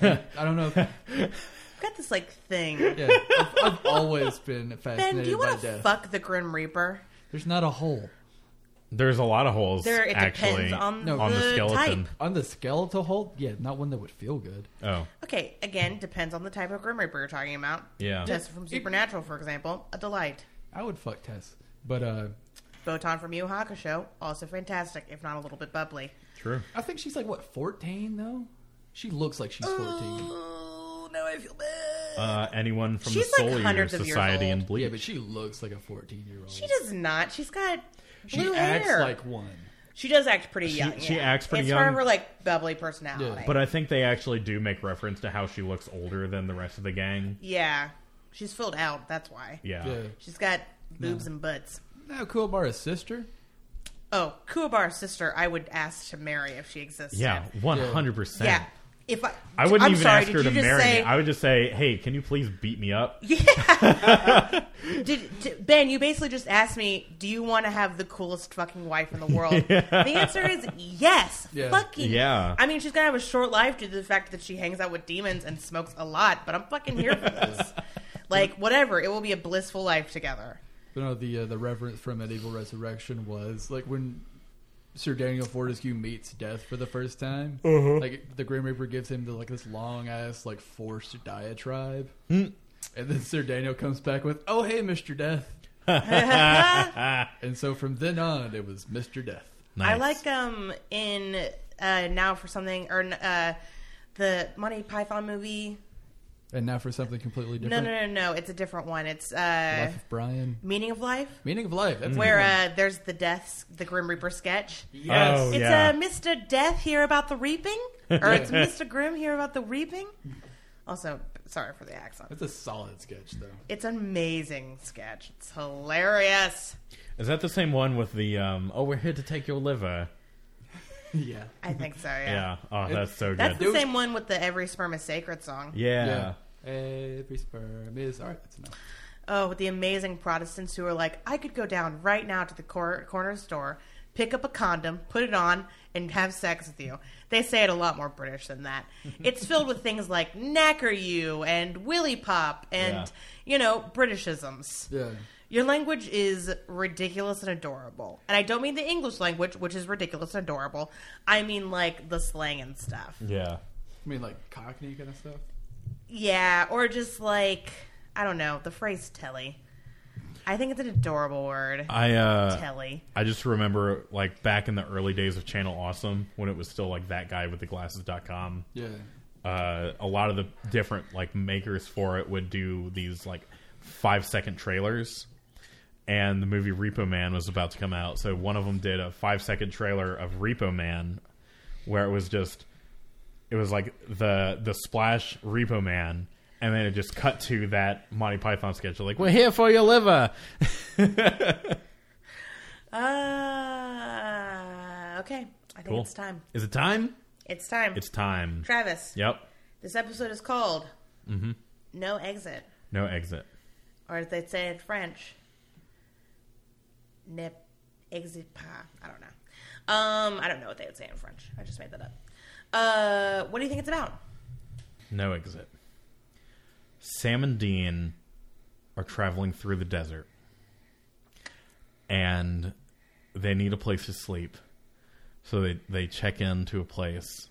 Speaker 3: I don't know. If,
Speaker 2: I've got this like thing.
Speaker 3: yeah, I've, I've always been
Speaker 2: Ben,
Speaker 3: fascinated
Speaker 2: do you
Speaker 3: by
Speaker 2: want to
Speaker 3: death.
Speaker 2: fuck the Grim Reaper?
Speaker 3: There's not a hole
Speaker 1: There's a lot of holes
Speaker 2: There, it
Speaker 1: actually
Speaker 2: depends on,
Speaker 3: No.
Speaker 2: the,
Speaker 1: on the, skeleton.
Speaker 2: type.
Speaker 3: on the skeletal hole. Yeah, not one that would feel good.
Speaker 1: Oh.
Speaker 2: Okay, again, depends on the type of Grim Reaper you're talking about.
Speaker 1: Yeah.
Speaker 2: Tessa from Supernatural, for example, a delight.
Speaker 3: I would fuck Tess, but uh,
Speaker 2: Botan from Yu Yu Hakusho, also fantastic, if not a little bit bubbly.
Speaker 1: True.
Speaker 3: I think she's like what 14 though. She looks like she's
Speaker 2: Uh,
Speaker 3: 14.
Speaker 5: Oh, now I feel bad.
Speaker 1: uh, anyone from
Speaker 2: She's,
Speaker 1: the
Speaker 2: like,
Speaker 1: Soul Eater
Speaker 2: hundreds of years
Speaker 1: Society
Speaker 2: old.
Speaker 1: and Bleach.
Speaker 3: Yeah, but she looks like a 14 year old.
Speaker 2: She does not. She's got
Speaker 3: She
Speaker 2: blue
Speaker 3: acts
Speaker 2: hair.
Speaker 3: like one.
Speaker 2: she does act pretty
Speaker 1: She-
Speaker 2: young.
Speaker 1: she
Speaker 2: yeah.
Speaker 1: acts pretty
Speaker 2: it's part
Speaker 1: young.
Speaker 2: of her like bubbly personality.
Speaker 3: Yeah.
Speaker 1: But I think they actually do make reference to how she looks older than the rest of the gang.
Speaker 2: yeah, she's filled out. That's why
Speaker 1: Yeah.
Speaker 3: Yeah.
Speaker 2: she's got boobs and butts.
Speaker 3: Now Kuobara's sister.
Speaker 2: Oh, Kuobar's sister, I would ask to marry if she existed.
Speaker 1: Yeah, one hundred percent.
Speaker 2: Yeah. If I,
Speaker 1: I wouldn't
Speaker 2: I'm
Speaker 1: even
Speaker 2: sorry,
Speaker 1: ask her
Speaker 2: did
Speaker 1: to
Speaker 2: you just
Speaker 1: marry
Speaker 2: say,
Speaker 1: me. I would just say, "Hey, can you please beat me up?"
Speaker 2: Did, d ben, you basically just asked me, do you want to have the coolest fucking wife in the world? The answer is yes.
Speaker 3: Yeah.
Speaker 2: Fucking
Speaker 1: Yeah.
Speaker 2: I mean, she's gonna have a short life due to the fact that she hangs out with demons and smokes a lot. But I'm fucking here for this. like, whatever. It will be a blissful life together.
Speaker 3: But no, the uh, the reference from Medieval Resurrection was like when Sir Daniel Fortescue meets death for the first time.
Speaker 1: Mm-hmm.
Speaker 3: Like the Grim Reaper gives him the, like this long ass like forced diatribe,
Speaker 1: Hmm.
Speaker 3: and then Sir Daniel comes back with, "Oh hey, Mister Death." and so from then on, it was Mister Death.
Speaker 2: I
Speaker 1: Nice.
Speaker 2: like um in uh now for something or uh the Monty Python movie.
Speaker 3: And now for something completely
Speaker 2: No,
Speaker 3: different.
Speaker 2: no, no, no. It's a different one. It's uh
Speaker 3: Life of Brian.
Speaker 2: Meaning of Life.
Speaker 3: Meaning of life. That's a
Speaker 2: Where
Speaker 3: good one.
Speaker 2: uh, there's the deaths, the Grim Reaper sketch.
Speaker 1: Yes. Oh,
Speaker 2: it's
Speaker 1: yeah.
Speaker 2: uh, Mr. Death here about the reaping, or it's Mr. Grimm here about the reaping. Also, sorry for the accent.
Speaker 3: that's a solid sketch though.
Speaker 2: It's an amazing sketch. It's hilarious.
Speaker 1: Is that the same one with the um? Oh, we're here to take your liver.
Speaker 3: yeah.
Speaker 2: I think so. Yeah.
Speaker 1: Yeah. Oh, that's so good.
Speaker 2: That's the
Speaker 3: Dude.
Speaker 2: same one with the "Every Sperm is Sacred" song.
Speaker 1: yeah.
Speaker 3: Every sperm is all right. That's enough.
Speaker 2: Oh, with the amazing Protestants who are like, I could go down right now to the cor- corner store, pick up a condom, put it on, and have sex with you. They say it a lot more British than that. it's filled with things like knacker you and willy pop and,
Speaker 1: Yeah.
Speaker 2: you know, Britishisms.
Speaker 3: Yeah.
Speaker 2: Your language is ridiculous and adorable. And I don't mean the English language, which is ridiculous and adorable. I mean, like, the slang and stuff.
Speaker 1: Yeah.
Speaker 3: I mean, like Cockney kind of stuff.
Speaker 2: Yeah, or just like, I don't know, the phrase telly. I think it's an adorable word.
Speaker 1: I uh,
Speaker 2: Telly.
Speaker 1: I just remember like back in the early days of Channel Awesome when it was still like that guy with the glasses.com.
Speaker 3: Yeah.
Speaker 1: uh, a lot of the different like makers for it would do these like five second trailers and the movie repo man was about to come out so one of them did a five second trailer of repo man where it was just it was like the the splash repo man and then it just cut to that monty python sketch They're like we're here for your liver
Speaker 2: Uh, okay. I think
Speaker 1: Cool.
Speaker 2: it's time.
Speaker 1: is it time
Speaker 2: It's time.
Speaker 1: it's time
Speaker 2: Travis,
Speaker 1: yep
Speaker 2: this episode is called
Speaker 1: Mm-hmm.
Speaker 2: No Exit,
Speaker 1: no exit
Speaker 2: or as they'd say in French, Ne Exit Pas. I don't know. Um, I don't know what they would say in French. I just made that up. Uh, what do you think it's about?
Speaker 1: No exit. Sam and Dean are traveling through the desert and they need a place to sleep. So they, they check into a place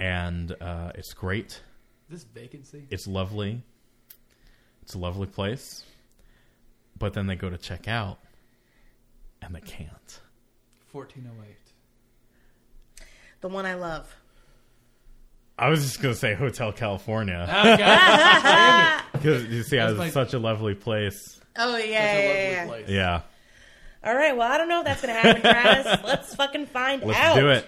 Speaker 1: and uh, it's great.
Speaker 3: This vacancy.
Speaker 1: It's lovely. It's a lovely place. But then they go to check out and they can't.
Speaker 3: 1408.
Speaker 2: The one I love.
Speaker 1: I was just going to say Hotel California
Speaker 3: Oh, God.
Speaker 1: because you see,
Speaker 3: That's
Speaker 1: it's
Speaker 3: my-
Speaker 1: such a lovely place.
Speaker 2: Oh yeah, yeah, yeah, yeah.
Speaker 3: place.
Speaker 1: Yeah.
Speaker 2: All right. Well, I don't know if that's gonna happen, Travis. Let's fucking find
Speaker 1: Let's
Speaker 2: out.
Speaker 1: do it.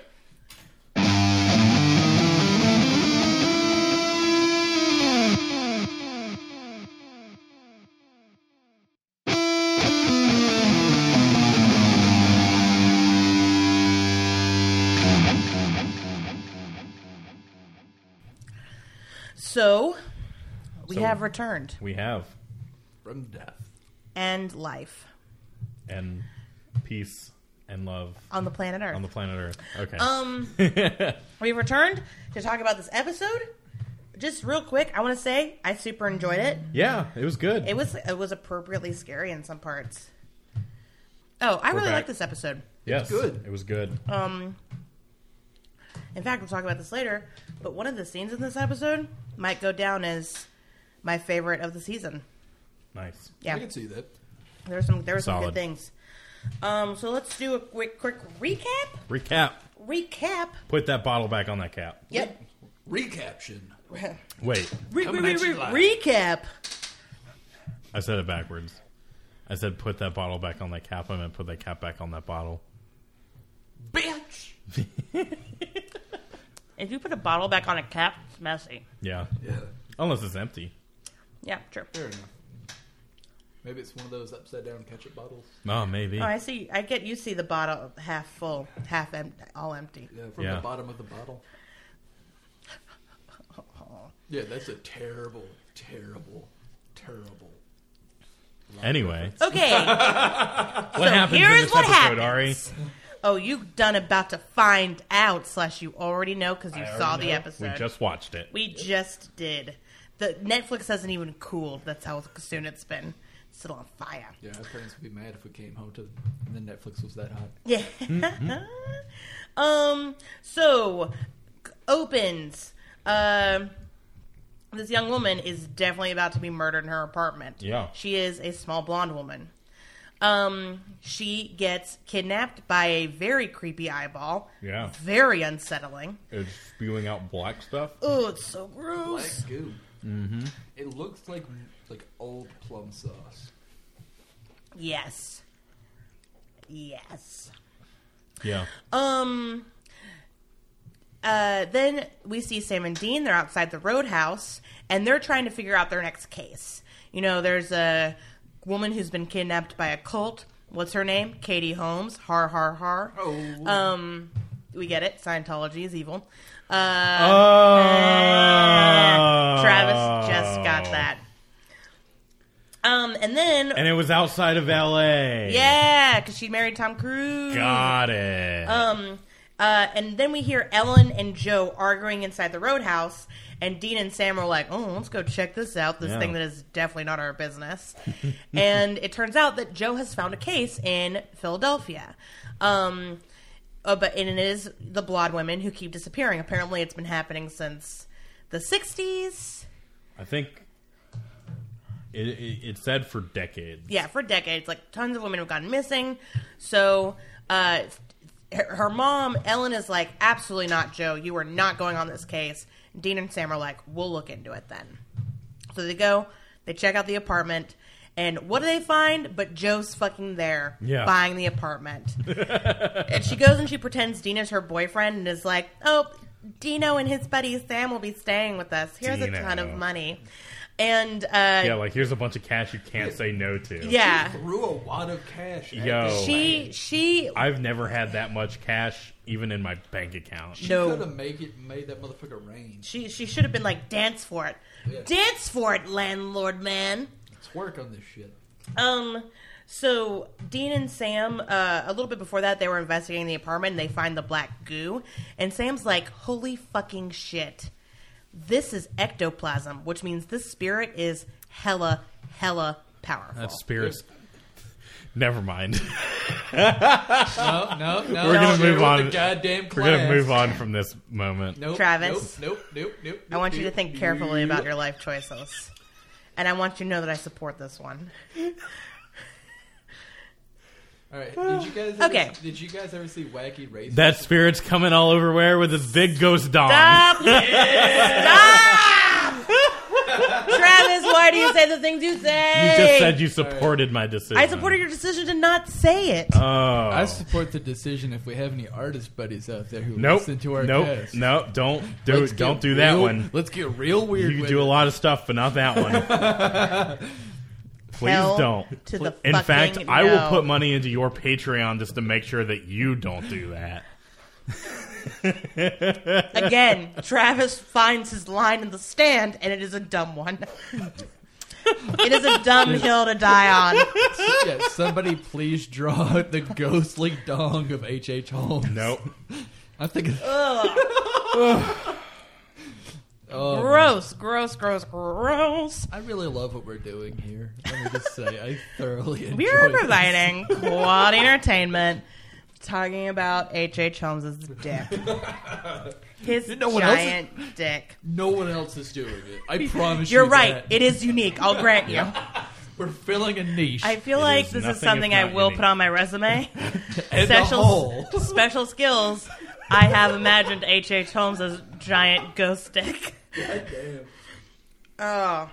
Speaker 2: So, we
Speaker 1: So-
Speaker 2: have returned
Speaker 1: We have.
Speaker 3: From death.
Speaker 2: and life
Speaker 1: and peace and love
Speaker 2: on the planet Earth.
Speaker 1: on the planet Earth. Okay.
Speaker 2: Um, we returned to talk about this episode. Just real quick, I want to say I super enjoyed it.
Speaker 1: yeah, it was good.
Speaker 2: It was it was appropriately scary in some parts. Oh, I really
Speaker 1: back.
Speaker 2: like this episode.
Speaker 1: yes,
Speaker 3: good.
Speaker 1: It was good.
Speaker 2: Uh, In fact, we'll talk about this later. But one of the scenes in this episode might go down as my favorite of the season.
Speaker 1: nice.
Speaker 3: I
Speaker 2: Yeah,
Speaker 3: can see that.
Speaker 2: there were some there were some
Speaker 1: Solid.
Speaker 2: good things. Um, so let's do a quick quick recap.
Speaker 1: Recap.
Speaker 2: Recap.
Speaker 1: Put that bottle back on that cap.
Speaker 2: Yep.
Speaker 3: Recaption.
Speaker 1: Wait,
Speaker 2: Re-
Speaker 3: Coming
Speaker 2: re-
Speaker 3: at
Speaker 2: re-
Speaker 3: you live.
Speaker 2: recap.
Speaker 1: I said it backwards. I said put that bottle back on that cap. I meant put that cap back on that bottle.
Speaker 5: Bitch!
Speaker 2: If you put a bottle back on a cap, it's messy.
Speaker 1: Yeah,
Speaker 3: Yeah.
Speaker 1: unless it's empty.
Speaker 2: Yeah, true.
Speaker 3: Fair enough. Maybe it's one of those upside down ketchup bottles.
Speaker 1: Oh, maybe.
Speaker 2: Oh, I see. I get you see the bottle half full, half empty, all empty.
Speaker 3: Yeah, from
Speaker 1: Yeah.
Speaker 3: the bottom of the bottle. Yeah, that's a terrible, terrible, terrible.
Speaker 1: Anyway,
Speaker 2: Okay.
Speaker 1: what happens in
Speaker 2: here's
Speaker 1: this
Speaker 2: what
Speaker 1: episode,
Speaker 2: happens.
Speaker 1: Ari?
Speaker 2: oh, you done about to find out? Slash, you already know because you saw the episode.
Speaker 1: We just watched it.
Speaker 2: We just did. The Netflix hasn't even cooled. That's how soon it's been. It's still on fire.
Speaker 3: Yeah, our parents would be mad if we came home to and then Netflix was that hot.
Speaker 2: Yeah. um. So c- opens. Um. this young woman is definitely about to be murdered in her apartment.
Speaker 1: Yeah.
Speaker 2: She is a small blonde woman. Um. She gets kidnapped by a very creepy eyeball.
Speaker 1: Yeah.
Speaker 2: Very unsettling.
Speaker 1: It's spewing out black stuff.
Speaker 2: Oh, it's so gross.
Speaker 3: Black goo. Mm-hmm. It looks like like old plum sauce.
Speaker 2: Yes. Yes.
Speaker 1: Yeah.
Speaker 2: Um. Uh, then we see Sam and Dean. They're outside the roadhouse, and they're trying to figure out their next case. You know, there's a woman who's been kidnapped by a cult. What's her name? Katie Holmes. Har har har.
Speaker 3: Oh.
Speaker 2: Um, we get it. Scientology is evil. Uh,
Speaker 1: Oh.
Speaker 2: Travis just got that. Um, and then
Speaker 1: And it was outside of L.A.
Speaker 2: yeah, because she married Tom Cruise.
Speaker 1: Got it.
Speaker 2: Um, uh, and then we hear Ellen and Joe arguing inside the roadhouse, and Dean and Sam are like, "Oh, let's go check this out. This
Speaker 1: Yeah.
Speaker 2: thing that is definitely not our business." and it turns out that Joe has found a case in Philadelphia. Um, uh, but and it is the blonde women who keep disappearing. Apparently, it's been happening since the '60s.
Speaker 1: I think it, it, it said for decades.
Speaker 2: yeah, for decades, like tons of women have gone missing. So, uh, her, her mom, Ellen, is like, absolutely not, Joe. You are not going on this case. Dean and Sam are like, we'll look into it then. So they go, they check out the apartment, and what do they find? But Joe's fucking there,
Speaker 1: Yeah.
Speaker 2: buying the apartment. and she goes and she pretends Dean is her boyfriend and is like, oh, Dino and his buddy Sam will be staying with us. Here's
Speaker 1: Dino.
Speaker 2: a ton of money. And uh,
Speaker 1: Yeah, like here's a bunch of cash you can't say no to.
Speaker 2: yeah.
Speaker 3: Threw a wad of cash. at
Speaker 1: Yo.
Speaker 3: this
Speaker 2: She
Speaker 3: lady.
Speaker 2: she
Speaker 1: I've never had that much cash even in my bank account.
Speaker 3: She
Speaker 2: No.
Speaker 3: could have made it made that motherfucker rain.
Speaker 2: she she should have been like dance for it.
Speaker 3: Yeah.
Speaker 2: Dance for it, landlord man.
Speaker 3: Let's work on this shit.
Speaker 2: Um so Dean and Sam uh, a little bit before that they were investigating the apartment and they find the black goo and Sam's like, "Holy fucking shit. This is ectoplasm, which means this spirit is hella hella powerful."
Speaker 1: That spirit's Never mind.
Speaker 3: No, no, no.
Speaker 1: We're gonna
Speaker 3: Share
Speaker 1: move
Speaker 3: with
Speaker 1: on.
Speaker 3: The goddamn class.
Speaker 1: We're gonna move on from this moment.
Speaker 3: Nope,
Speaker 2: Travis.
Speaker 3: Nope, nope, nope, nope.
Speaker 2: I want you to
Speaker 3: nope,
Speaker 2: think
Speaker 3: nope.
Speaker 2: carefully about your life choices. And I want you to know that I support this one.
Speaker 3: All right. Did you guys? Ever,
Speaker 2: Okay.
Speaker 3: Did you guys ever see Wacky Race?
Speaker 1: That spirit's coming all overwear with his big ghost dong.
Speaker 2: Stop! Stop! Travis, why do you say the things you
Speaker 1: You
Speaker 2: say?
Speaker 1: just said you supported my decision.
Speaker 2: I supported your decision to not say it.
Speaker 1: Oh.
Speaker 3: I support the decision if we have any artist buddies out there who
Speaker 1: nope.
Speaker 3: listen to our
Speaker 1: nope.
Speaker 3: cast.
Speaker 1: Nope. Don't do
Speaker 3: Let's
Speaker 1: it.
Speaker 3: get
Speaker 1: Don't do that
Speaker 3: real-
Speaker 1: one.
Speaker 3: Let's get real weird.
Speaker 1: You
Speaker 3: with
Speaker 1: can do a
Speaker 3: it.
Speaker 1: lot of stuff, but not that one. Please
Speaker 2: Hell
Speaker 1: don't.
Speaker 2: To the
Speaker 1: In fact,
Speaker 2: fucking
Speaker 1: I will
Speaker 2: no.
Speaker 1: put money into your Patreon just to make sure that you don't do that.
Speaker 2: Again, Travis finds his line in the stand, and it is a dumb one. it is a dumb hill to die on.
Speaker 3: Yeah, somebody please draw the ghostly dong of H.H. H. Holmes.
Speaker 1: Nope.
Speaker 3: I'm thinking. Oh,
Speaker 2: Gross, gross, gross, gross.
Speaker 3: I really love what we're doing here. Let me just say, I thoroughly enjoy.
Speaker 2: We're
Speaker 3: this.
Speaker 2: providing quality entertainment. Talking about H.H. H. Holmes' dick. His
Speaker 3: No one else is-
Speaker 2: giant dick.
Speaker 3: No one else is doing it. I promise.
Speaker 2: You're
Speaker 3: you
Speaker 2: right.
Speaker 3: that.
Speaker 2: It is unique. I'll grant you.
Speaker 3: We're filling a niche.
Speaker 2: I feel
Speaker 1: It
Speaker 2: like
Speaker 1: is
Speaker 2: this
Speaker 1: nothing
Speaker 2: is something
Speaker 1: if
Speaker 2: I
Speaker 1: not
Speaker 2: will
Speaker 1: unique.
Speaker 2: put on my resume.
Speaker 3: And a hole.
Speaker 2: special skills. I have imagined H.H. H. Holmes as giant ghost dick. Oh,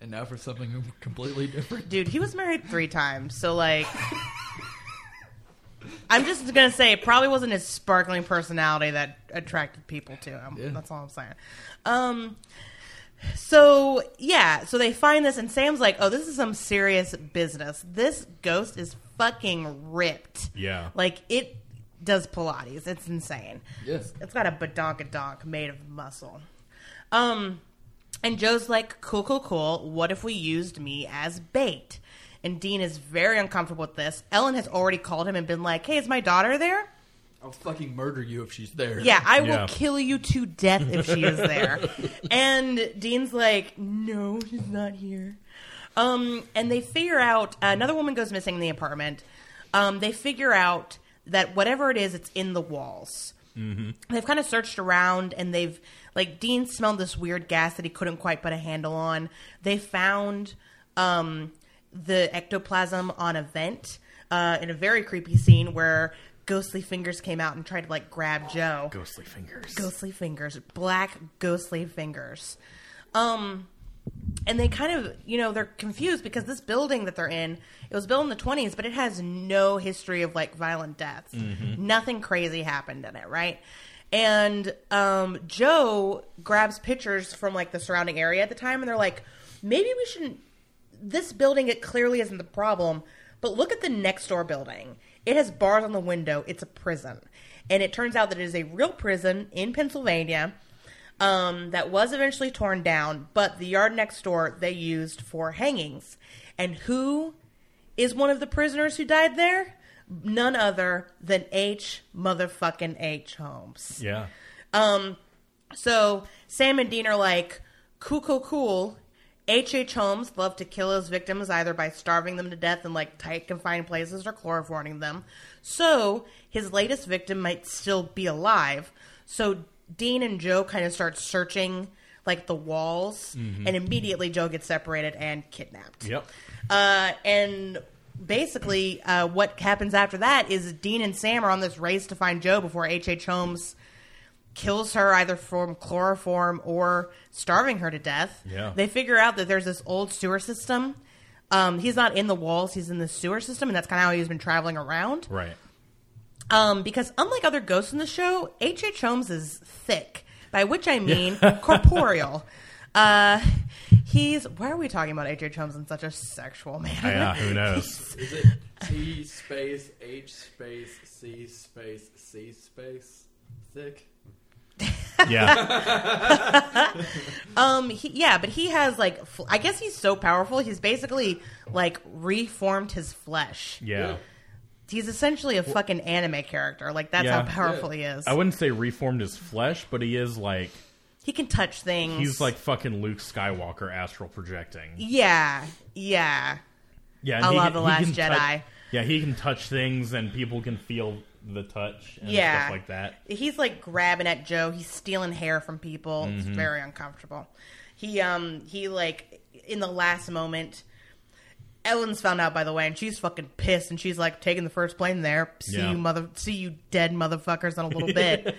Speaker 3: And now for something completely different.
Speaker 2: dude, he was married three times, so like. I'm just gonna say it probably wasn't his sparkling personality that attracted people to him.
Speaker 3: Yeah.
Speaker 2: That's all I'm saying. Um, So yeah, so they find this, and Sam's like, "Oh, this is some serious business. This ghost is fucking ripped.
Speaker 1: Yeah.
Speaker 2: like it does Pilates. It's insane.
Speaker 3: Yes.
Speaker 2: It's got a badonkadonk made of muscle." Um, and Joe's like, "Cool, cool, cool. What if we used me as bait?" And Dean is very uncomfortable with this. Ellen has already called him and been like, "Hey, is my daughter there?"
Speaker 3: I'll fucking murder you if she's there.
Speaker 2: Yeah, I will
Speaker 1: Yeah.
Speaker 2: kill you to death if she is there. and Dean's like, no, she's not here. Um, and they figure out another woman goes missing in the apartment. Um, they figure out that whatever it is, it's in the walls. Mm-hmm. They've kind of searched around and they've like Dean smelled this weird gas that he couldn't quite put a handle on. They found um, the ectoplasm on a vent uh, in a very creepy scene where ghostly fingers came out and tried to like grab Joe
Speaker 1: Ghostly fingers.
Speaker 2: ghostly fingers, black ghostly fingers. Um, and they kind of, you know, they're confused because this building that they're in, it was built in the 20s, but it has no history of like violent deaths. Nothing crazy happened in it, right? And um, Joe grabs pictures from like the surrounding area at the time, and they're like, maybe we shouldn't. This building, it clearly isn't the problem, but look at the next door building. It has bars on the window, it's a prison. And it turns out that it is a real prison in Pennsylvania um, that was eventually torn down, but the yard next door they used for hangings. And who is one of the prisoners who died there? None other than H motherfucking H Holmes.
Speaker 1: Yeah.
Speaker 2: So Sam and Dean are like, cool, cool, cool. H.H. Holmes loved to kill his victims either by starving them to death in like tight confined places or chloroforming them. So his latest victim might still be alive. So Dean and Joe kind of start searching like the walls, and immediately Joe gets separated and kidnapped.
Speaker 1: Yep.
Speaker 2: Uh, and basically, uh, what happens after that is Dean and Sam are on this race to find Joe before H.H. Holmes kills her either from chloroform or starving her to death.
Speaker 1: Yeah.
Speaker 2: They figure out that there's this old sewer system. Um, he's not in the walls, he's in the sewer system, and that's kind of how he's been traveling around.
Speaker 1: Right.
Speaker 2: Um, because unlike other ghosts in the show, H.H. Holmes is thick, by which I mean corporeal. Uh, he's. Why are we talking about H.H. Holmes in such a sexual manner?
Speaker 1: Yeah. Who knows?
Speaker 3: Is it T space H space C space C space thick?
Speaker 1: Yeah.
Speaker 2: Um, he, yeah, but he has like, fl- I guess he's so powerful. He's basically like reformed his flesh.
Speaker 1: Yeah.
Speaker 2: He's essentially a fucking anime character. Like that's
Speaker 1: Yeah.
Speaker 2: how powerful he is.
Speaker 1: I wouldn't say reformed his flesh, but he is like
Speaker 2: he can touch things.
Speaker 1: he's like fucking Luke Skywalker astral projecting.
Speaker 2: yeah, yeah,
Speaker 1: Yeah. and
Speaker 2: I
Speaker 1: he
Speaker 2: love
Speaker 1: can-
Speaker 2: The
Speaker 1: he
Speaker 2: Last
Speaker 1: can touch-
Speaker 2: Jedi.
Speaker 1: yeah, he can touch things and people can feel the touch and
Speaker 2: Yeah.
Speaker 1: stuff like that.
Speaker 2: He's like grabbing at Joe. He's stealing hair from people. It's
Speaker 1: Mm-hmm.
Speaker 2: very uncomfortable. He um he like in the last moment. Ellen's found out by the way, and she's fucking pissed, and she's like taking the first plane there. See
Speaker 1: Yeah.
Speaker 2: you mother, see you dead motherfuckers in a little bit.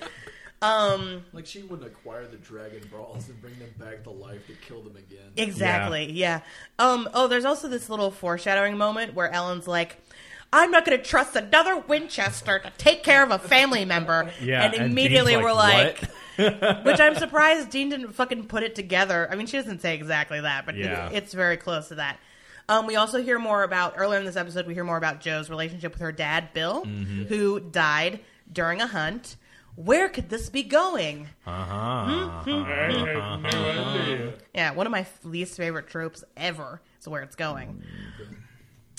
Speaker 3: Like she wouldn't acquire the dragon balls and bring them back to life to kill them again.
Speaker 2: Exactly. Yeah. Um. Oh, there's also this little foreshadowing moment where Ellen's like, "I'm not going to trust another Winchester to take care of a family member."
Speaker 1: Yeah,
Speaker 2: And immediately
Speaker 1: Dean's
Speaker 2: we're
Speaker 1: like,
Speaker 2: like, which I'm surprised Dean didn't fucking put it together. I mean, she doesn't say exactly that, but
Speaker 1: Yeah.
Speaker 2: it- it's very close to that. Um, we also hear more about earlier in this episode. We hear more about Joe's relationship with her dad, Bill, who died during a hunt. Where could this be going? Mm-hmm. Yeah, one of my least favorite tropes ever is where it's going.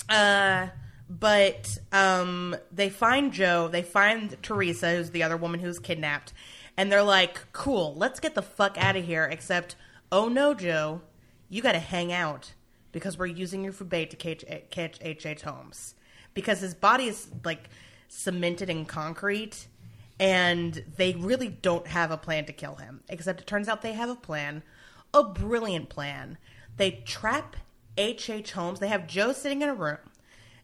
Speaker 2: Uh, but um, they find Joe, they find Teresa, who's the other woman who's kidnapped, and they're like, cool, let's get the fuck out of here. Except, oh no, Joe, you gotta hang out because we're using you for bait to catch catch H.H. Holmes. Because his body is like cemented in concrete, and they really don't have a plan to kill him. Except it turns out they have a plan, a brilliant plan. They trap H.H. Holmes. They have Joe sitting in a room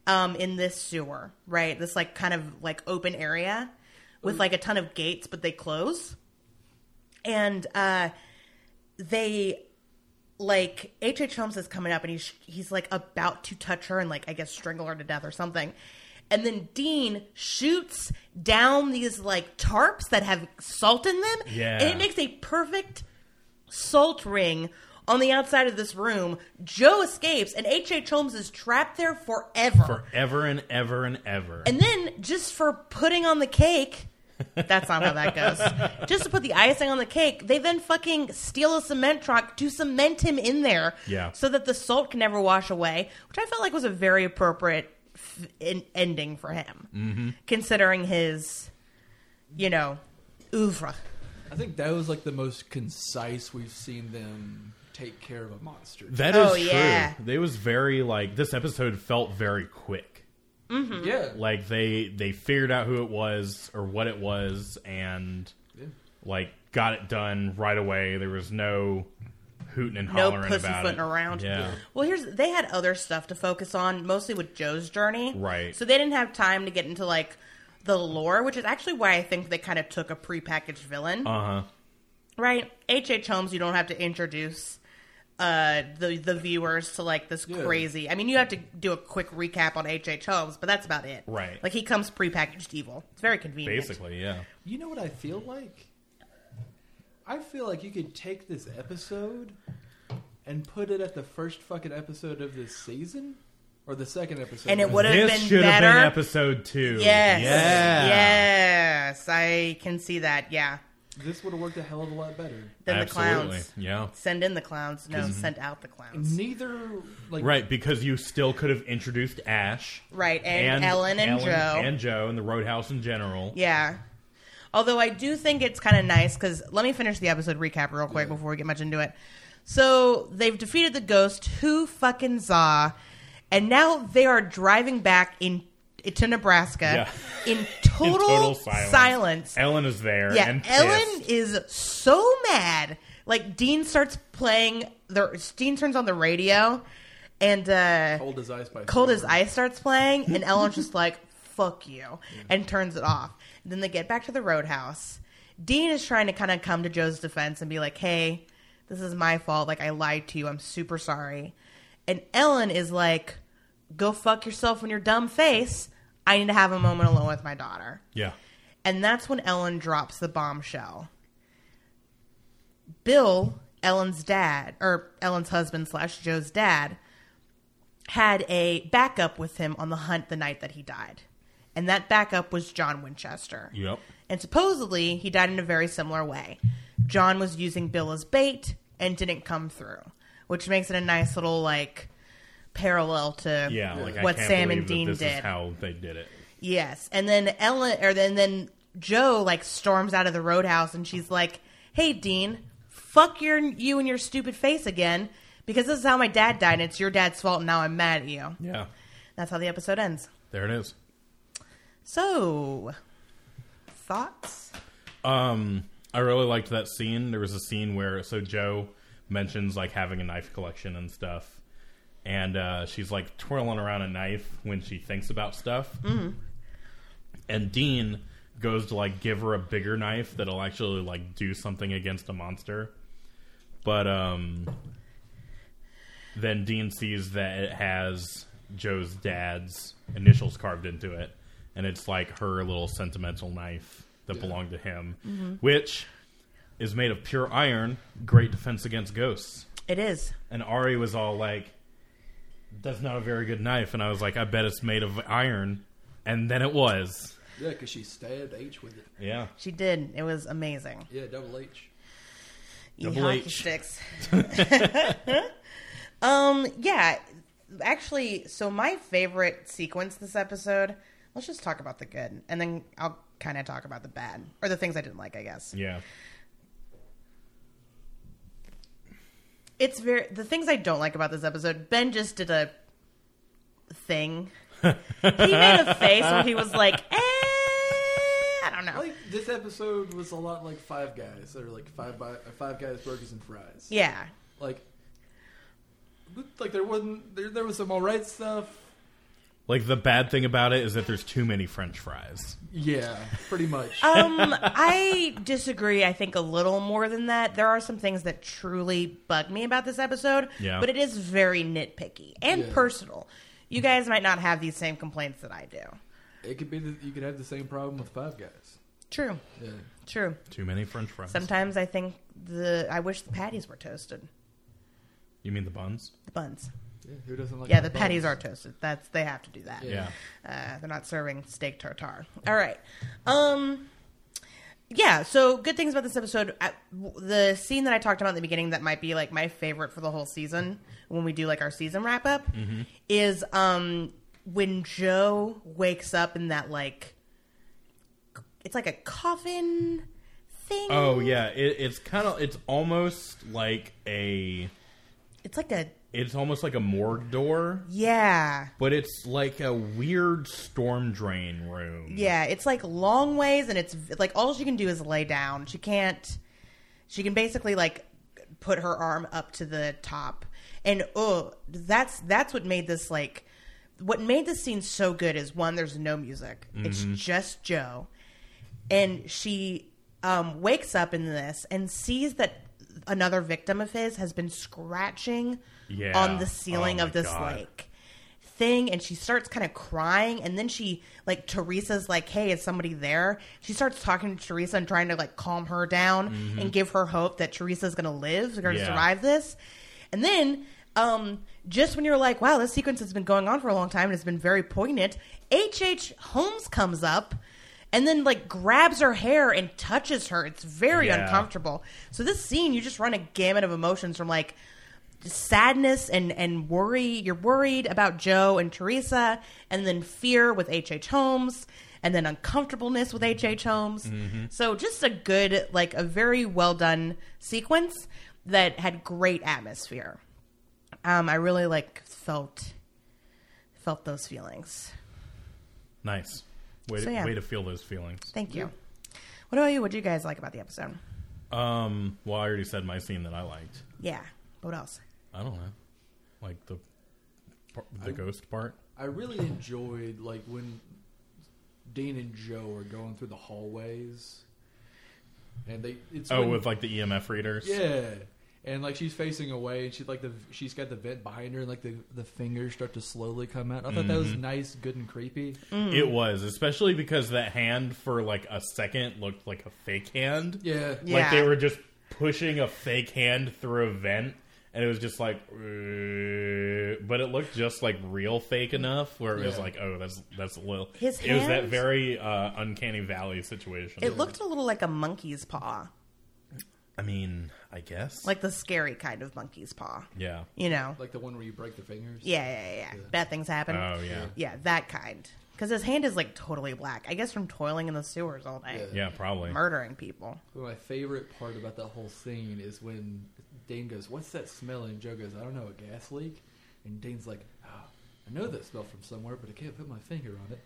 Speaker 2: um, in this sewer, right? This like kind of like open area with like a ton of gates, but they close. And uh, they like H.H. Holmes is coming up and he's he's like about to touch her and like I guess strangle her to death or something. And then Dean shoots down these like tarps that have salt in them.
Speaker 1: Yeah.
Speaker 2: And it makes a perfect salt ring on the outside of this room. Joe escapes, and H.H. Holmes is trapped there forever.
Speaker 1: Forever and ever and ever.
Speaker 2: And then just for putting on the cake, that's not how that goes. just to put the icing on the cake, they then fucking steal a cement truck to cement him in there.
Speaker 1: Yeah.
Speaker 2: So that the salt can never wash away, which I felt like was a very appropriate f- in- ending for him, mm-hmm. considering his, you know, oeuvre.
Speaker 3: I think that was like the most concise we've seen them take care of a monster.
Speaker 1: that is
Speaker 2: Oh, yeah.
Speaker 1: true. They was very like this episode felt very quick.
Speaker 3: Yeah.
Speaker 1: Like they they figured out who it was or what it was and
Speaker 3: Yeah.
Speaker 1: like got it done right away. There was no hooting and
Speaker 2: No
Speaker 1: hollering about
Speaker 2: pussyfooting
Speaker 1: it.
Speaker 2: around.
Speaker 1: Yeah.
Speaker 2: Well, here's they had other stuff to focus on, mostly with Joe's journey.
Speaker 1: Right.
Speaker 2: So they didn't have time to get into like the lore, which is actually why I think they kind of took a prepackaged villain.
Speaker 1: Uh huh.
Speaker 2: Right? H.H. Holmes, you don't have to introduce uh the the viewers to like this
Speaker 3: Yeah.
Speaker 2: crazy. I mean, you have to do a quick recap on H.H. Holmes, but that's about it.
Speaker 1: Right.
Speaker 2: Like he comes prepackaged evil. It's very convenient.
Speaker 1: Basically, yeah.
Speaker 3: You know what I feel like? I feel like you could take this episode and put it at the first fucking episode of this season or the second episode.
Speaker 2: And it
Speaker 3: of
Speaker 2: would have
Speaker 1: this
Speaker 2: been
Speaker 1: should have been
Speaker 2: better.
Speaker 1: episode two.
Speaker 2: Yes.
Speaker 1: Yeah.
Speaker 2: Yes. I can see that. Yeah.
Speaker 3: This would have worked a hell of a lot better.
Speaker 2: Then the
Speaker 1: Absolutely.
Speaker 2: clowns.
Speaker 1: Yeah. Mm-hmm.
Speaker 2: Send in the clowns. No, send out the clowns.
Speaker 3: Neither, like,
Speaker 1: Right, because you still could have introduced Ash
Speaker 2: Right. And, Ellen and Joe.
Speaker 1: and Joe and the Roadhouse in general.
Speaker 2: yeah. Although I do think it's kind of nice because let me finish the episode recap real quick before we get much into it. So they've defeated the ghost. Who fucking za? And now they are driving back in to Nebraska
Speaker 1: Yeah.
Speaker 2: in total,
Speaker 1: In total silence.
Speaker 2: silence.
Speaker 1: Ellen is there.
Speaker 2: Yeah,
Speaker 1: and
Speaker 2: Ellen
Speaker 1: pissed.
Speaker 2: is so mad. Like Dean starts playing the Dean turns on the radio, and uh,
Speaker 3: Cold as ice by
Speaker 2: Cold as
Speaker 3: Silver.
Speaker 2: Ice starts playing, and Ellen's just like, fuck you, and turns it off. then they get back to the roadhouse. Dean is trying to kind of come to Joe's defense and be like, hey, this is my fault. Like, I lied to you. I'm super sorry. And Ellen is like, go fuck yourself in your dumb face. I need to have a moment alone with my daughter.
Speaker 1: Yeah.
Speaker 2: And that's when Ellen drops the bombshell. Bill, Ellen's dad, or Ellen's husband slash Joe's dad, had a backup with him on the hunt the night that he died. And that backup was John Winchester.
Speaker 1: Yep.
Speaker 2: And supposedly, he died in a very similar way. John was using Bill as bait and didn't come through, which makes it a nice little, like, parallel to
Speaker 1: Yeah. Like I
Speaker 2: what
Speaker 1: can't
Speaker 2: Sam
Speaker 1: believe
Speaker 2: and Dean
Speaker 1: that this
Speaker 2: did.
Speaker 1: is how they did it.
Speaker 2: Yes, and then Ellen, or then then Joe like storms out of the roadhouse, and she's like, "Hey, Dean, fuck your you and your stupid face again, because this is how my dad died, and it's your dad's fault, and now I'm mad at you."
Speaker 1: Yeah.
Speaker 2: That's how the episode ends.
Speaker 1: There it is.
Speaker 2: So, thoughts?
Speaker 1: Um, I really liked that scene. There was a scene where so Joe mentions like having a knife collection and stuff, and uh, she's like twirling around a knife when she thinks about stuff. Mm. And Dean goes to like give her a bigger knife that'll actually like do something against a monster, but um, then Dean sees that it has Joe's dad's initials carved into it, and it's like her little sentimental knife that belonged to him, which is made of pure iron, great defense against ghosts.
Speaker 2: It is.
Speaker 1: And Ari was all like, "That's not a very good knife," and I was like, "I bet it's made of iron," and then it was.
Speaker 3: Yeah, because she stabbed H with it.
Speaker 1: Yeah,
Speaker 2: She did. It was amazing.
Speaker 3: Yeah, double H.
Speaker 2: You
Speaker 1: Double
Speaker 2: hockey
Speaker 1: H.
Speaker 2: sticks. um, yeah. Actually, so my favorite sequence this episode, let's just talk about the good and then I'll kind of talk about the bad or the things I didn't like, I guess.
Speaker 1: yeah,
Speaker 2: It's very the things I don't like about this episode. Ben just did a thing. he made a face where he was like, eh, I don't know.
Speaker 3: Like, this episode was a lot like Five Guys, or like Five, by, five Guys Burgers and Fries.
Speaker 2: Yeah.
Speaker 3: like looked like there wasn't there, there was some all right stuff
Speaker 1: like the bad thing about it is that there's too many French fries.
Speaker 3: yeah pretty much
Speaker 2: Um, I disagree. I think a little more than that. There are some things that truly bug me about this episode,
Speaker 1: Yeah.
Speaker 2: but it is very nitpicky and
Speaker 3: Yeah.
Speaker 2: personal. You guys might not have these same complaints that I do.
Speaker 3: it could be that you could have the same problem with five guys
Speaker 2: True,
Speaker 3: yeah
Speaker 2: true.
Speaker 1: Too many French fries.
Speaker 2: Sometimes I think the I wish the patties were toasted.
Speaker 1: You mean the buns?
Speaker 2: The buns.
Speaker 3: Yeah, who doesn't like?
Speaker 2: Yeah,
Speaker 3: hot
Speaker 2: the patties are
Speaker 3: dogs?
Speaker 2: toasted. That's they have to do that.
Speaker 1: Yeah.
Speaker 2: Uh, they're not serving steak tartare. All right. Um, yeah. So good things about this episode. I, w- the scene that I talked about in the beginning that might be like my favorite for the whole season when we do like our season wrap up
Speaker 1: Mm-hmm.
Speaker 2: is um when Joe wakes up in that like c- it's like a coffin thing.
Speaker 1: Oh yeah, it, it's kind of it's almost like a
Speaker 2: It's like a
Speaker 1: it's almost like a morgue door,
Speaker 2: yeah.
Speaker 1: but it's like a weird storm drain room.
Speaker 2: Yeah, it's like long ways, and it's like all she can do is lay down. She can't. She can basically like put her arm up to the top, and oh, that's that's what made this like what made this scene so good is one, there's no music. It's
Speaker 1: Mm-hmm.
Speaker 2: just Joe, and she um, wakes up in this and sees that another victim of his has been scratching
Speaker 1: Yeah.
Speaker 2: on the ceiling
Speaker 1: Oh
Speaker 2: of
Speaker 1: my
Speaker 2: this
Speaker 1: God.
Speaker 2: like thing and she starts kind of crying and then she like Teresa's like hey is somebody there she starts talking to Teresa and trying to like calm her down and give her hope that Teresa's going to live going to
Speaker 1: Yeah.
Speaker 2: survive this and then um just when you're like wow this sequence has been going on for a long time and it's been very poignant HH Holmes comes up and then like grabs her hair and touches her it's very
Speaker 1: Yeah.
Speaker 2: uncomfortable so this scene you just run a gamut of emotions from like sadness and and worry you're worried about joe and teresa and then fear with hh H. holmes and then uncomfortableness with hh H. holmes so just a good like a very well done sequence that had great atmosphere um i really like felt felt those feelings
Speaker 1: nice. Way,
Speaker 2: So,
Speaker 1: to,
Speaker 2: yeah.
Speaker 1: way to feel those feelings.
Speaker 2: thank you what about you what do you guys like about the episode
Speaker 1: Um, well, I already said my scene that I liked.
Speaker 2: yeah what else
Speaker 1: I don't know, like the par- the ghost part.
Speaker 3: I really enjoyed like when Dean and Joe are going through the hallways, and they it's
Speaker 1: Oh,
Speaker 3: when-
Speaker 1: with like the EMF readers.
Speaker 3: yeah, and like she's facing away, and she like the she's got the vent behind her, and like the the fingers start to slowly come out. I thought that
Speaker 1: Mm-hmm.
Speaker 3: was nice, good and creepy.
Speaker 2: Mm-hmm. Mm.
Speaker 1: It was, especially because that hand for like a second looked like a fake hand.
Speaker 3: Yeah,
Speaker 2: Yeah.
Speaker 1: Like they were just pushing a fake hand through a vent, and it was just like, "Uh," but it looked just like real fake enough where it was
Speaker 3: Yeah.
Speaker 1: like, oh, that's that's a little.
Speaker 2: His
Speaker 1: it was that
Speaker 2: hand-
Speaker 1: very uh, uncanny valley situation.
Speaker 2: it looked a little like a monkey's paw
Speaker 1: I mean, I guess.
Speaker 2: like the scary kind of monkey's paw
Speaker 1: yeah.
Speaker 2: you know
Speaker 3: like the one where you break the fingers.
Speaker 2: Yeah, yeah, yeah. Bad things happen.
Speaker 1: Oh yeah.
Speaker 2: Yeah, that kind. Because his hand is like totally black. I guess from toiling in the sewers all day,
Speaker 1: Yeah, probably.
Speaker 2: murdering people.
Speaker 3: But my favorite part about that whole scene is when Dane goes, "What's that smell?" and Joe goes, "I don't know, a gas leak." And Dane's like, oh, "I know that smell from somewhere, but I can't put my finger on it."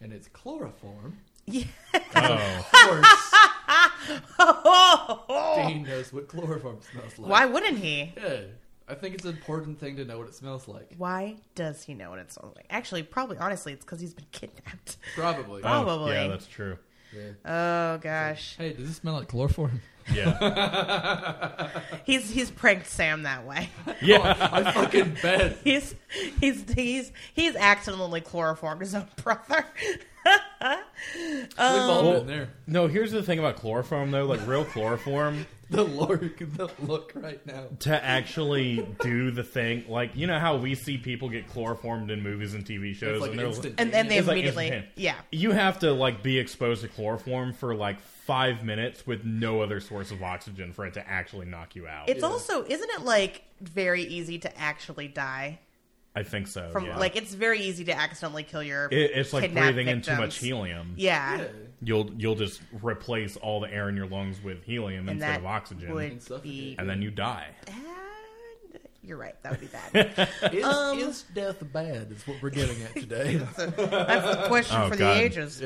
Speaker 3: And it's chloroform.
Speaker 2: Yeah.
Speaker 1: oh,
Speaker 3: Of course,
Speaker 2: Why
Speaker 3: Dane knows what chloroform smells like.
Speaker 2: wouldn't he?
Speaker 3: Yeah, I think it's an important thing to know what it smells like.
Speaker 2: Why does he know what it sounds like? Actually, probably, honestly, it's because he's been kidnapped.
Speaker 3: Probably.
Speaker 1: Oh,
Speaker 2: Probably.
Speaker 1: yeah, that's true.
Speaker 3: Yeah.
Speaker 2: Oh gosh,
Speaker 3: Hey, does this smell like chloroform?
Speaker 1: Yeah,
Speaker 2: he's he's pranked Sam that way.
Speaker 1: yeah.
Speaker 3: Oh, I fucking bet.
Speaker 2: He's he's he's he's accidentally chloroformed his own brother.
Speaker 3: We've
Speaker 2: Oh.
Speaker 3: all
Speaker 1: Well-
Speaker 3: been there.
Speaker 1: No, here's the thing about chloroform though. Like real chloroform,
Speaker 3: The look, the look right now.
Speaker 1: to actually do the thing, like you know how we see people get chloroformed in movies and TV shows,
Speaker 3: It's like
Speaker 1: and
Speaker 3: an
Speaker 1: they're
Speaker 3: instant.
Speaker 2: and then they
Speaker 1: It's like
Speaker 2: immediately
Speaker 1: instant.
Speaker 2: yeah.
Speaker 1: you have to like be exposed to chloroform for like five minutes with no other source of oxygen for it to actually knock you out.
Speaker 2: It's also isn't it like very easy to actually die
Speaker 1: I think so.
Speaker 2: from
Speaker 1: yeah.
Speaker 2: like it's very easy to accidentally kill your.
Speaker 1: It- it's like
Speaker 2: kidnapped
Speaker 1: breathing in too
Speaker 2: victims.
Speaker 1: much helium.
Speaker 2: Yeah,
Speaker 3: Yeah.
Speaker 1: You'll you'll just replace all the air in your lungs with helium
Speaker 2: and
Speaker 1: instead
Speaker 2: that
Speaker 1: of oxygen,
Speaker 2: would
Speaker 3: And suffocate.
Speaker 2: be.
Speaker 1: and then you die.
Speaker 2: bad. You're right. That would be bad.
Speaker 3: Is, is death bad? Is what we're getting at today.
Speaker 2: That's the question
Speaker 1: Oh,
Speaker 2: for
Speaker 1: God.
Speaker 2: the ages.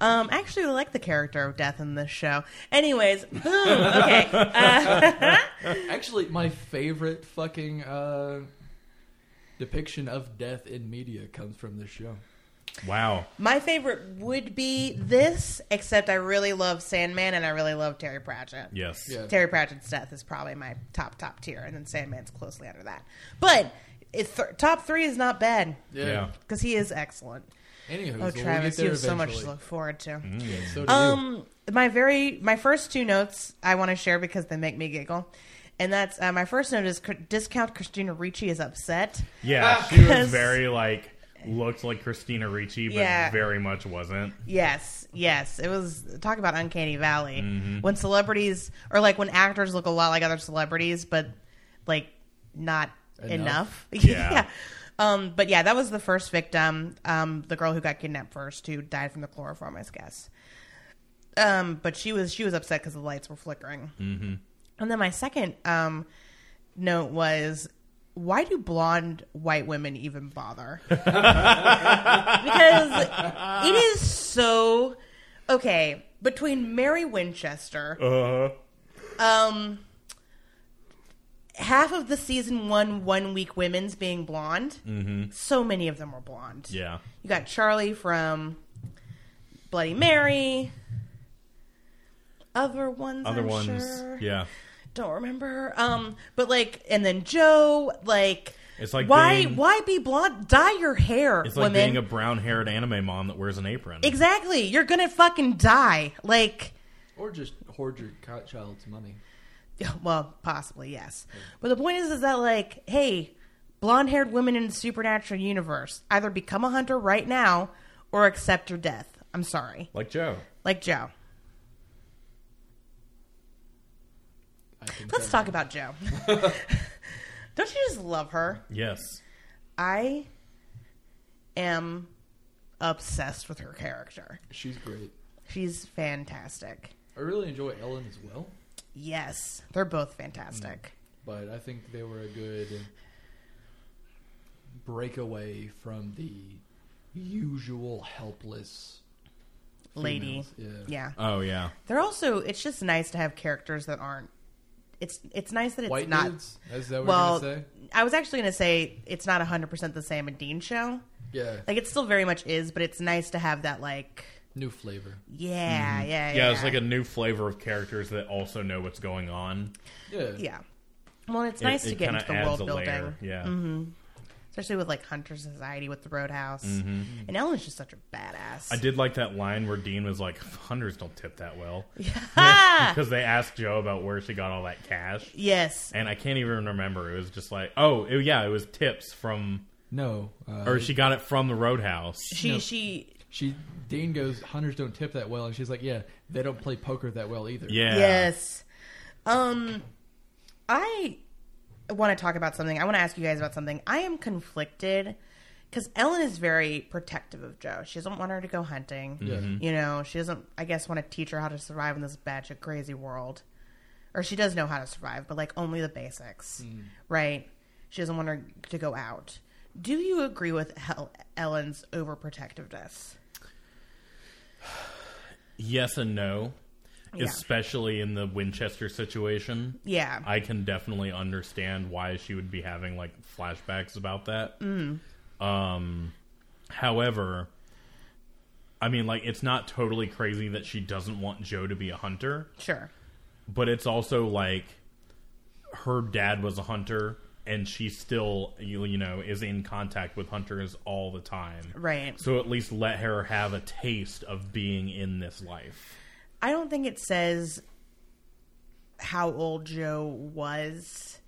Speaker 2: Um, I actually really like the character of Death in this show. Anyways, boom. Okay.
Speaker 3: Actually, my favorite fucking uh, depiction of death in media comes from this show.
Speaker 1: Wow.
Speaker 2: My favorite would be this, except I really love Sandman and I really love Terry Pratchett.
Speaker 1: Yes.
Speaker 3: Yeah.
Speaker 2: Terry Pratchett's death is probably my top top tier, and then Sandman's closely under that. But it's th- top three is not bad
Speaker 1: Yeah.
Speaker 2: because he is excellent.
Speaker 3: Anywho,
Speaker 2: Oh, Travis,
Speaker 3: so we'll
Speaker 2: you
Speaker 3: get
Speaker 2: have
Speaker 3: there
Speaker 2: so much to
Speaker 3: eventually.
Speaker 2: look forward to.
Speaker 3: Yeah, so do you.
Speaker 2: Um, my very my first two notes I want to share because they make me giggle, And that's uh, my first note is cr- discount Christina Ricci is upset.
Speaker 1: Yeah, she was
Speaker 2: Because-
Speaker 1: very like looked like Christina Ricci, but
Speaker 2: Yeah.
Speaker 1: very much wasn't.
Speaker 2: Yes, yes. It was talk about uncanny valley when celebrities or like when actors look a lot like other celebrities, but like not enough.
Speaker 3: Enough.
Speaker 1: Yeah.
Speaker 2: Um, but yeah, that was the first victim, um, the girl who got kidnapped first, who died from the chloroform, I guess. Um, but she was she was upset because the lights were flickering. Mm-hmm. And then my second um, note was, why do blonde white women even bother? because it is so okay between Mary Winchester,
Speaker 1: Uh,
Speaker 2: um, half of the season one one week women's being blonde. So many of them were blonde.
Speaker 1: Mm-hmm. yeah,
Speaker 2: You got Charlie from Bloody Mary. Other ones,
Speaker 1: other
Speaker 2: I'm
Speaker 1: ones,
Speaker 2: sure.
Speaker 1: yeah.
Speaker 2: don't remember. Um, but like, and then Joe, like,
Speaker 1: It's like
Speaker 2: why,
Speaker 1: being-
Speaker 2: why be blonde? Dye your hair,
Speaker 1: It's like
Speaker 2: women.
Speaker 1: being a brown-haired anime mom that wears an apron.
Speaker 2: Exactly. You're gonna fucking die. Like,
Speaker 3: Or just hoard your co- child's money.
Speaker 2: well, possibly yes. But the point is, is that like, hey, blonde-haired women in the supernatural universe either become a hunter right now or accept your death. I'm sorry,
Speaker 1: like Joe.
Speaker 2: like Joe.
Speaker 3: I can
Speaker 2: Let's
Speaker 3: tell.
Speaker 2: talk about Joe. Don't you just love her?
Speaker 1: Yes.
Speaker 2: I am obsessed with her character.
Speaker 3: She's great.
Speaker 2: She's fantastic.
Speaker 3: I really enjoy Ellen as well,
Speaker 2: Yes, they're both fantastic.
Speaker 3: but I think they were a good breakaway from the usual helpless
Speaker 2: Lady.
Speaker 3: Mm. females. Yeah.
Speaker 2: Yeah.
Speaker 1: Oh yeah.
Speaker 2: They're also it's just nice to have characters that aren't it's it's nice that it's
Speaker 3: White
Speaker 2: not
Speaker 3: dudes? Is that what
Speaker 2: well
Speaker 3: you're gonna say?
Speaker 2: I was actually going to say it's not 100% the Sam and Dean show.
Speaker 3: Yeah.
Speaker 2: Like it still very much is, but it's nice to have that like
Speaker 3: New flavor.
Speaker 2: yeah, yeah, yeah.
Speaker 1: Yeah, it's like a new flavor of characters that also know what's going on.
Speaker 3: Yeah.
Speaker 2: Yeah. Well, it's nice
Speaker 1: It-
Speaker 2: to
Speaker 1: it
Speaker 2: get
Speaker 1: kinda
Speaker 2: into the
Speaker 1: adds
Speaker 2: world
Speaker 1: a
Speaker 2: building, Mm-hmm.
Speaker 1: layer. Yeah.
Speaker 2: especially with like Hunter Society with the Roadhouse.
Speaker 1: Mm-hmm.
Speaker 2: And Ellen's just such a badass.
Speaker 1: I did like that line where Dean was like, "Hunters don't tip that well,"
Speaker 2: Ah!
Speaker 1: because they asked Joe about where she got all that cash,
Speaker 2: yes.
Speaker 1: and I can't even remember. It was just like, "Oh, it- yeah, it was tips from,
Speaker 3: No. Uh,
Speaker 1: or she got it from the Roadhouse."
Speaker 2: She
Speaker 3: No.
Speaker 2: she
Speaker 3: she Dean goes, hunters don't tip that well, and she's like, yeah, they don't play poker that well either.
Speaker 1: Yeah.
Speaker 2: Yes. Um, I want to talk about something. I want to ask you guys about something. I am conflicted because Ellen is very protective of Joe. She doesn't want her to go hunting.
Speaker 3: Yeah.
Speaker 2: You know, she doesn't, I guess, want to teach her how to survive in this batshit crazy world. Or she does know how to survive, but like only the basics, right? She doesn't want her to go out. Do you agree with Hel- Ellen's overprotectiveness?
Speaker 1: Yes and no,
Speaker 2: Yeah.
Speaker 1: especially in the Winchester situation.
Speaker 2: Yeah.
Speaker 1: I can definitely understand why she would be having like flashbacks about that. Um, however, I mean, like it's not totally crazy that she doesn't want Joe to be a hunter,
Speaker 2: sure.
Speaker 1: but it's also like her dad was a hunter, and she still, you, you know, is in contact with hunters all the time.
Speaker 2: Right.
Speaker 1: So at least let her have a taste of being in this life.
Speaker 2: I don't think it says how old Joe was.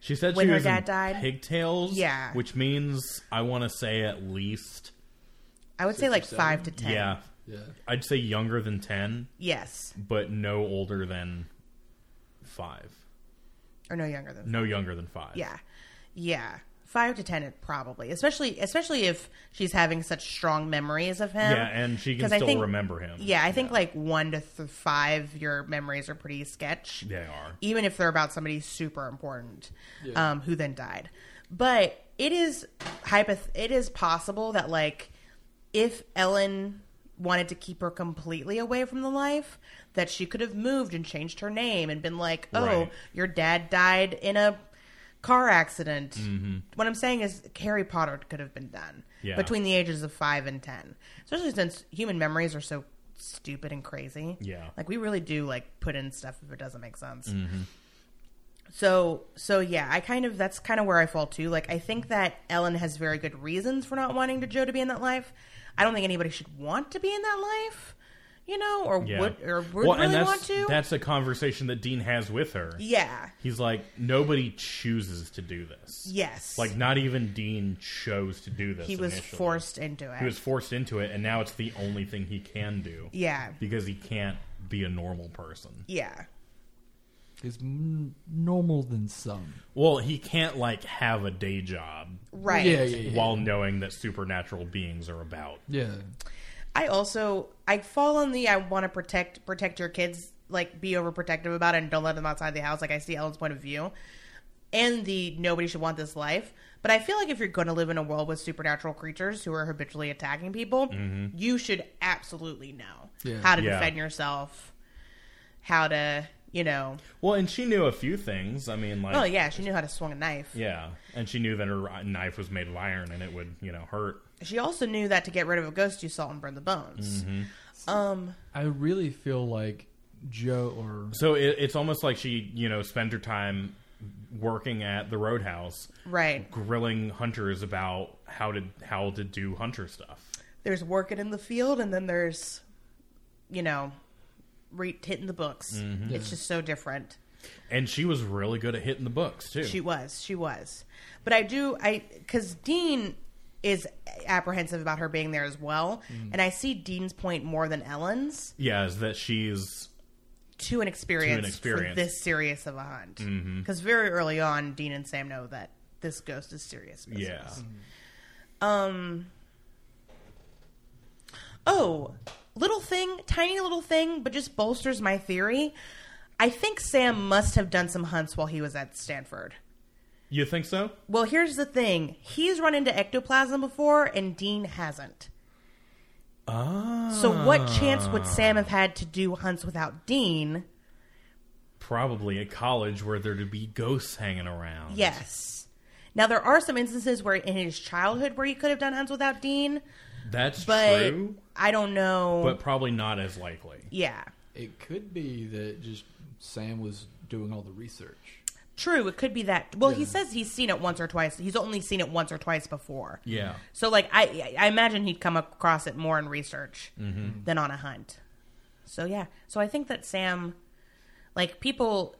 Speaker 1: She said
Speaker 2: When
Speaker 1: she
Speaker 2: her
Speaker 1: was in
Speaker 2: dad died?
Speaker 1: pigtails.
Speaker 2: Yeah.
Speaker 1: which means I want to say at least
Speaker 2: I would say
Speaker 3: Six
Speaker 2: like
Speaker 3: or seven?
Speaker 2: five to ten.
Speaker 1: yeah,
Speaker 3: Yeah.
Speaker 1: I'd say younger than ten,
Speaker 2: Yes.
Speaker 1: but no older than five.
Speaker 2: Or no younger than.
Speaker 1: No younger than five.
Speaker 2: Yeah. Yeah. Five to ten, it probably, especially especially if she's having such strong memories of him.
Speaker 1: yeah, and she can
Speaker 2: 'Cause I
Speaker 1: still
Speaker 2: think-
Speaker 1: remember him.
Speaker 2: Yeah, I think like one to th- five, your memories are pretty sketch.
Speaker 1: they are.
Speaker 2: even if they're about somebody super important
Speaker 3: Yeah.
Speaker 2: um, who then died. But it is hypoth- it is possible that like if Ellen wanted to keep her completely away from the life, that she could have moved and changed her name and been like, "Oh,
Speaker 1: Right.
Speaker 2: your dad died in a car accident." What I'm saying is Harry Potter could have been done
Speaker 1: Mm-hmm. Yeah.
Speaker 2: between the ages of 5 and 10. Especially since human memories are so stupid and crazy.
Speaker 1: Yeah. Mm-hmm.
Speaker 2: Like we really do like put in stuff if it doesn't make sense. So so yeah, I kind of that's kind of where I fall too. Like I think that Ellen has very good reasons for not wanting to Joe to be in that life. I don't think anybody should want to be in that life. you know, or
Speaker 1: Yeah.
Speaker 2: would or would
Speaker 1: Well, and
Speaker 2: really
Speaker 1: that's,
Speaker 2: want to.
Speaker 1: That's a conversation that Dean has with her.
Speaker 2: yeah.
Speaker 1: He's like, nobody chooses to do this.
Speaker 2: Yes.
Speaker 1: Like, not even Dean chose to do this.
Speaker 2: he was
Speaker 1: initially.
Speaker 2: forced into it.
Speaker 1: He was forced into it, and now it's the only thing he can do
Speaker 2: yeah.
Speaker 1: because he can't be a normal person.
Speaker 2: Yeah.
Speaker 3: He's m- normal than some.
Speaker 1: Well, he can't like have a day job
Speaker 2: Right.
Speaker 3: Yeah, yeah, yeah.
Speaker 1: while knowing that supernatural beings are about.
Speaker 3: yeah.
Speaker 2: I also I fall on the I want to protect protect your kids like be overprotective about it and don't let them outside the house. Like I see Ellen's point of view, and the nobody should want this life. But I feel like if you're going to live in a world with supernatural creatures who are habitually attacking people, you should absolutely know
Speaker 3: Yeah.
Speaker 2: how to
Speaker 1: Mm-hmm. Yeah.
Speaker 2: defend yourself, how to you know.
Speaker 1: Well, and she knew a few things. I mean, like,
Speaker 2: Oh yeah, she knew how to swing a knife.
Speaker 1: yeah, and she knew that her knife was made of iron and it would, you know, hurt.
Speaker 2: She also knew that to get rid of a ghost, you salt and burn the bones.
Speaker 1: Mm-hmm.
Speaker 2: Um,
Speaker 3: I really feel like Joe or
Speaker 1: So it, it's almost like she, you know, spent her time working at the roadhouse,
Speaker 2: right.
Speaker 1: grilling hunters about how to how to do hunter stuff.
Speaker 2: there's working in the field and then there's you know re- hitting the books it's just so different
Speaker 1: And she was really good at hitting the books too.
Speaker 2: she was she was but i do i because dean is apprehensive about her being there as well and i see dean's point more than ellen's
Speaker 1: yeah, is that she's
Speaker 2: to an experience,
Speaker 1: experience.
Speaker 2: for this serious of a hunt because very early on dean and sam know that this ghost is serious business.
Speaker 1: yeah.
Speaker 2: Oh, little thing, tiny little thing, but just bolsters my theory. I think Sam must have done some hunts while he was at Stanford.
Speaker 1: You think so?
Speaker 2: Well, here's the thing he's run into ectoplasm before, and Dean hasn't.
Speaker 1: Ah.
Speaker 2: So, what chance would Sam have had to do hunts without Dean?
Speaker 1: probably at college where there'd be ghosts hanging around.
Speaker 2: Yes. Now, there are some instances where in his childhood where he could have done hunts without Dean,
Speaker 1: that's
Speaker 2: but
Speaker 1: true,
Speaker 2: I don't know.
Speaker 1: but probably not as likely.
Speaker 2: yeah.
Speaker 3: it could be that just Sam was doing all the research.
Speaker 2: True, it could be that. Well, he
Speaker 3: Yeah.
Speaker 2: says he's seen it once or twice. He's only seen it once or twice before.
Speaker 1: Yeah,
Speaker 2: So like I I imagine he'd come across it more in research than on a hunt. So yeah. So I think that Sam like people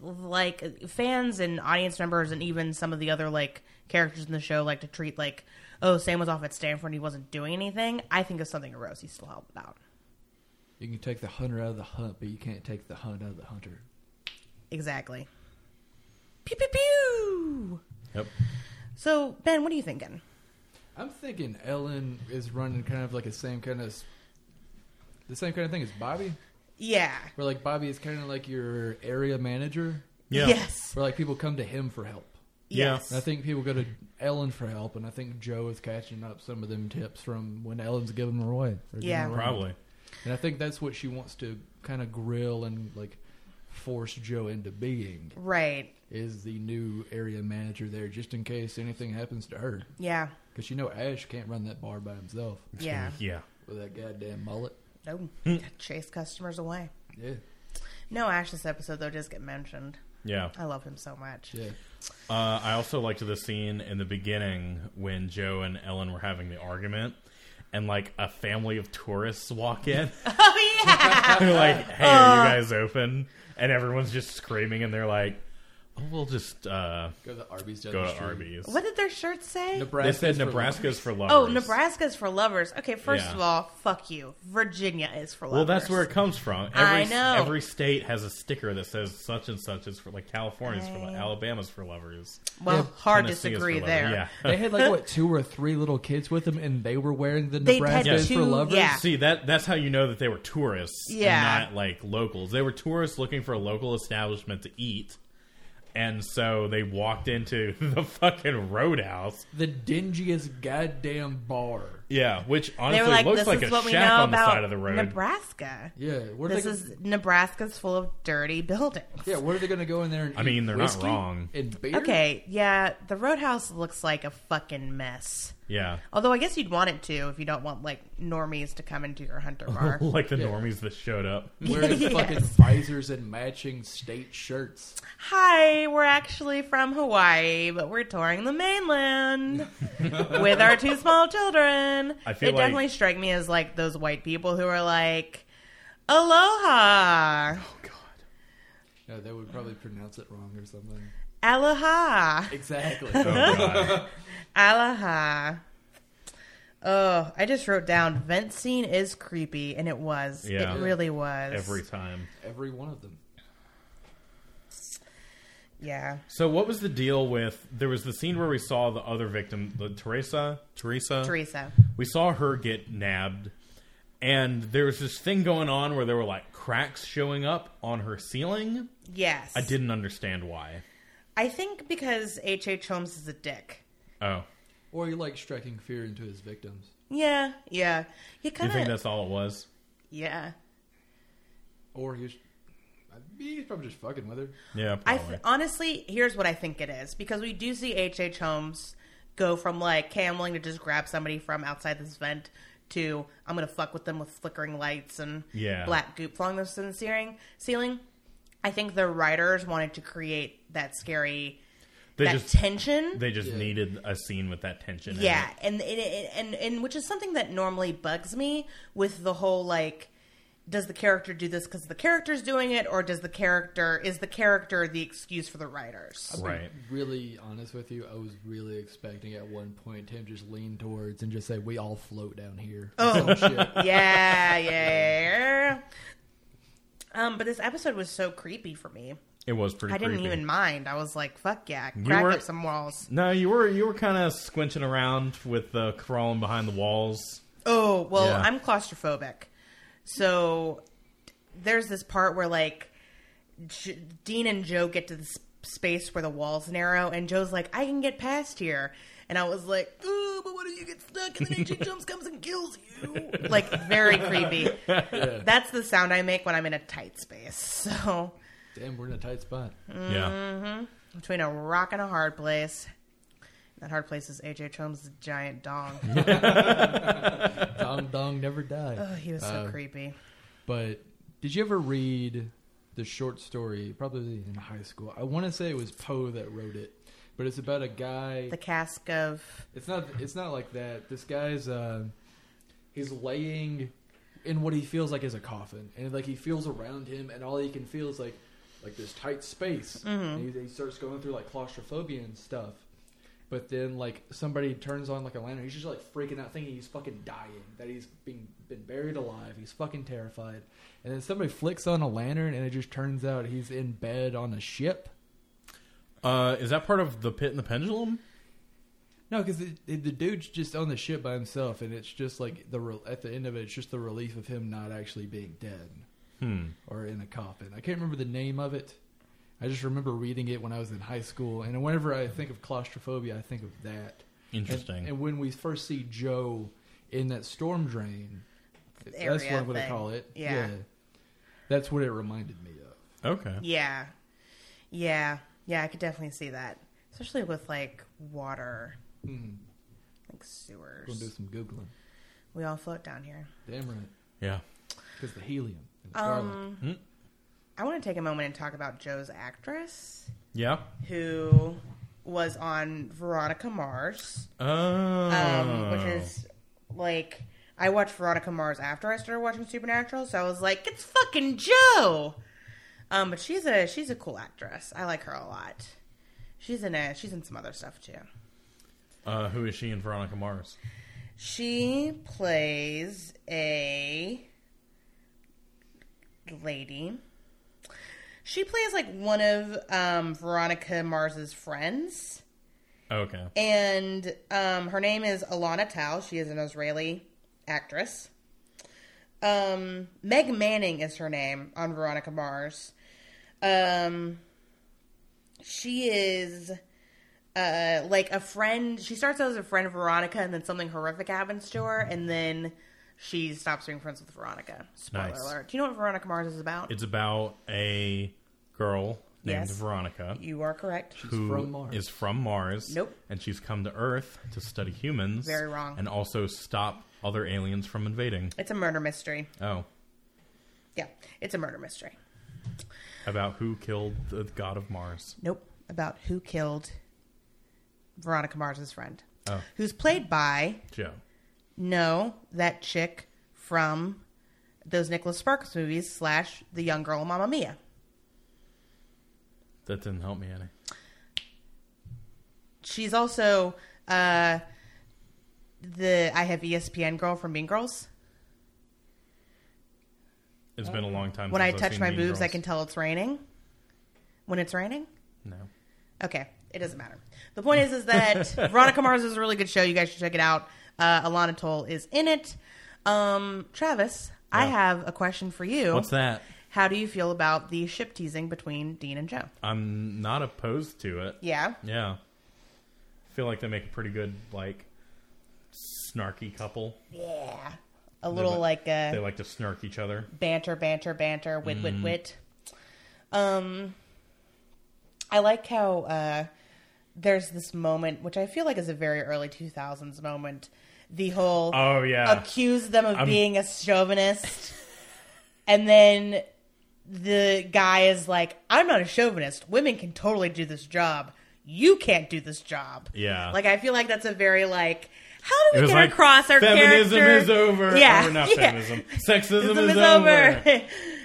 Speaker 2: like fans and audience members and even some of the other like characters in the show like to treat like oh Sam was off at Stanford and he wasn't doing anything. I think if something arose he still helped out.
Speaker 3: You can take the hunter out of the hunt, but you can't take the hunt out of the hunter.
Speaker 2: Exactly. Pew pew pew.
Speaker 1: Yep.
Speaker 2: So Ben, what are you thinking?
Speaker 3: I'm thinking Ellen is running kind of like the same kind of the same kind of thing as Bobby,
Speaker 2: Yeah.
Speaker 3: where like Bobby is kind of like your area manager,
Speaker 1: yeah,
Speaker 2: Yes.
Speaker 3: where like people come to him for help.
Speaker 1: Yeah.
Speaker 2: Yes.
Speaker 3: And I think people go to Ellen for help, and I think Joe is catching up some of them tips from when Ellen's giving them away. or giving
Speaker 2: Yeah.
Speaker 3: them away.
Speaker 1: probably.
Speaker 3: And I think that's what she wants to kind of grill and like force Joe into being
Speaker 2: Right.
Speaker 3: is the new area manager there, just in case anything happens to her.
Speaker 2: Yeah.
Speaker 3: Because you know Ash can't run that bar by himself
Speaker 2: Yeah.
Speaker 1: Yeah,
Speaker 3: with that goddamn mullet.
Speaker 2: No,
Speaker 1: Hmm.
Speaker 2: chase customers away.
Speaker 3: Yeah,
Speaker 2: No, Ash this episode though does get mentioned.
Speaker 1: yeah.
Speaker 2: I love him so much.
Speaker 3: yeah.
Speaker 1: Uh, I also liked the scene in the beginning when Joe and Ellen were having the argument, and like a family of tourists walk in.
Speaker 2: Oh yeah,
Speaker 1: They're like, "Hey,
Speaker 2: Uh.
Speaker 1: are you guys open?" And everyone's just screaming, and they're like, oh, "We'll just uh,
Speaker 3: Go to Arby's. Down
Speaker 1: go
Speaker 3: the
Speaker 1: to
Speaker 3: street.
Speaker 1: Arby's."
Speaker 2: what did their shirts say?
Speaker 1: They
Speaker 3: Nebraska's
Speaker 1: said
Speaker 3: for
Speaker 1: Nebraska's for lovers.
Speaker 2: Oh, Nebraska's for lovers. Okay, first
Speaker 1: Yeah.
Speaker 2: of all, fuck you. Virginia is for
Speaker 1: Well,
Speaker 2: lovers.
Speaker 1: that's where it comes from.
Speaker 2: I
Speaker 1: Every,
Speaker 2: know.
Speaker 1: Every state has a sticker that says such and such is for like California's for
Speaker 2: Right.
Speaker 1: Alabama's for lovers.
Speaker 2: Well, hard
Speaker 1: Tennessee is
Speaker 2: disagree
Speaker 1: for lovers.
Speaker 2: there.
Speaker 1: Yeah.
Speaker 3: They had like what two or three little kids with them, and they were wearing the
Speaker 2: They had
Speaker 3: Nebraska's
Speaker 2: two-
Speaker 3: for lovers.
Speaker 2: yeah.
Speaker 1: See that that's how you know that they were tourists, and
Speaker 2: Yeah.
Speaker 1: not like locals. They were tourists looking for a local establishment to eat, and so they walked into the fucking roadhouse.
Speaker 3: The dingiest goddamn bar.
Speaker 1: Yeah, which
Speaker 2: They
Speaker 1: honestly
Speaker 2: were like,
Speaker 1: looks
Speaker 2: "This
Speaker 1: like
Speaker 2: is
Speaker 1: a
Speaker 2: what we
Speaker 1: shack
Speaker 2: know
Speaker 1: on the
Speaker 2: about
Speaker 1: side of the road.
Speaker 2: Nebraska.
Speaker 3: Yeah, what are
Speaker 2: This
Speaker 3: they
Speaker 2: is Nebraska's full of dirty buildings.
Speaker 3: Yeah, what are they going to go in there and
Speaker 1: I
Speaker 3: eat?
Speaker 1: mean, they're not
Speaker 3: Whiskey
Speaker 1: wrong.
Speaker 3: And beer?
Speaker 2: Okay, yeah, the Roadhouse looks like a fucking mess.
Speaker 1: yeah,
Speaker 2: Although I guess you'd want it to if you don't want like normies to come into your hunter bar.
Speaker 1: like the
Speaker 3: Yeah.
Speaker 1: normies that showed up.
Speaker 3: Wearing
Speaker 2: Yes.
Speaker 3: fucking visors and matching state shirts.
Speaker 2: Hi, we're actually from Hawaii, but we're touring the mainland with our two small children.
Speaker 1: I feel
Speaker 2: it
Speaker 1: like-
Speaker 2: definitely strike me as like those white people who are like, Aloha.
Speaker 1: Oh God.
Speaker 3: No, they would probably pronounce it wrong or something.
Speaker 2: Aloha.
Speaker 3: Exactly.
Speaker 1: Oh God.
Speaker 2: Aloha. Oh, I just wrote down vent scene is creepy, and it was.
Speaker 1: Yeah.
Speaker 2: It really was.
Speaker 1: Every time.
Speaker 3: Every one of them.
Speaker 2: yeah.
Speaker 1: So what was the deal with? There was the scene where we saw the other victim, the Teresa. Teresa.
Speaker 2: Teresa.
Speaker 1: we saw her get nabbed and there was this thing going on where there were like cracks showing up on her ceiling
Speaker 2: Yes.
Speaker 1: i didn't understand why
Speaker 2: I think because H.H. H. Holmes is a dick.
Speaker 1: oh
Speaker 3: Or he likes striking fear into his victims.
Speaker 2: Yeah. Yeah. He
Speaker 1: do you think
Speaker 2: kind of.
Speaker 1: that's all it was
Speaker 2: Yeah.
Speaker 3: Or he's, I mean, he's probably just fucking with her.
Speaker 1: yeah
Speaker 2: I
Speaker 1: probably.
Speaker 2: th- honestly, here's what I think it is because we do see H.H. H. Holmes go from like, "Okay, I'm willing to just grab somebody from outside this vent," to "I'm gonna fuck with them with flickering lights and
Speaker 1: Yeah.
Speaker 2: black goop along the sun ceiling." Ceiling. I think the writers wanted to create that scary
Speaker 1: they
Speaker 2: that
Speaker 1: just
Speaker 2: tension.
Speaker 1: they just
Speaker 3: Yeah.
Speaker 1: needed a scene with that tension in
Speaker 2: yeah,
Speaker 1: it.
Speaker 2: and, and and and which is something that normally bugs me with the whole like, does the character do this because the character's doing it, or does the character is the character the excuse for the writers?
Speaker 3: I'll be
Speaker 1: Right.
Speaker 3: really honest with you, I was really expecting at one point him just lean towards and just say, "We all float down here." Oh shit.
Speaker 2: yeah, yeah, yeah. Um, but this episode was so creepy for me.
Speaker 1: it was pretty
Speaker 2: I didn't
Speaker 1: creepy.
Speaker 2: even mind. I was like, "Fuck yeah, crack
Speaker 1: were-
Speaker 2: up some walls."
Speaker 1: no you were you were kind of squinching around with the crawling behind the walls
Speaker 2: Oh well,
Speaker 1: Yeah.
Speaker 2: I'm claustrophobic, so there's this part where like J- Dean and Joe get to this space where the walls narrow, and Joe's like, "I can get past here," and I was like, "Ooh, but what if you get stuck and then she jumps comes and kills you?" like very creepy. That's the sound I make when I'm in a tight space. So.
Speaker 3: Damn, we're in a tight spot.
Speaker 2: Mm.
Speaker 1: yeah
Speaker 2: between a rock and a hard place. That hard place is AJ Chum's giant dong.
Speaker 3: Dong Dong never died.
Speaker 2: oh, he was so creepy.
Speaker 3: But did you ever read the short story? Probably in high school. I want to say it was Poe that wrote it, but it's about a guy.
Speaker 2: The cask of
Speaker 3: It's not. It's not like that. This guy's. Uh, he's laying in what he feels like is a coffin, and like he feels around him, and all he can feel is like like this tight space. And he, he starts going through like claustrophobia and stuff. But then, like somebody turns on like a lantern, he's just like freaking out, thinking he's fucking dying, that he's being been buried alive. He's fucking terrified. And then somebody flicks on a lantern, and it just turns out he's in bed on a ship.
Speaker 1: uh is that part of the pit and the pendulum
Speaker 3: No, because the, the the dude's just on the ship by himself, and it's just like the re- at the end of it, it's just the relief of him not actually being dead
Speaker 1: hmm
Speaker 3: or in a coffin. I can't remember the name of it. I just remember reading it when I was in high school, and whenever I think of claustrophobia, I think of that. And-
Speaker 1: interesting
Speaker 3: And, when we first see Joe in that storm drain, that's
Speaker 2: area
Speaker 3: what I'm going to
Speaker 2: thing.
Speaker 3: call it.
Speaker 2: Yeah.
Speaker 3: that's what it reminded me of.
Speaker 1: okay
Speaker 2: yeah, yeah, yeah. I could definitely see that, especially with like water,
Speaker 3: Mhm.
Speaker 2: like
Speaker 3: Going to do
Speaker 2: sewers.
Speaker 3: some googling.
Speaker 2: We all float down here.
Speaker 3: Damn right,
Speaker 1: yeah
Speaker 3: because the helium. And the
Speaker 2: Um,
Speaker 3: garlic.
Speaker 2: I want to take a moment and talk about Joe's actress,
Speaker 1: yeah
Speaker 2: who was on Veronica Mars.
Speaker 1: oh
Speaker 2: um, which is like I watched Veronica Mars after I started watching Supernatural, so I was like, it's fucking Joe. Um, but she's a she's a cool actress. I like her a lot. She's in a she's in some other stuff too.
Speaker 1: uh who is she in veronica mars
Speaker 2: She plays a lady. She plays like one of um, Veronica Mars's friends.
Speaker 1: okay
Speaker 2: And um, her name is Alana Tao. She is an Israeli actress. Um, Meg Manning is her name on Veronica Mars. Um, she is uh, like a friend. She starts out as a friend of Veronica, and then something horrific happens to her, and then she stops being friends with Veronica. Spoiler
Speaker 1: Nice.
Speaker 2: alert. Do you know what Veronica Mars is about?
Speaker 1: It's about a girl named
Speaker 2: Yes.
Speaker 1: Veronica
Speaker 2: you are correct.
Speaker 1: who
Speaker 3: from Mars.
Speaker 1: is from Mars.
Speaker 2: Nope.
Speaker 1: And she's come to Earth to study humans.
Speaker 2: Very wrong.
Speaker 1: And also stop other aliens from invading.
Speaker 2: It's a murder mystery.
Speaker 1: Oh,
Speaker 2: Yeah, it's a murder mystery.
Speaker 1: about who killed the god of Mars.
Speaker 2: Nope. About who killed Veronica Mars's friend.
Speaker 1: Oh.
Speaker 2: Who's played by,
Speaker 1: Joe.
Speaker 2: no, that chick from those Nicholas Sparks movies slash the young girl in Mamma Mia.
Speaker 1: That didn't help me any.
Speaker 2: She's also uh, the I have E ESPN girl from Mean Girls.
Speaker 1: It's been a long time.
Speaker 2: Oh. When I
Speaker 1: since I've
Speaker 2: touch
Speaker 1: seen
Speaker 2: my
Speaker 1: Mean
Speaker 2: boobs, I
Speaker 1: Girls.
Speaker 2: can tell it's raining. When it's raining,
Speaker 1: No.
Speaker 2: Okay, it doesn't matter. The point is, is that Veronica Mars is a really good show. You guys should check it out. Uh, Alana Toll is in it. Um, Travis, I
Speaker 1: Yeah.
Speaker 2: have a question for you.
Speaker 1: What's that?
Speaker 2: How do you feel about the ship teasing between Dean and Joe?
Speaker 1: I'm not opposed to it.
Speaker 2: Yeah,
Speaker 1: Yeah. I feel like they make a pretty good like snarky couple.
Speaker 2: yeah. A little
Speaker 1: They-
Speaker 2: like uh,
Speaker 1: They like to snark each other.
Speaker 2: banter, banter, banter, wit,
Speaker 1: Mm.
Speaker 2: wit, wit. Um, I like how uh, there's this moment, which I feel like is a very early 2000s moment. The whole
Speaker 1: Oh yeah.
Speaker 2: accuse them of
Speaker 1: I'm-
Speaker 2: being a chauvinist, and then the guy is like, "I'm not a chauvinist. Women can totally do this job. You can't do this job."
Speaker 1: Yeah.
Speaker 2: Like I feel like that's a very like. How do
Speaker 1: It
Speaker 2: we
Speaker 1: was
Speaker 2: get
Speaker 1: like
Speaker 2: across our
Speaker 1: feminism
Speaker 2: character?
Speaker 1: is over.
Speaker 2: Yeah,
Speaker 1: Or not
Speaker 2: yeah.
Speaker 1: feminism. Sexism
Speaker 2: Feminism
Speaker 1: is, over.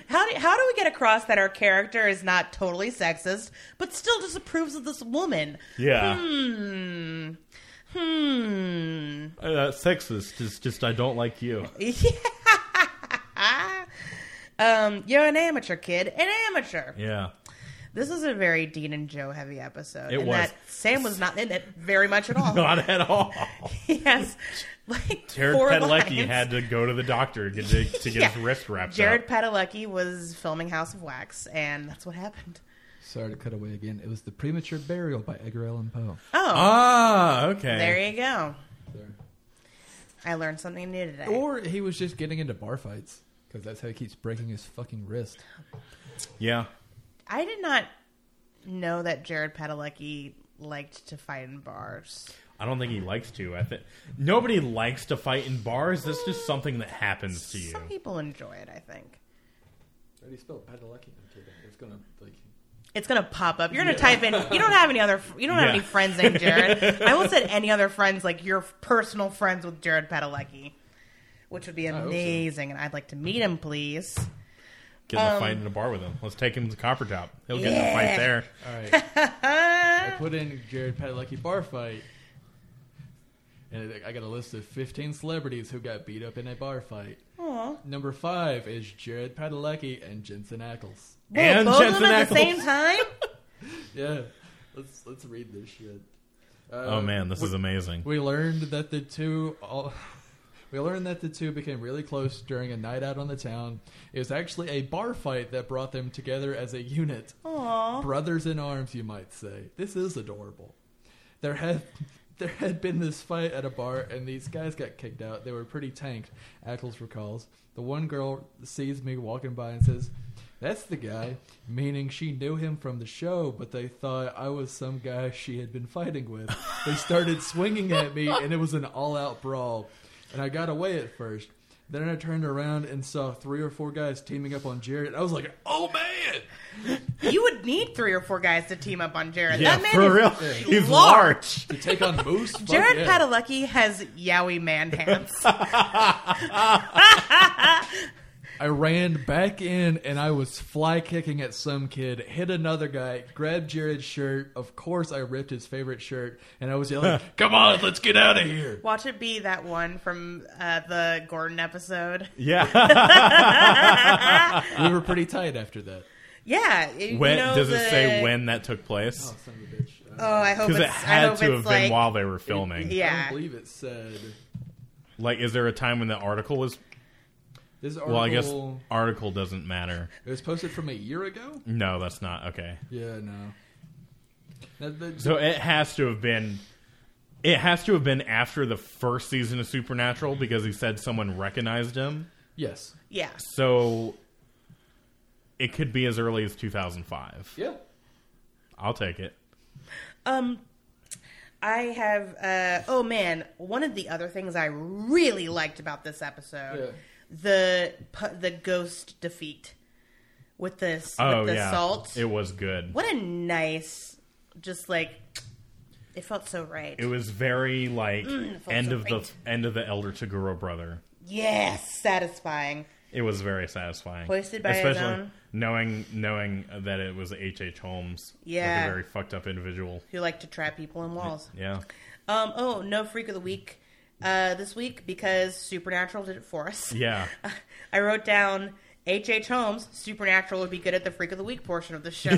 Speaker 2: how do how do we get across that our character is not totally sexist, but still disapproves of this woman?
Speaker 1: Yeah.
Speaker 2: Hmm. Hmm.
Speaker 1: Uh, sexist is just I don't like you.
Speaker 2: Um, you're an amateur kid, an amateur.
Speaker 1: Yeah.
Speaker 2: This is a very Dean and Joe heavy episode.
Speaker 1: It
Speaker 2: and
Speaker 1: was.
Speaker 2: That Sam was not in it very much at all.
Speaker 1: Not at all.
Speaker 2: yes, like
Speaker 1: Jared
Speaker 2: four
Speaker 1: Padalecki
Speaker 2: lines.
Speaker 1: had to go to the doctor to, to, to get his
Speaker 2: Yeah.
Speaker 1: wrist wrapped
Speaker 2: Jared
Speaker 1: up.
Speaker 2: Padalecki was filming House of Wax, and that's what happened.
Speaker 3: Sorry to cut away again. It was the premature burial by Edgar Allan Poe.
Speaker 2: Oh,
Speaker 1: Ah, okay.
Speaker 2: there you go.
Speaker 3: There.
Speaker 2: I learned something new today.
Speaker 3: Or he was just getting into bar fights because that's how he keeps breaking his fucking wrist.
Speaker 1: yeah.
Speaker 2: I did not know that Jared Padalecki liked to fight in bars.
Speaker 1: I don't think he likes to. I think nobody likes to fight in bars. That's just something that happens to you.
Speaker 2: Some people enjoy it. I think
Speaker 3: How do you spell Padalecki? It's gonna like.
Speaker 2: it's gonna pop up. You're gonna type in. You don't have any other. You don't have
Speaker 1: Yeah.
Speaker 2: any friends named Jared. I won't say any other friends like your personal friends with Jared Padalecki, which would be
Speaker 1: Oh,
Speaker 3: hope so.
Speaker 2: amazing. And I'd like to meet him, please.
Speaker 1: Get in a fight in a bar with him. Let's take him to Copper Top. He'll get in a
Speaker 2: um, Yeah.
Speaker 1: fight there.
Speaker 3: All right. I put in Jared Padalecki bar fight, and I got a list of 15 celebrities who got beat up in a bar fight.
Speaker 2: Aw.
Speaker 3: Number five is Jared Padalecki and Jensen Ackles.
Speaker 2: Whoa,
Speaker 1: And
Speaker 2: both of
Speaker 1: Jensen
Speaker 2: them at the
Speaker 1: Ackles.
Speaker 2: same time.
Speaker 3: Yeah, let's let's read this shit. Uh,
Speaker 1: Oh man, this
Speaker 3: we,
Speaker 1: is amazing.
Speaker 3: We learned that the two all. We learned that the two became really close during a night out on the town. It was actually a bar fight that brought them together as a unit.
Speaker 2: Aw.
Speaker 3: brothers in arms, you might say. This is adorable. There had there had been this fight at a bar, and these guys got kicked out. They were pretty tanked. Ackles recalls the one girl sees me walking by and says, "That's the guy," meaning she knew him from the show, but they thought I was some guy she had been fighting with. They started swinging at me, and it was an all-out brawl. And I got away at first. Then I turned around and saw three or four guys teaming up on Jared. I was like, "Oh man!"
Speaker 2: You would need three or four guys to team up on Jared.
Speaker 1: Yeah,
Speaker 2: that man
Speaker 1: for
Speaker 2: is
Speaker 1: real. He's large.
Speaker 3: to take on Moose. Fuck
Speaker 2: Jared
Speaker 3: yeah.
Speaker 2: Padalecki has Yowie man hands.
Speaker 3: I ran back in and I was fly kicking at some kid, hit another guy, grabbed Jared's shirt. Of course, I ripped his favorite shirt, and I was yelling, "Come on, let's get out of here!"
Speaker 2: Watch it be that one from uh, the Gordon episode.
Speaker 1: Yeah.
Speaker 3: We were pretty tight after that.
Speaker 2: Yeah. you
Speaker 1: when
Speaker 2: know
Speaker 1: does it
Speaker 2: the-
Speaker 1: say when that took place?
Speaker 3: Oh, son of a bitch! Oh,
Speaker 2: Oh, I hope
Speaker 1: Because
Speaker 2: it's,
Speaker 1: it
Speaker 2: I
Speaker 1: had
Speaker 2: hope
Speaker 1: to
Speaker 2: it's
Speaker 1: have
Speaker 2: like,
Speaker 1: been while they were filming.
Speaker 2: Yeah.
Speaker 3: I don't believe it said
Speaker 1: Like, is there a time when the article was?
Speaker 3: this article.
Speaker 1: Well, I guess article doesn't matter.
Speaker 3: it was posted from a year ago.
Speaker 1: No, that's not okay.
Speaker 3: Yeah, no. That- that-
Speaker 1: So it has to have been. It has to have been after the first season of Supernatural because he said someone recognized him.
Speaker 3: yes.
Speaker 2: Yeah.
Speaker 1: So it could be as early as 2005.
Speaker 3: Yeah.
Speaker 1: I'll take it.
Speaker 2: Um, I have. Uh, oh man, one of the other things I really liked about this episode the pu- the ghost defeat with this
Speaker 1: Oh
Speaker 2: with the
Speaker 1: yeah,
Speaker 2: salt.
Speaker 1: it was good.
Speaker 2: what a nice, just like it felt so right.
Speaker 1: It was very like
Speaker 2: felt
Speaker 1: end
Speaker 2: so
Speaker 1: of
Speaker 2: great.
Speaker 1: the end of the Elder Taguro brother.
Speaker 2: yes, satisfying.
Speaker 1: It was very satisfying.
Speaker 2: Hoisted by his own.
Speaker 1: knowing knowing that it was H. H. Holmes. like,
Speaker 2: Yeah.
Speaker 1: a very fucked up individual.
Speaker 2: who like to trap people in walls.
Speaker 1: Yeah.
Speaker 2: Um, oh, no freak of the week uh, this week because Supernatural did it for us.
Speaker 1: Yeah.
Speaker 2: I wrote down H.H. H. Holmes, Supernatural would be good at the freak of the week portion of the show.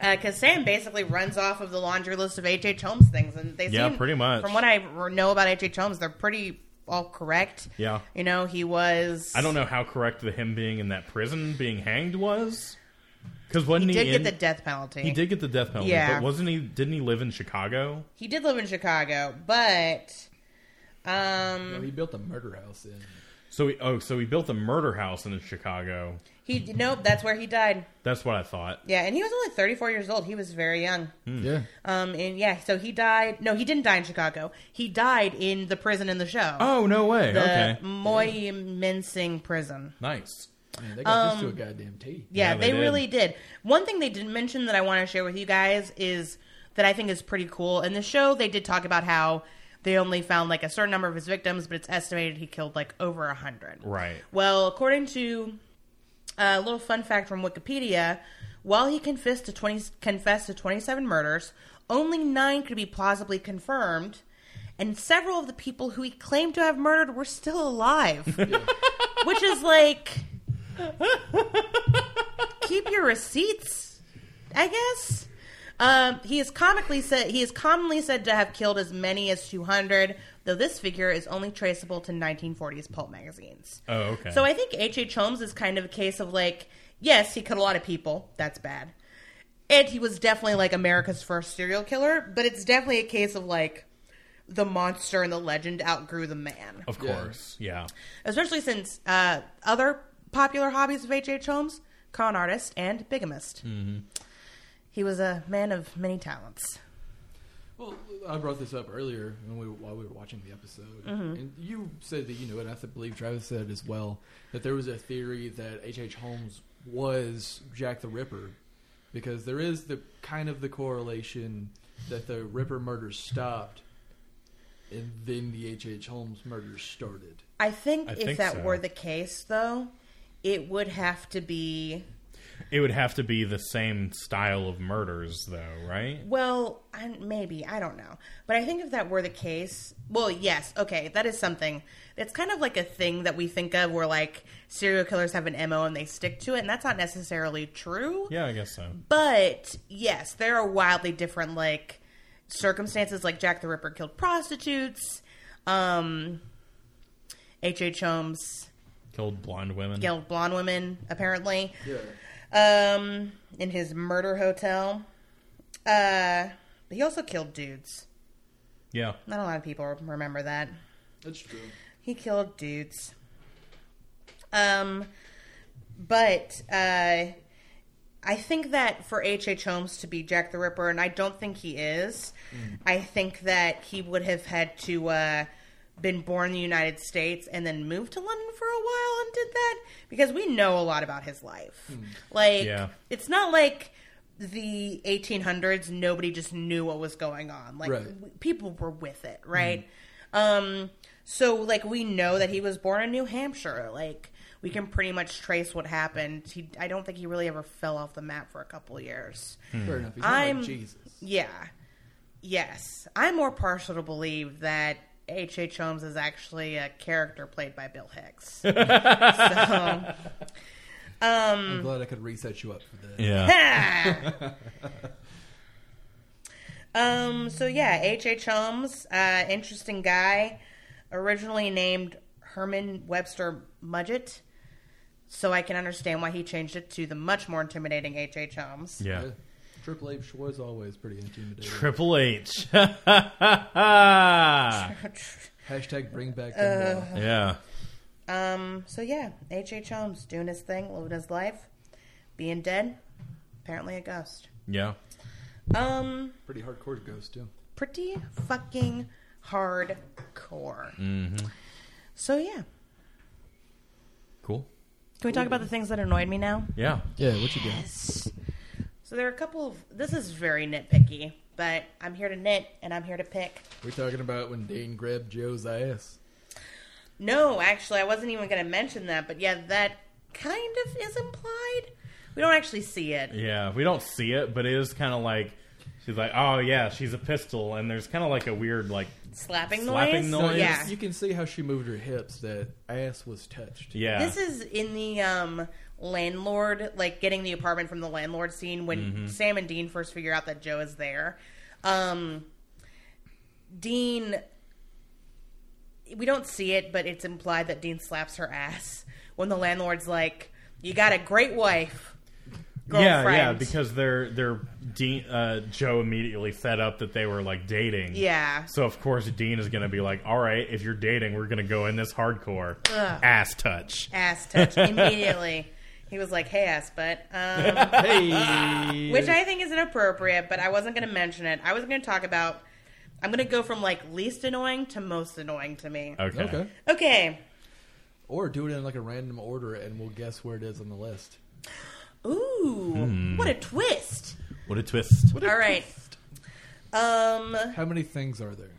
Speaker 2: Because Sam basically runs off of the laundry list of H.H. H. Holmes things. and they
Speaker 1: Yeah,
Speaker 2: seem,
Speaker 1: pretty much.
Speaker 2: From what I r- know about H.H. H. Holmes, they're pretty all correct.
Speaker 1: Yeah.
Speaker 2: You know, he was.
Speaker 1: I don't know how correct the him being in that prison being hanged was. Because
Speaker 2: He
Speaker 1: wasn't he,
Speaker 2: did
Speaker 1: in-
Speaker 2: get the death penalty.
Speaker 1: he did get the death penalty,
Speaker 2: Yeah.
Speaker 1: but wasn't he? Didn't he live in Chicago?
Speaker 2: He did live in Chicago, but.
Speaker 3: Well, he built a murder house in.
Speaker 1: So he, oh, so he built a murder house in Chicago.
Speaker 2: He nope, that's where he died.
Speaker 1: That's what I thought.
Speaker 2: Yeah, and he was only 34 years old. He was very young.
Speaker 1: Hmm.
Speaker 3: Yeah.
Speaker 2: Um, and yeah, so he died. No, he didn't die in Chicago. He died in the prison in the show.
Speaker 1: Oh no way!
Speaker 2: the
Speaker 1: okay,
Speaker 2: Moyamensing prison.
Speaker 1: nice.
Speaker 3: Man, they got this to a goddamn T.
Speaker 2: Yeah,
Speaker 1: Yeah,
Speaker 2: they,
Speaker 1: they did.
Speaker 2: really did. One thing they didn't mention that I want to share with you guys is that I think is pretty cool. In the show, they did talk about how they only found like a certain number of his victims, but it's estimated he killed like over a hundred.
Speaker 1: Right.
Speaker 2: Well, according to uh, a little fun fact from Wikipedia, while he confessed to twenty confessed to twenty seven murders, only nine could be plausibly confirmed, and several of the people who he claimed to have murdered were still alive, which is like keep your receipts, I guess. Um, he is comically said he is commonly said to have killed as many as 200, though this figure is only traceable to 1940s pulp magazines.
Speaker 1: Oh okay.
Speaker 2: So I think H.H. H. Holmes is kind of a case of like, yes, he killed a lot of people. That's bad. And he was definitely like America's first serial killer, but it's definitely a case of like the monster and the legend outgrew the man.
Speaker 1: of
Speaker 3: Yeah.
Speaker 1: course, yeah.
Speaker 2: Especially since uh, other popular hobbies of H.H. H. Holmes con artist and bigamist.
Speaker 1: Mm-hmm.
Speaker 2: He was a man of many talents.
Speaker 3: Well, I brought this up earlier when we, while we were watching the episode, and you said that you know, and I th- believe Travis said as well that there was a theory that H. H. Holmes was Jack the Ripper, because there is the kind of the correlation that the Ripper murders stopped, and then the H. H. Holmes murders started.
Speaker 2: I think
Speaker 1: I
Speaker 2: if
Speaker 1: think
Speaker 2: that
Speaker 1: so.
Speaker 2: were the case, though, it would have to be
Speaker 1: It would have to be the same style of murders, though, right?
Speaker 2: Well, I, maybe I don't know, but I think if that were the case, well, yes, okay, that is something. It's kind of like a thing that we think of where like serial killers have an mo and they stick to it, and that's not necessarily true.
Speaker 1: Yeah, I guess so.
Speaker 2: But yes, there are wildly different like circumstances. Like Jack the Ripper killed prostitutes. Um, H. H. Holmes
Speaker 1: Killed blonde women.
Speaker 2: killed blonde women, apparently
Speaker 3: Yeah,
Speaker 2: um, in his murder hotel. Uh, but he also killed dudes.
Speaker 1: Yeah.
Speaker 2: Not a lot of people remember that.
Speaker 3: that's true.
Speaker 2: He killed dudes. Um, but uh, I think that for H.H. H. Holmes to be Jack the Ripper, and I don't think he is, I think that he would have had to uh, been born in the United States and then moved to London for a while and did that because we know a lot about his life. Like,
Speaker 1: Yeah.
Speaker 2: it's not like the 1800s nobody just knew what was going on like
Speaker 3: Right.
Speaker 2: w- people were with it right um so like we know that he was born in new hampshire like we can pretty much trace what happened he i don't think he really ever fell off the map for a couple of years
Speaker 3: Fair enough. He's not like
Speaker 2: I'm-
Speaker 3: Jesus.
Speaker 2: yeah yes i'm more partial to believe that H.H. H. Holmes is actually a character played by Bill Hicks. so,
Speaker 3: I'm glad I could reset you up for that.
Speaker 1: Yeah.
Speaker 2: um. So yeah, H. H. Holmes, uh, interesting guy, originally named Herman Webster Mudgett. So I can understand why he changed it to the much more intimidating H. H. Holmes.
Speaker 1: yeah.
Speaker 3: Yeah. Triple H was always pretty intimidating.
Speaker 1: Triple H. yeah.
Speaker 3: Hashtag bring back the law.
Speaker 2: Um. So yeah, H. H. Holmes doing his thing, living his life, being dead, apparently a ghost.
Speaker 1: Yeah.
Speaker 2: Um.
Speaker 3: Pretty hardcore ghost too.
Speaker 2: pretty fucking hardcore. So yeah, can
Speaker 1: Cool.
Speaker 2: we talk about the things that annoyed me now?
Speaker 1: Yeah.
Speaker 3: Yeah, what you got?
Speaker 2: So there are a couple of. This is very nitpicky, but I'm here to knit and I'm here to pick.
Speaker 3: We're talking about when Dane grabbed Joe's ass.
Speaker 2: No, actually, I wasn't even going to mention that, but yeah, that kind of is implied. We don't actually see it.
Speaker 1: Yeah, we don't see it, but it is kind of like she's like, oh yeah, she's a pistol, and there's kind of like a weird like,
Speaker 2: Slapping noise?
Speaker 1: Slapping
Speaker 3: No,
Speaker 1: noise?
Speaker 3: you-
Speaker 2: Oh, Yeah.
Speaker 3: You can see how she moved her hips. That ass was touched.
Speaker 1: yeah,
Speaker 2: This is in the um, landlord, like getting the apartment from the landlord scene when
Speaker 1: Mm-hmm.
Speaker 2: Sam and Dean first figure out that Joe is there. Um, Dean, we don't see it, but it's implied that Dean slaps her ass when the landlord's like, "You got a great wife."
Speaker 1: yeah, yeah,
Speaker 2: girlfriend.
Speaker 1: because they're they're Dean uh, Joe immediately set up that they were like dating.
Speaker 2: Yeah.
Speaker 1: So of course Dean is gonna be like, all right, if you're dating, we're gonna go in this hardcore ass touch.
Speaker 2: ass touch immediately. He was like, "Hey, ass butt," um,
Speaker 3: Hey,
Speaker 2: which I think is inappropriate, but I wasn't going to mention it. I was going to talk about. I'm going to go from like least annoying to most annoying to me.
Speaker 1: Okay.
Speaker 3: okay.
Speaker 2: Okay.
Speaker 3: Or do it in like a random order, and we'll guess where it is on the list.
Speaker 2: Ooh,
Speaker 1: Hmm.
Speaker 2: what a twist!
Speaker 1: What a twist.
Speaker 2: All right. Um,
Speaker 3: How many things are there?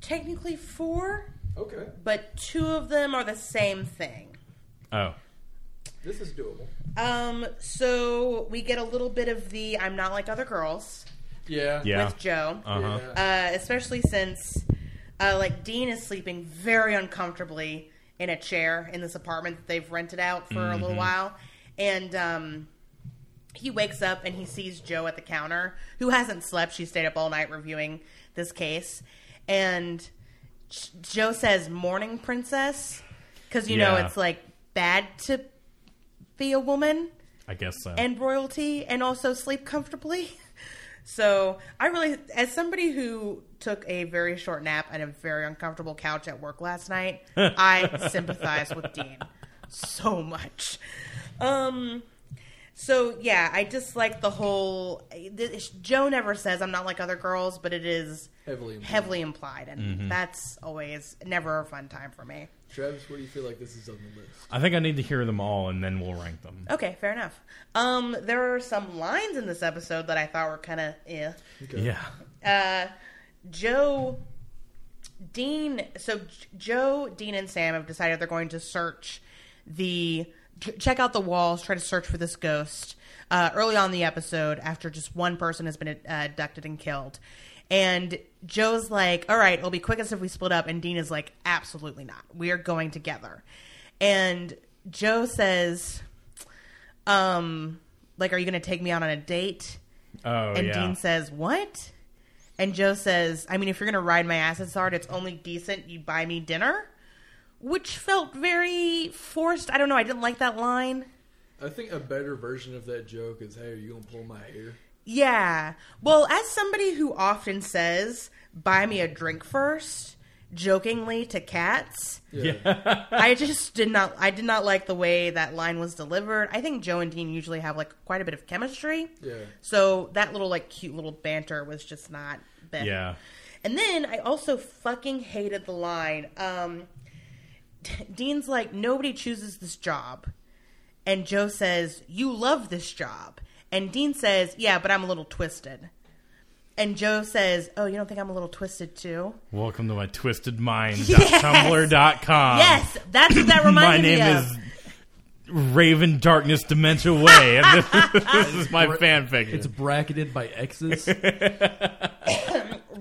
Speaker 2: technically four,
Speaker 3: Okay,
Speaker 2: but two of them are the same thing.
Speaker 1: Oh.
Speaker 3: this is doable.
Speaker 2: Um, so we get a little bit of the "I'm not like other girls"
Speaker 3: Yeah. Uh-huh.
Speaker 1: Yeah.
Speaker 2: with Joe.
Speaker 1: Uh huh.
Speaker 3: Yeah.
Speaker 2: uh, especially since uh, like Dean is sleeping very uncomfortably in a chair in this apartment that they've rented out for a little while, and um, he wakes up and he sees Joe at the counter, who hasn't slept. She stayed up all night reviewing this case, and J- Joe says, "Morning, princess," because you know
Speaker 1: Yeah.
Speaker 2: it's like bad to be a woman
Speaker 1: I guess so.
Speaker 2: and royalty and also sleep comfortably. So I really, as somebody who took a very short nap and a very uncomfortable couch at work last night, I sympathize with Dean so much. Um, so yeah, I dislike the whole. th- Joe never says I'm not like other girls, but it is
Speaker 3: Heavily implied.
Speaker 2: heavily implied, and that's always never a fun time for me.
Speaker 3: Travis, where do you feel like this is on the list?
Speaker 1: I think I need to hear them all and then we'll rank them.
Speaker 2: Okay, fair enough. Um, there are some lines in this episode that I thought were kind of eh.
Speaker 3: Okay.
Speaker 1: Yeah.
Speaker 2: uh, Joe, Dean. So J- Joe, Dean, and Sam have decided they're going to search the ch- check out the walls, try to search for this ghost. Uh, early on in the episode, after just one person has been uh, abducted and killed, and Joe's like, "All right, it'll be quickest if we split up," and Dean is like, "Absolutely not. We are going together." And Joe says, "Um, like, are you going to take me out on a date?"
Speaker 1: Oh
Speaker 2: And
Speaker 1: yeah.
Speaker 2: Dean says, "What?" And Joe says, "I mean, if you're gonna ride my ass as hard, it's only decent you buy me dinner," which felt very forced. I don't know. I didn't like that line.
Speaker 3: I think a better version of that joke is, "Hey, are you gonna pull my hair?"
Speaker 2: Yeah. Well, as somebody who often says, "Buy me a drink first, jokingly to cats,
Speaker 3: Yeah.
Speaker 2: I just did not. I did not like the way that line was delivered. I think Joe and Dean usually have like quite a bit of chemistry.
Speaker 3: Yeah.
Speaker 2: So that little like cute little banter was just not. Been.
Speaker 1: yeah.
Speaker 2: And then I also fucking hated the line. Um, Dean's like, nobody chooses this job. And Joe says, you love this job. And Dean says, yeah, but I'm a little twisted. And Joe says, oh, you don't think I'm a little twisted too?
Speaker 1: Welcome to my twisted mind.
Speaker 2: Yes!
Speaker 1: Tumblr.com.
Speaker 2: yes, that's what that
Speaker 1: Um, My
Speaker 2: reminded
Speaker 1: name
Speaker 2: me of.
Speaker 1: is Raven Darkness Dementia Way, and this, this is my fanfic.
Speaker 3: It's bracketed by X's.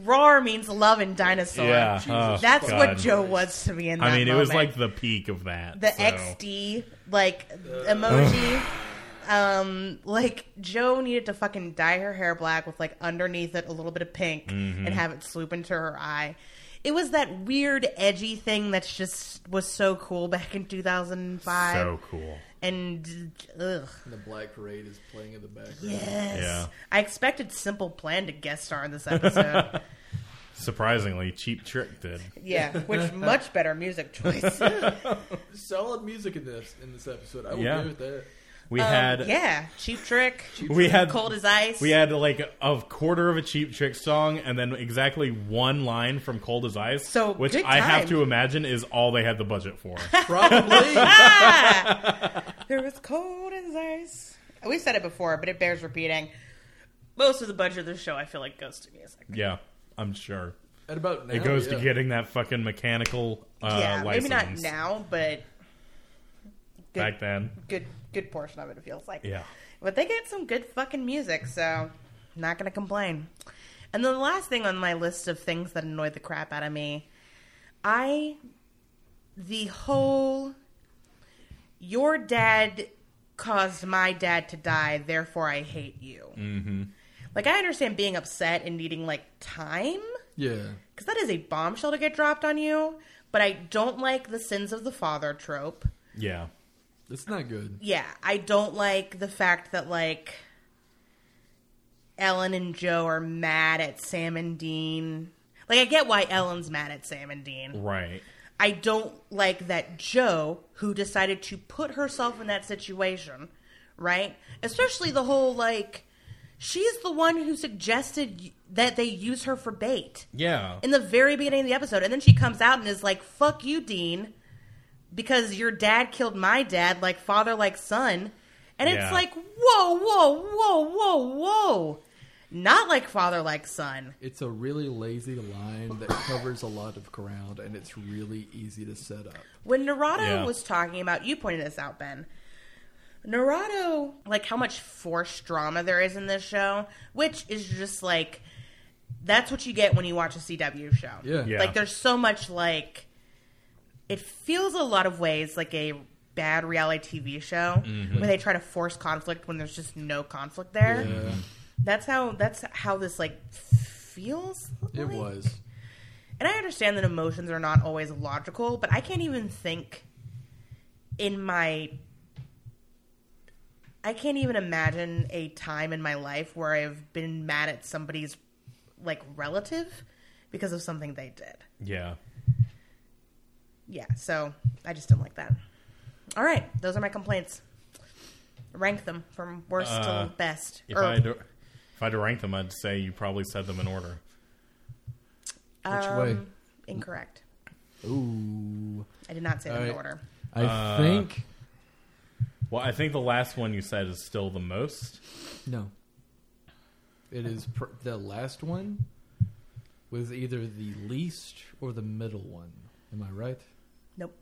Speaker 2: Roar means love in dinosaur.
Speaker 1: yeah,
Speaker 3: Jesus.
Speaker 1: oh,
Speaker 2: That's
Speaker 1: God.
Speaker 2: what Joe was to me in that
Speaker 1: I mean, it was
Speaker 2: moment.
Speaker 1: like the peak of that.
Speaker 2: the
Speaker 1: so.
Speaker 2: XD like emoji. um, like Joe needed to fucking dye her hair black with like underneath it a little bit of pink
Speaker 1: Mm-hmm.
Speaker 2: and have it swoop into her eye. It was that weird edgy thing that's just was so cool back in 2005.
Speaker 1: So cool.
Speaker 2: And ugh,
Speaker 3: and the Black Parade is playing in the background.
Speaker 2: yes.
Speaker 1: Yeah.
Speaker 2: I expected Simple Plan to guest star in this episode.
Speaker 1: Surprisingly, Cheap Trick did.
Speaker 2: yeah, which much better music choice.
Speaker 3: Solid music in this in this episode. I will
Speaker 1: Yeah.
Speaker 3: give it that.
Speaker 1: We
Speaker 2: Um,
Speaker 1: had
Speaker 2: yeah, Cheap Trick,
Speaker 1: we had
Speaker 2: Cold as Ice.
Speaker 1: we had like a quarter of a Cheap Trick song, and then exactly one line from Cold as Ice.
Speaker 2: So,
Speaker 1: which
Speaker 2: good
Speaker 1: I have
Speaker 2: time.
Speaker 1: to imagine is all they had the budget for.
Speaker 3: Probably.
Speaker 2: There was cold as ice. We've said it before, but it bears repeating. Most of the budget of the show, I feel like, goes to music.
Speaker 1: yeah, I'm sure.
Speaker 3: At about now,
Speaker 1: It goes
Speaker 3: yeah.
Speaker 1: to getting that fucking mechanical uh,
Speaker 2: yeah, maybe
Speaker 1: license.
Speaker 2: not now, but good,
Speaker 1: Back then,
Speaker 2: good good portion of it, it feels like.
Speaker 1: yeah.
Speaker 2: But they get some good fucking music, so not gonna complain. And then the last thing on my list of things that annoyed the crap out of me, I the whole your dad caused my dad to die, therefore I hate you. Mm-hmm. Like I understand being upset and needing like time
Speaker 3: Yeah,
Speaker 2: because that is a bombshell to get dropped on you. But I don't like the sins of the father trope.
Speaker 1: Yeah.
Speaker 3: it's not good.
Speaker 2: Yeah, I don't like the fact that like Ellen and Joe are mad at Sam and Dean. Like I get why Ellen's mad at Sam and Dean.
Speaker 1: Right.
Speaker 2: I don't like that Joe who decided to put herself in that situation, right? Especially the whole like she's the one who suggested y- that they use her for bait
Speaker 1: Yeah.
Speaker 2: in the very beginning of the episode. And then she comes out and is like, fuck you, Dean, because your dad killed my dad, like father, like son. And it's
Speaker 1: Yeah.
Speaker 2: like, whoa, whoa, whoa, whoa, whoa. Not like father, like son.
Speaker 3: It's a really lazy line that covers a lot of ground, and it's really easy to set up.
Speaker 2: When Nerado
Speaker 1: Yeah.
Speaker 2: was talking about, you pointed this out, Ben. Nerado, like how much forced drama there is in this show, which is just like, that's what you get when you watch a CW show.
Speaker 3: Yeah,
Speaker 1: Yeah.
Speaker 2: Like there's so much like it feels a lot of ways like a bad reality TV show
Speaker 3: Mm-hmm.
Speaker 2: where they try to force conflict when there's just no conflict there.
Speaker 3: Yeah,
Speaker 2: That's how that's how this like feels.
Speaker 3: it
Speaker 2: like.
Speaker 3: was.
Speaker 2: And I understand that emotions are not always logical, but I can't even think in my I can't even imagine a time in my life where I've been mad at somebody's like relative because of something they did.
Speaker 1: Yeah.
Speaker 2: yeah, so I just didn't like that. All right, those are my complaints. Rank them from worst
Speaker 1: Uh,
Speaker 2: to best.
Speaker 1: If
Speaker 2: Or,
Speaker 1: I had to, if I had to rank them, I'd say you probably said them in order.
Speaker 3: Which
Speaker 2: um,
Speaker 3: way?
Speaker 2: Incorrect.
Speaker 3: Ooh,
Speaker 2: I did not say them in
Speaker 3: Alright.
Speaker 2: order.
Speaker 3: I
Speaker 1: Uh,
Speaker 3: think
Speaker 1: Well, I think the last one you said is still the most.
Speaker 3: no. It is pr- the last one was either the least or the middle one. Am I right?
Speaker 2: Nope.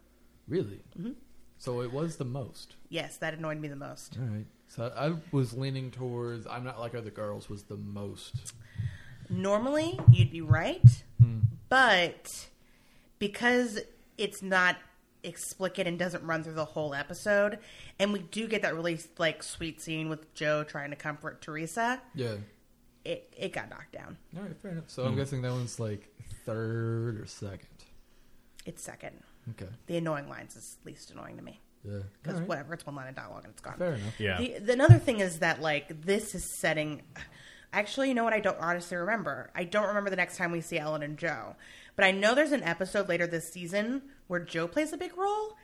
Speaker 3: Really? Mm-hmm. So it was the most.
Speaker 2: Yes, that annoyed me the most.
Speaker 3: All right. So I was leaning towards I'm not like other girls was the most.
Speaker 2: Normally, you'd be right,
Speaker 3: Hmm.
Speaker 2: but because it's not explicit and doesn't run through the whole episode, and we do get that really like sweet scene with Joe trying to comfort Teresa,
Speaker 3: Yeah.
Speaker 2: it it got knocked down.
Speaker 3: All right, fair enough. So I'm guessing that one's like third or second.
Speaker 2: It's second.
Speaker 3: Okay.
Speaker 2: The annoying lines is least annoying to me.
Speaker 3: Yeah.
Speaker 2: because
Speaker 3: All right.
Speaker 2: whatever, it's one line of dialogue and it's gone.
Speaker 3: Fair enough.
Speaker 1: Yeah.
Speaker 2: The, the another thing is that like this is setting. Actually, you know what? I don't honestly remember. I don't remember the next time we see Ellen and Joe, but I know there's an episode later this season where Joe plays a big role,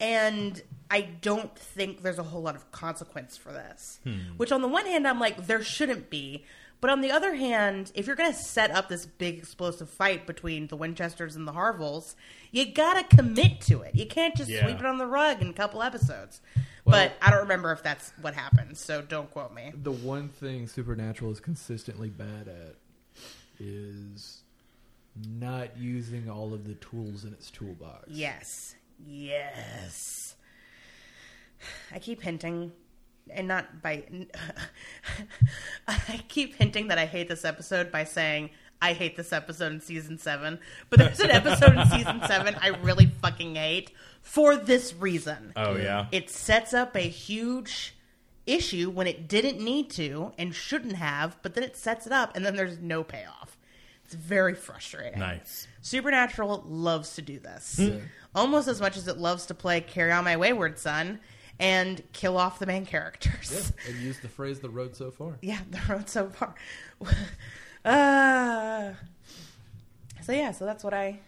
Speaker 2: and I don't think there's a whole lot of consequence for this.
Speaker 1: Hmm.
Speaker 2: Which, on the one hand, I'm like there shouldn't be, but on the other hand, if you're going to set up this big explosive fight between the Winchesters and the Harvilles, you gotta commit to it. You can't just
Speaker 1: Yeah.
Speaker 2: sweep it on the rug in a couple episodes.
Speaker 3: Well-
Speaker 2: but I don't remember if that's what happened, so don't quote me.
Speaker 3: The one thing Supernatural is consistently bad at is not using all of the tools in its toolbox.
Speaker 2: Yes. Yes. I keep hinting and not by I keep hinting that I hate this episode by saying I hate this episode in season 7, but there's an episode in season 7 I really fucking hate for this reason.
Speaker 1: Oh yeah.
Speaker 2: it sets up a huge issue when it didn't need to and shouldn't have, but then it sets it up and then there's no payoff. It's very frustrating.
Speaker 1: Nice.
Speaker 2: Supernatural loves to do this
Speaker 3: Yeah.
Speaker 2: almost as much as it loves to play Carry On My Wayward Son and kill off the main
Speaker 3: Yeah.
Speaker 2: characters.
Speaker 3: And use the phrase the road so far.
Speaker 2: Yeah, the road so far. uh, so yeah, so that's what I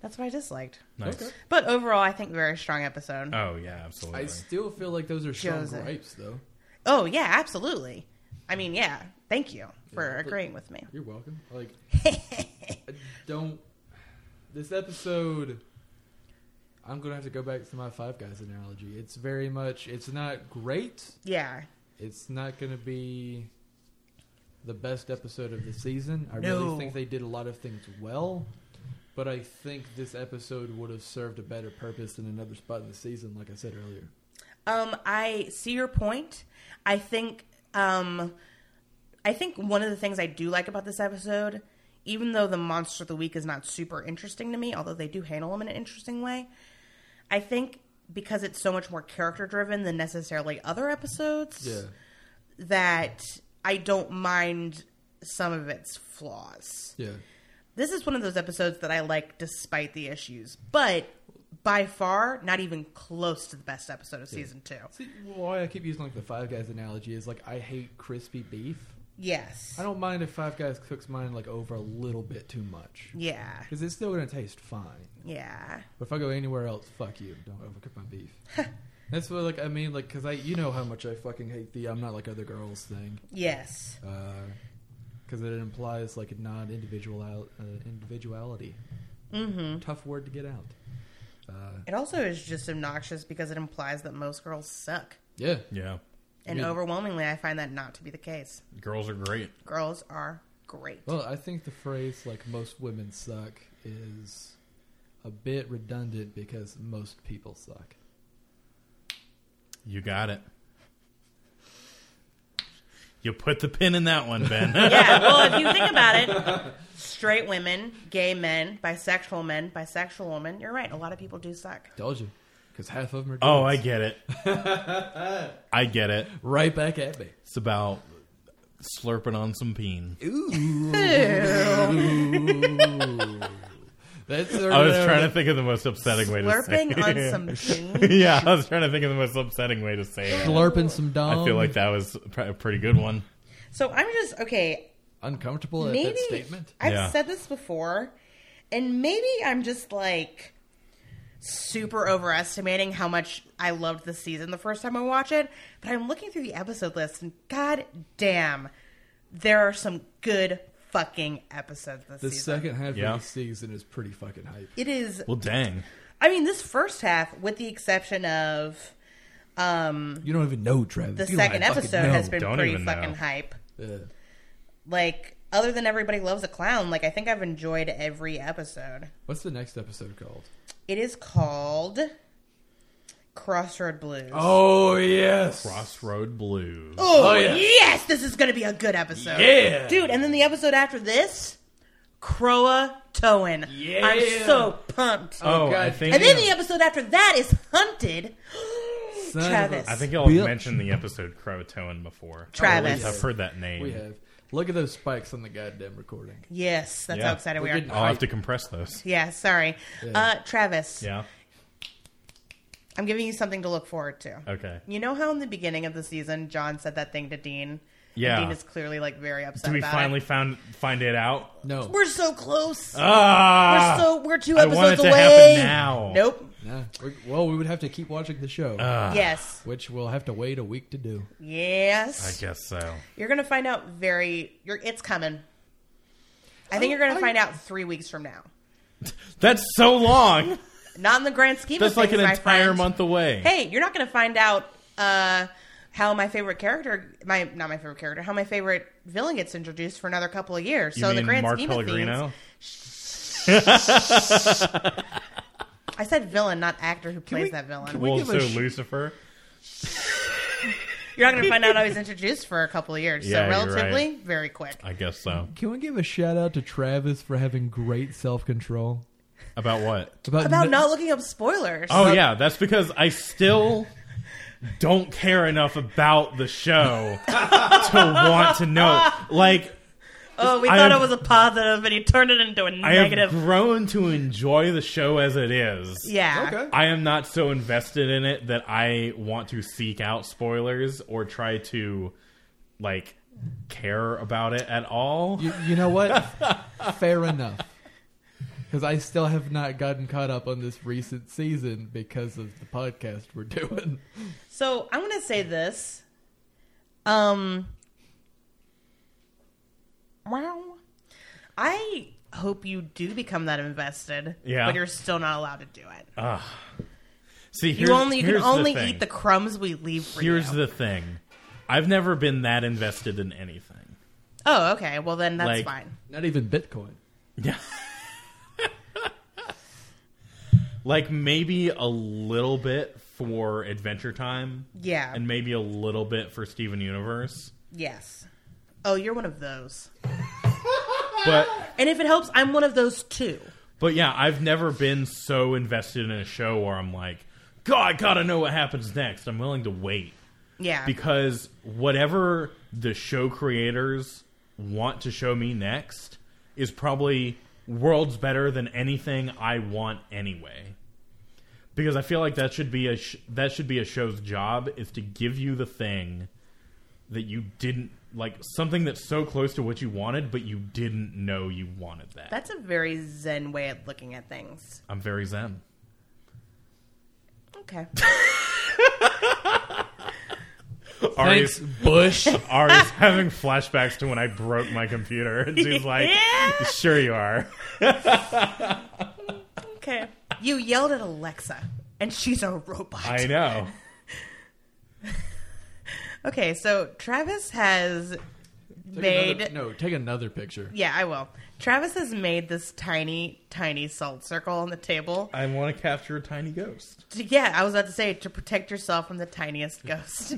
Speaker 2: that's what I disliked.
Speaker 1: Nice.
Speaker 3: Okay.
Speaker 2: But overall, I think very strong episode.
Speaker 1: Oh yeah, absolutely.
Speaker 3: I still feel like those are strong
Speaker 2: Shows it.
Speaker 3: gripes, though.
Speaker 2: Oh yeah, absolutely. I mean, yeah. Thank you for
Speaker 3: Yeah, but-
Speaker 2: agreeing with me.
Speaker 3: You're welcome. Like, I don't. This episode, I'm gonna have to go back to my Five Guys analogy. It's very much. It's not great.
Speaker 2: Yeah.
Speaker 3: It's not gonna be the best episode of the season. I
Speaker 2: No.
Speaker 3: really think they did a lot of things well, but I think this episode would have served a better purpose in another spot in the season, like I said earlier.
Speaker 2: Um, I see your point. I think um, I think one of the things I do like about this episode, even though the monster of the week is not super interesting to me, although they do handle him in an interesting way, I think because it's so much more character driven than necessarily other episodes, that I don't mind some of its flaws.
Speaker 3: yeah.
Speaker 2: This is one of those episodes that I like despite the issues, but by far not even close to the best episode of season two.
Speaker 3: See, why I keep using like the Five Guys analogy is like I hate crispy beef.
Speaker 2: Yes.
Speaker 3: I don't mind if Five Guys cooks mine like over a little bit too much
Speaker 2: Yeah.
Speaker 3: because it's still gonna taste fine.
Speaker 2: Yeah.
Speaker 3: But if I go anywhere else, fuck you. Don't overcook my beef. That's what like I mean, like because I you know how much I fucking hate the I'm not like other girls thing
Speaker 2: Yes.
Speaker 3: because it implies like non individual uh, individuality.
Speaker 2: Mm-hmm.
Speaker 3: Tough word to get out. Uh,
Speaker 2: It also is just obnoxious because it implies that most girls suck.
Speaker 3: yeah,
Speaker 1: Yeah.
Speaker 2: And
Speaker 3: Yeah.
Speaker 2: overwhelmingly, I find that not to be the case.
Speaker 1: Girls are great.
Speaker 2: Girls are great.
Speaker 3: Well, I think the phrase like most women suck is a bit redundant because most people suck.
Speaker 1: You got it. You put the pin in that one, Ben.
Speaker 2: yeah, well, if you think about it, straight women, gay men, bisexual men, bisexual women, you're right. A lot of people do suck.
Speaker 3: Told you. Because half of them are
Speaker 1: oh, I
Speaker 3: dudes.
Speaker 1: get it. I get it.
Speaker 3: right back at me.
Speaker 1: It's about slurping on some peen.
Speaker 3: That's
Speaker 1: I was trying to think of the most upsetting way to say
Speaker 2: Slurping on some peen.
Speaker 1: Yeah, I was trying to think of the most upsetting way to say it.
Speaker 3: slurping some dong.
Speaker 1: I feel like that was pr- a pretty good one.
Speaker 2: So I'm just, okay,
Speaker 3: uncomfortable at
Speaker 2: maybe
Speaker 3: that statement.
Speaker 2: I've
Speaker 1: Yeah.
Speaker 2: said this before, and maybe I'm just like super overestimating how much I loved the season the first time I watch it. But I'm looking through the episode list, and god damn, there are some good fucking episodes this
Speaker 3: The
Speaker 2: season.
Speaker 3: second half
Speaker 1: Yeah.
Speaker 3: of the season is pretty fucking hype.
Speaker 2: it is.
Speaker 1: Well, dang.
Speaker 2: I mean, this first half, with the exception of um,
Speaker 3: You don't even know Travis.
Speaker 2: the
Speaker 3: You don't
Speaker 2: second
Speaker 3: fucking
Speaker 2: episode,
Speaker 3: know.
Speaker 2: has been
Speaker 1: Don't
Speaker 2: pretty
Speaker 1: even know.
Speaker 2: fucking hype.
Speaker 3: Yeah.
Speaker 2: Like, other than everybody loves a clown, like I think I've enjoyed every episode.
Speaker 3: What's the next episode called?
Speaker 2: It is called Crossroad Blues. Oh,
Speaker 3: yes,
Speaker 1: Crossroad Blues.
Speaker 2: yes. this is going to be a good episode.
Speaker 3: Yeah.
Speaker 2: Dude, and then the episode after this, Croa Toan. Yeah. I'm so pumped.
Speaker 1: Oh, I
Speaker 3: God
Speaker 1: think
Speaker 2: and then the episode after that is Hunted.
Speaker 3: Son of a-
Speaker 2: Travis.
Speaker 1: I think y'all have
Speaker 3: Bill-
Speaker 1: mentioned the episode Croatoan before.
Speaker 2: Travis.
Speaker 1: Or at least I've heard that name.
Speaker 3: We have. Look at those spikes on the goddamn recording.
Speaker 2: yes, that's
Speaker 1: Yeah.
Speaker 2: how excited we
Speaker 3: We're
Speaker 2: are.
Speaker 3: getting-
Speaker 1: I'll have to compress those.
Speaker 2: Yeah, sorry.
Speaker 3: Yeah.
Speaker 2: Uh, Travis,
Speaker 1: Yeah.
Speaker 2: I'm giving you something to look forward to.
Speaker 1: Okay.
Speaker 2: You know how in the beginning of the season, John said that thing to Dean? And
Speaker 1: Yeah.
Speaker 2: Dean is clearly like very upset
Speaker 1: Do we
Speaker 2: about
Speaker 1: finally
Speaker 2: it.
Speaker 1: found find it out?
Speaker 3: No,
Speaker 2: We're so close.
Speaker 1: Ah,
Speaker 2: We're so we're two
Speaker 1: I want
Speaker 2: episodes
Speaker 1: it to
Speaker 2: away.
Speaker 1: happen now.
Speaker 2: Nope.
Speaker 3: Nah. We- well, we would have to keep watching the show,
Speaker 1: Uh, Ah.
Speaker 2: yes.
Speaker 3: which we'll have to wait a week to do.
Speaker 1: I
Speaker 2: Yes.
Speaker 1: guess so.
Speaker 2: You're gonna find out very. You're, it's coming. I think you're gonna
Speaker 3: I-
Speaker 2: find out three weeks from now.
Speaker 1: That's so long.
Speaker 2: Not in the grand scheme.
Speaker 1: That's
Speaker 2: of
Speaker 1: like
Speaker 2: things,
Speaker 1: an
Speaker 2: my
Speaker 1: entire
Speaker 2: friend.
Speaker 1: month away.
Speaker 2: Hey, you're not gonna find out uh, how my favorite character, my not my favorite character, how my favorite villain gets introduced for another couple of years.
Speaker 1: you
Speaker 2: so in
Speaker 1: mean
Speaker 2: the grand
Speaker 1: Mark
Speaker 2: scheme of
Speaker 1: Pellegrino?
Speaker 2: things, I said villain, not actor who plays
Speaker 3: we-
Speaker 2: that villain.
Speaker 3: can we-
Speaker 1: Well,
Speaker 3: give
Speaker 1: so
Speaker 3: a sh-
Speaker 1: Lucifer.
Speaker 2: You're not going to find out how he's introduced for a couple of years.
Speaker 1: Yeah,
Speaker 2: so
Speaker 1: you're right.
Speaker 2: relatively, very quick.
Speaker 1: I guess so.
Speaker 3: Can we give a shout out to Travis for having great self control
Speaker 1: About what?
Speaker 2: About not looking up spoilers.
Speaker 1: Uh, Oh yeah, that's because I still don't care enough about the show to want to know. Like
Speaker 2: Oh, we
Speaker 1: I
Speaker 2: thought
Speaker 1: have-
Speaker 2: it was a positive, and he turned it into a
Speaker 1: I
Speaker 2: negative.
Speaker 1: have grown to enjoy the show as it is.
Speaker 2: yeah.
Speaker 3: Okay.
Speaker 1: I am not so invested in it that I want to seek out spoilers or try to like care about it at all.
Speaker 3: You, you know what? Fair enough. Because I still have not gotten caught up on this recent season because of the podcast we're doing.
Speaker 2: So I'm going to say this. Um. Wow. I hope you do become that invested.
Speaker 1: Yeah.
Speaker 2: But you're still not allowed to do it.
Speaker 1: See,
Speaker 2: you
Speaker 1: here's,
Speaker 2: only you can
Speaker 1: here's
Speaker 2: only
Speaker 1: the thing.
Speaker 2: eat the crumbs we leave for
Speaker 1: Here's
Speaker 2: you.
Speaker 1: the thing. I've never been that invested in anything.
Speaker 2: Oh, okay. Well, then that's
Speaker 1: Like-
Speaker 2: fine.
Speaker 3: Not even Bitcoin.
Speaker 1: Yeah. like maybe a little bit for Adventure Time
Speaker 2: Yeah.
Speaker 1: and maybe a little bit for Steven Universe.
Speaker 2: yes. Oh, you're one of those.
Speaker 1: But
Speaker 2: And if it helps, I'm one of those too.
Speaker 1: but yeah, I've never been so invested in a show where I'm like, God, I gotta know what happens next. I'm willing to wait.
Speaker 2: Yeah.
Speaker 1: Because whatever the show creators want to show me next is probably worlds better than anything I want anyway. Because I feel like that should be a sh- that should be a show's job is to give you the thing that you didn't like something that's so close to what you wanted but you didn't know you wanted that.
Speaker 2: that's a very zen way of looking at things.
Speaker 1: I'm very zen.
Speaker 2: Okay.
Speaker 1: Ari's,
Speaker 4: Bush.
Speaker 1: Ari's having flashbacks to when I broke my computer and she's like,
Speaker 2: Yeah.
Speaker 1: "Sure you are."
Speaker 2: okay. You yelled at Alexa, and she's a robot.
Speaker 1: I know.
Speaker 2: Okay, so Travis has
Speaker 3: Take
Speaker 2: made.
Speaker 3: another- no, take another picture.
Speaker 2: Yeah, I will. Travis has made this tiny, tiny salt circle on the table.
Speaker 1: I want to capture a tiny ghost.
Speaker 2: To- yeah, I was about to say to protect yourself from the tiniest ghost,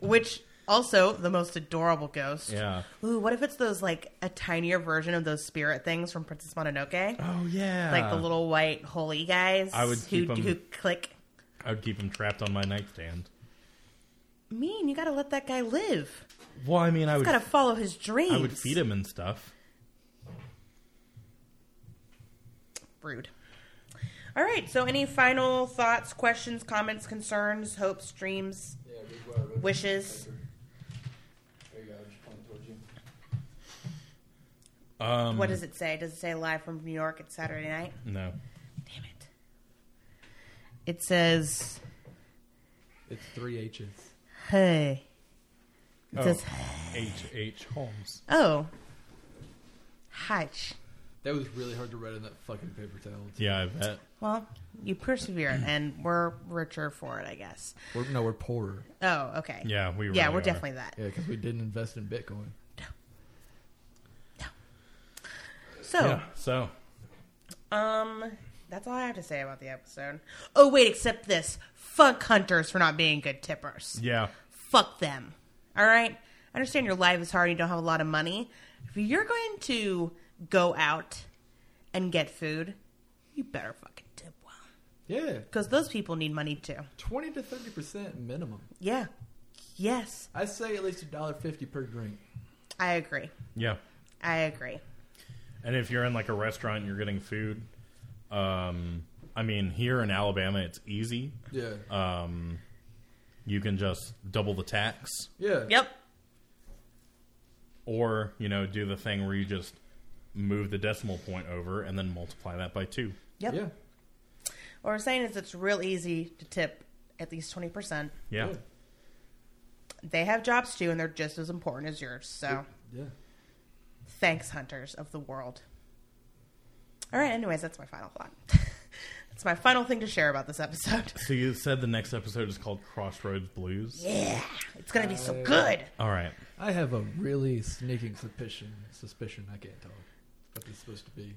Speaker 2: which also the most adorable ghost.
Speaker 1: Yeah.
Speaker 2: Ooh, what if it's those like a tinier version of those spirit things from Princess Mononoke,
Speaker 1: Oh yeah.
Speaker 2: like the little white holy guys
Speaker 1: I would
Speaker 2: who
Speaker 1: keep 'em-
Speaker 2: who click.
Speaker 1: I would keep him trapped on my nightstand.
Speaker 2: Mean, you gotta let that guy live.
Speaker 1: Well, I mean, I would
Speaker 2: Gotta follow his dreams.
Speaker 1: I would feed him and stuff.
Speaker 2: Rude. All right. So, any final thoughts, questions, comments, concerns, hopes, dreams? Wishes.
Speaker 3: There you go. I just pointed towards you.
Speaker 1: Um,
Speaker 2: What does it say? Does it say live from New York? It's Saturday night.
Speaker 1: no?
Speaker 2: Damn it. It says,
Speaker 3: It's three H's.
Speaker 2: hey. It
Speaker 1: Oh.
Speaker 2: says,
Speaker 1: H H Holmes.
Speaker 2: oh. Hutch.
Speaker 3: That was really hard to write in that fucking paper towel.
Speaker 1: Yeah, I bet.
Speaker 2: Well, you persevere,
Speaker 1: Mm.
Speaker 2: and we're richer for it, I guess.
Speaker 3: We're, no, we're poorer.
Speaker 2: Oh, okay.
Speaker 1: Yeah, we.
Speaker 2: yeah,
Speaker 1: really
Speaker 2: we're
Speaker 1: are.
Speaker 2: definitely that.
Speaker 3: Yeah, because we didn't invest in Bitcoin.
Speaker 2: So,
Speaker 1: Yeah. So
Speaker 2: Um, that's all I have to say about the episode. Oh wait, except this: fuck hunters for not being good tippers.
Speaker 1: yeah,
Speaker 2: Fuck them. All right. I understand your life is hard. and You don't have a lot of money. If you're going to go out and get food, you better fucking tip well
Speaker 3: Yeah,
Speaker 2: because those people need money too.
Speaker 3: twenty to thirty percent minimum.
Speaker 2: Yeah. Yes,
Speaker 3: I say at least a dollar fifty per drink.
Speaker 2: I agree.
Speaker 1: yeah.
Speaker 2: I agree.
Speaker 1: And if you're in like a restaurant, and you're getting food. Um, I mean, here in Alabama, it's easy.
Speaker 3: Yeah,
Speaker 1: Um, you can just double the tax,
Speaker 3: yeah.
Speaker 2: Yep.
Speaker 1: or you know, do the thing where you just move the decimal point over and then multiply that by two.
Speaker 2: Yep.
Speaker 3: Yeah.
Speaker 2: What we're saying is it's real easy to tip at least twenty percent.
Speaker 1: Yeah.
Speaker 3: Yeah.
Speaker 2: They have jobs too, and they're just as important as yours. So.
Speaker 3: Yeah.
Speaker 2: thanks hunters of the world all right anyways that's my final thought that's my final thing to share about this episode
Speaker 1: So you said the next episode is called Crossroads Blues.
Speaker 2: yeah Eh, it's gonna be so good
Speaker 1: All right.
Speaker 3: I have a really sneaking suspicion. Suspicion I can't tell what it's supposed to be.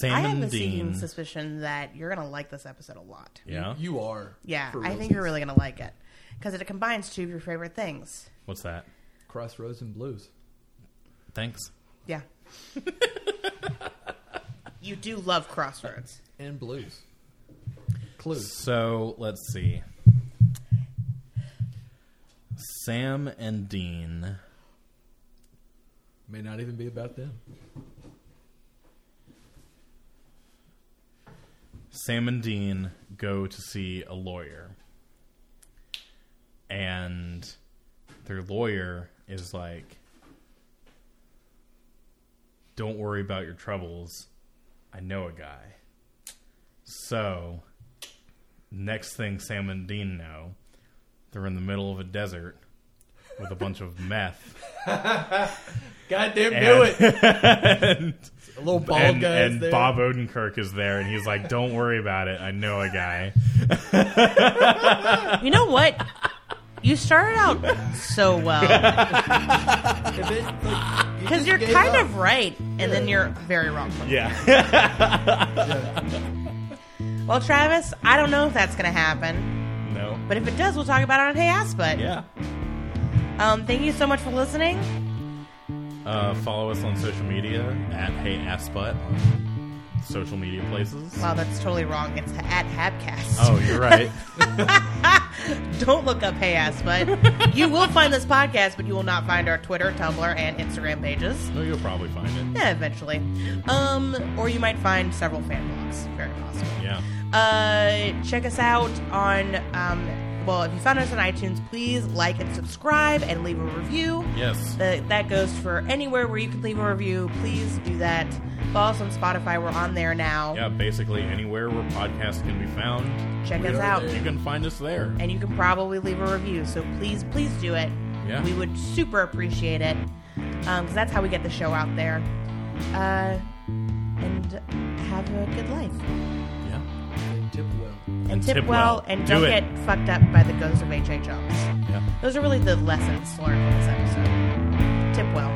Speaker 1: Sam
Speaker 2: i have
Speaker 1: and
Speaker 2: a sneaking
Speaker 1: Dean.
Speaker 2: suspicion that you're gonna like this episode a lot
Speaker 1: yeah.
Speaker 3: You are.
Speaker 2: yeah
Speaker 3: for
Speaker 2: i
Speaker 3: reasons.
Speaker 2: think you're really gonna like it because it combines two of your favorite things
Speaker 1: What's that?
Speaker 3: Crossroads and blues.
Speaker 1: Thanks.
Speaker 2: yeah you do love crossroads
Speaker 3: And blues. Clues.
Speaker 1: So let's see. Sam and Dean.
Speaker 3: May not even be about them.
Speaker 1: Sam and Dean go to see a lawyer. And their lawyer is like, Don't worry about your troubles. I know a guy. So, next thing Sam and Dean know, they're in the middle of a desert with a bunch of meth.
Speaker 3: Goddamn,
Speaker 1: And-
Speaker 3: A little bald
Speaker 1: and,
Speaker 3: guy.
Speaker 1: and Bob Odenkirk is there, and he's like, "Don't worry about it. I know a guy."
Speaker 2: you know what You started out so well because you're kind of right, and then you're very wrong.
Speaker 1: Yeah.
Speaker 2: Well, Travis, I don't know if that's going to happen,
Speaker 1: no.
Speaker 2: but if it does, we'll talk about it on Hey Ass Butt.
Speaker 1: Yeah.
Speaker 2: Um, thank you so much for listening.
Speaker 1: Uh, follow us on social media at Hey Ass Butt on social media places.
Speaker 2: Wow, that's totally wrong. It's at Habcast.
Speaker 1: Oh, you're right.
Speaker 2: Don't look up Hey Ass Butt. you will find this podcast, but you will not find our Twitter, Tumblr, and Instagram pages.
Speaker 1: no, Oh, you'll probably find it.
Speaker 2: Yeah, eventually. Um, or you might find several fan blogs. Very possible.
Speaker 1: Yeah.
Speaker 2: Uh, check us out on, um, well, if you found us on iTunes, please like and subscribe and leave a review.
Speaker 1: Yes.
Speaker 2: The, that goes for anywhere where you can leave a review. Please do that. Follow us on Spotify. We're on there now.
Speaker 1: Yeah, basically anywhere where podcasts can be found,
Speaker 2: Check
Speaker 1: we
Speaker 2: us
Speaker 1: are
Speaker 2: out.
Speaker 1: there. You can find us there.
Speaker 2: And you can probably leave a review. So please, please do it.
Speaker 1: Yeah.
Speaker 2: We would super appreciate it. Because that's how we get the show out there. Uh, and have a good life.
Speaker 1: Yeah.
Speaker 3: Tip well.
Speaker 2: And,
Speaker 1: tip well.
Speaker 2: and
Speaker 1: Do
Speaker 2: don't
Speaker 1: it.
Speaker 2: get fucked up by the ghost of H.H. Holmes.
Speaker 1: Yeah.
Speaker 2: Those are really the lessons learned from this episode. Tip well.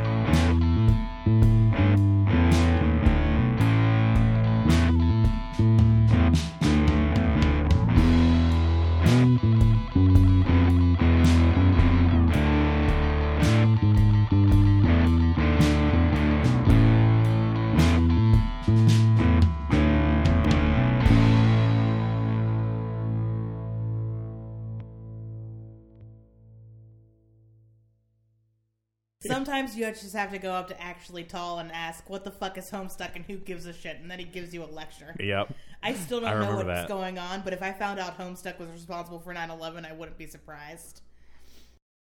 Speaker 2: Sometimes you just have to go up to actually tall and ask, "What the fuck is Homestuck and who gives a shit?" And then he gives you a lecture.
Speaker 1: Yep.
Speaker 2: I still don't
Speaker 1: I
Speaker 2: know
Speaker 1: remember
Speaker 2: what's
Speaker 1: that.
Speaker 2: going on, but if I found out Homestuck was responsible for 9/11, I wouldn't be surprised.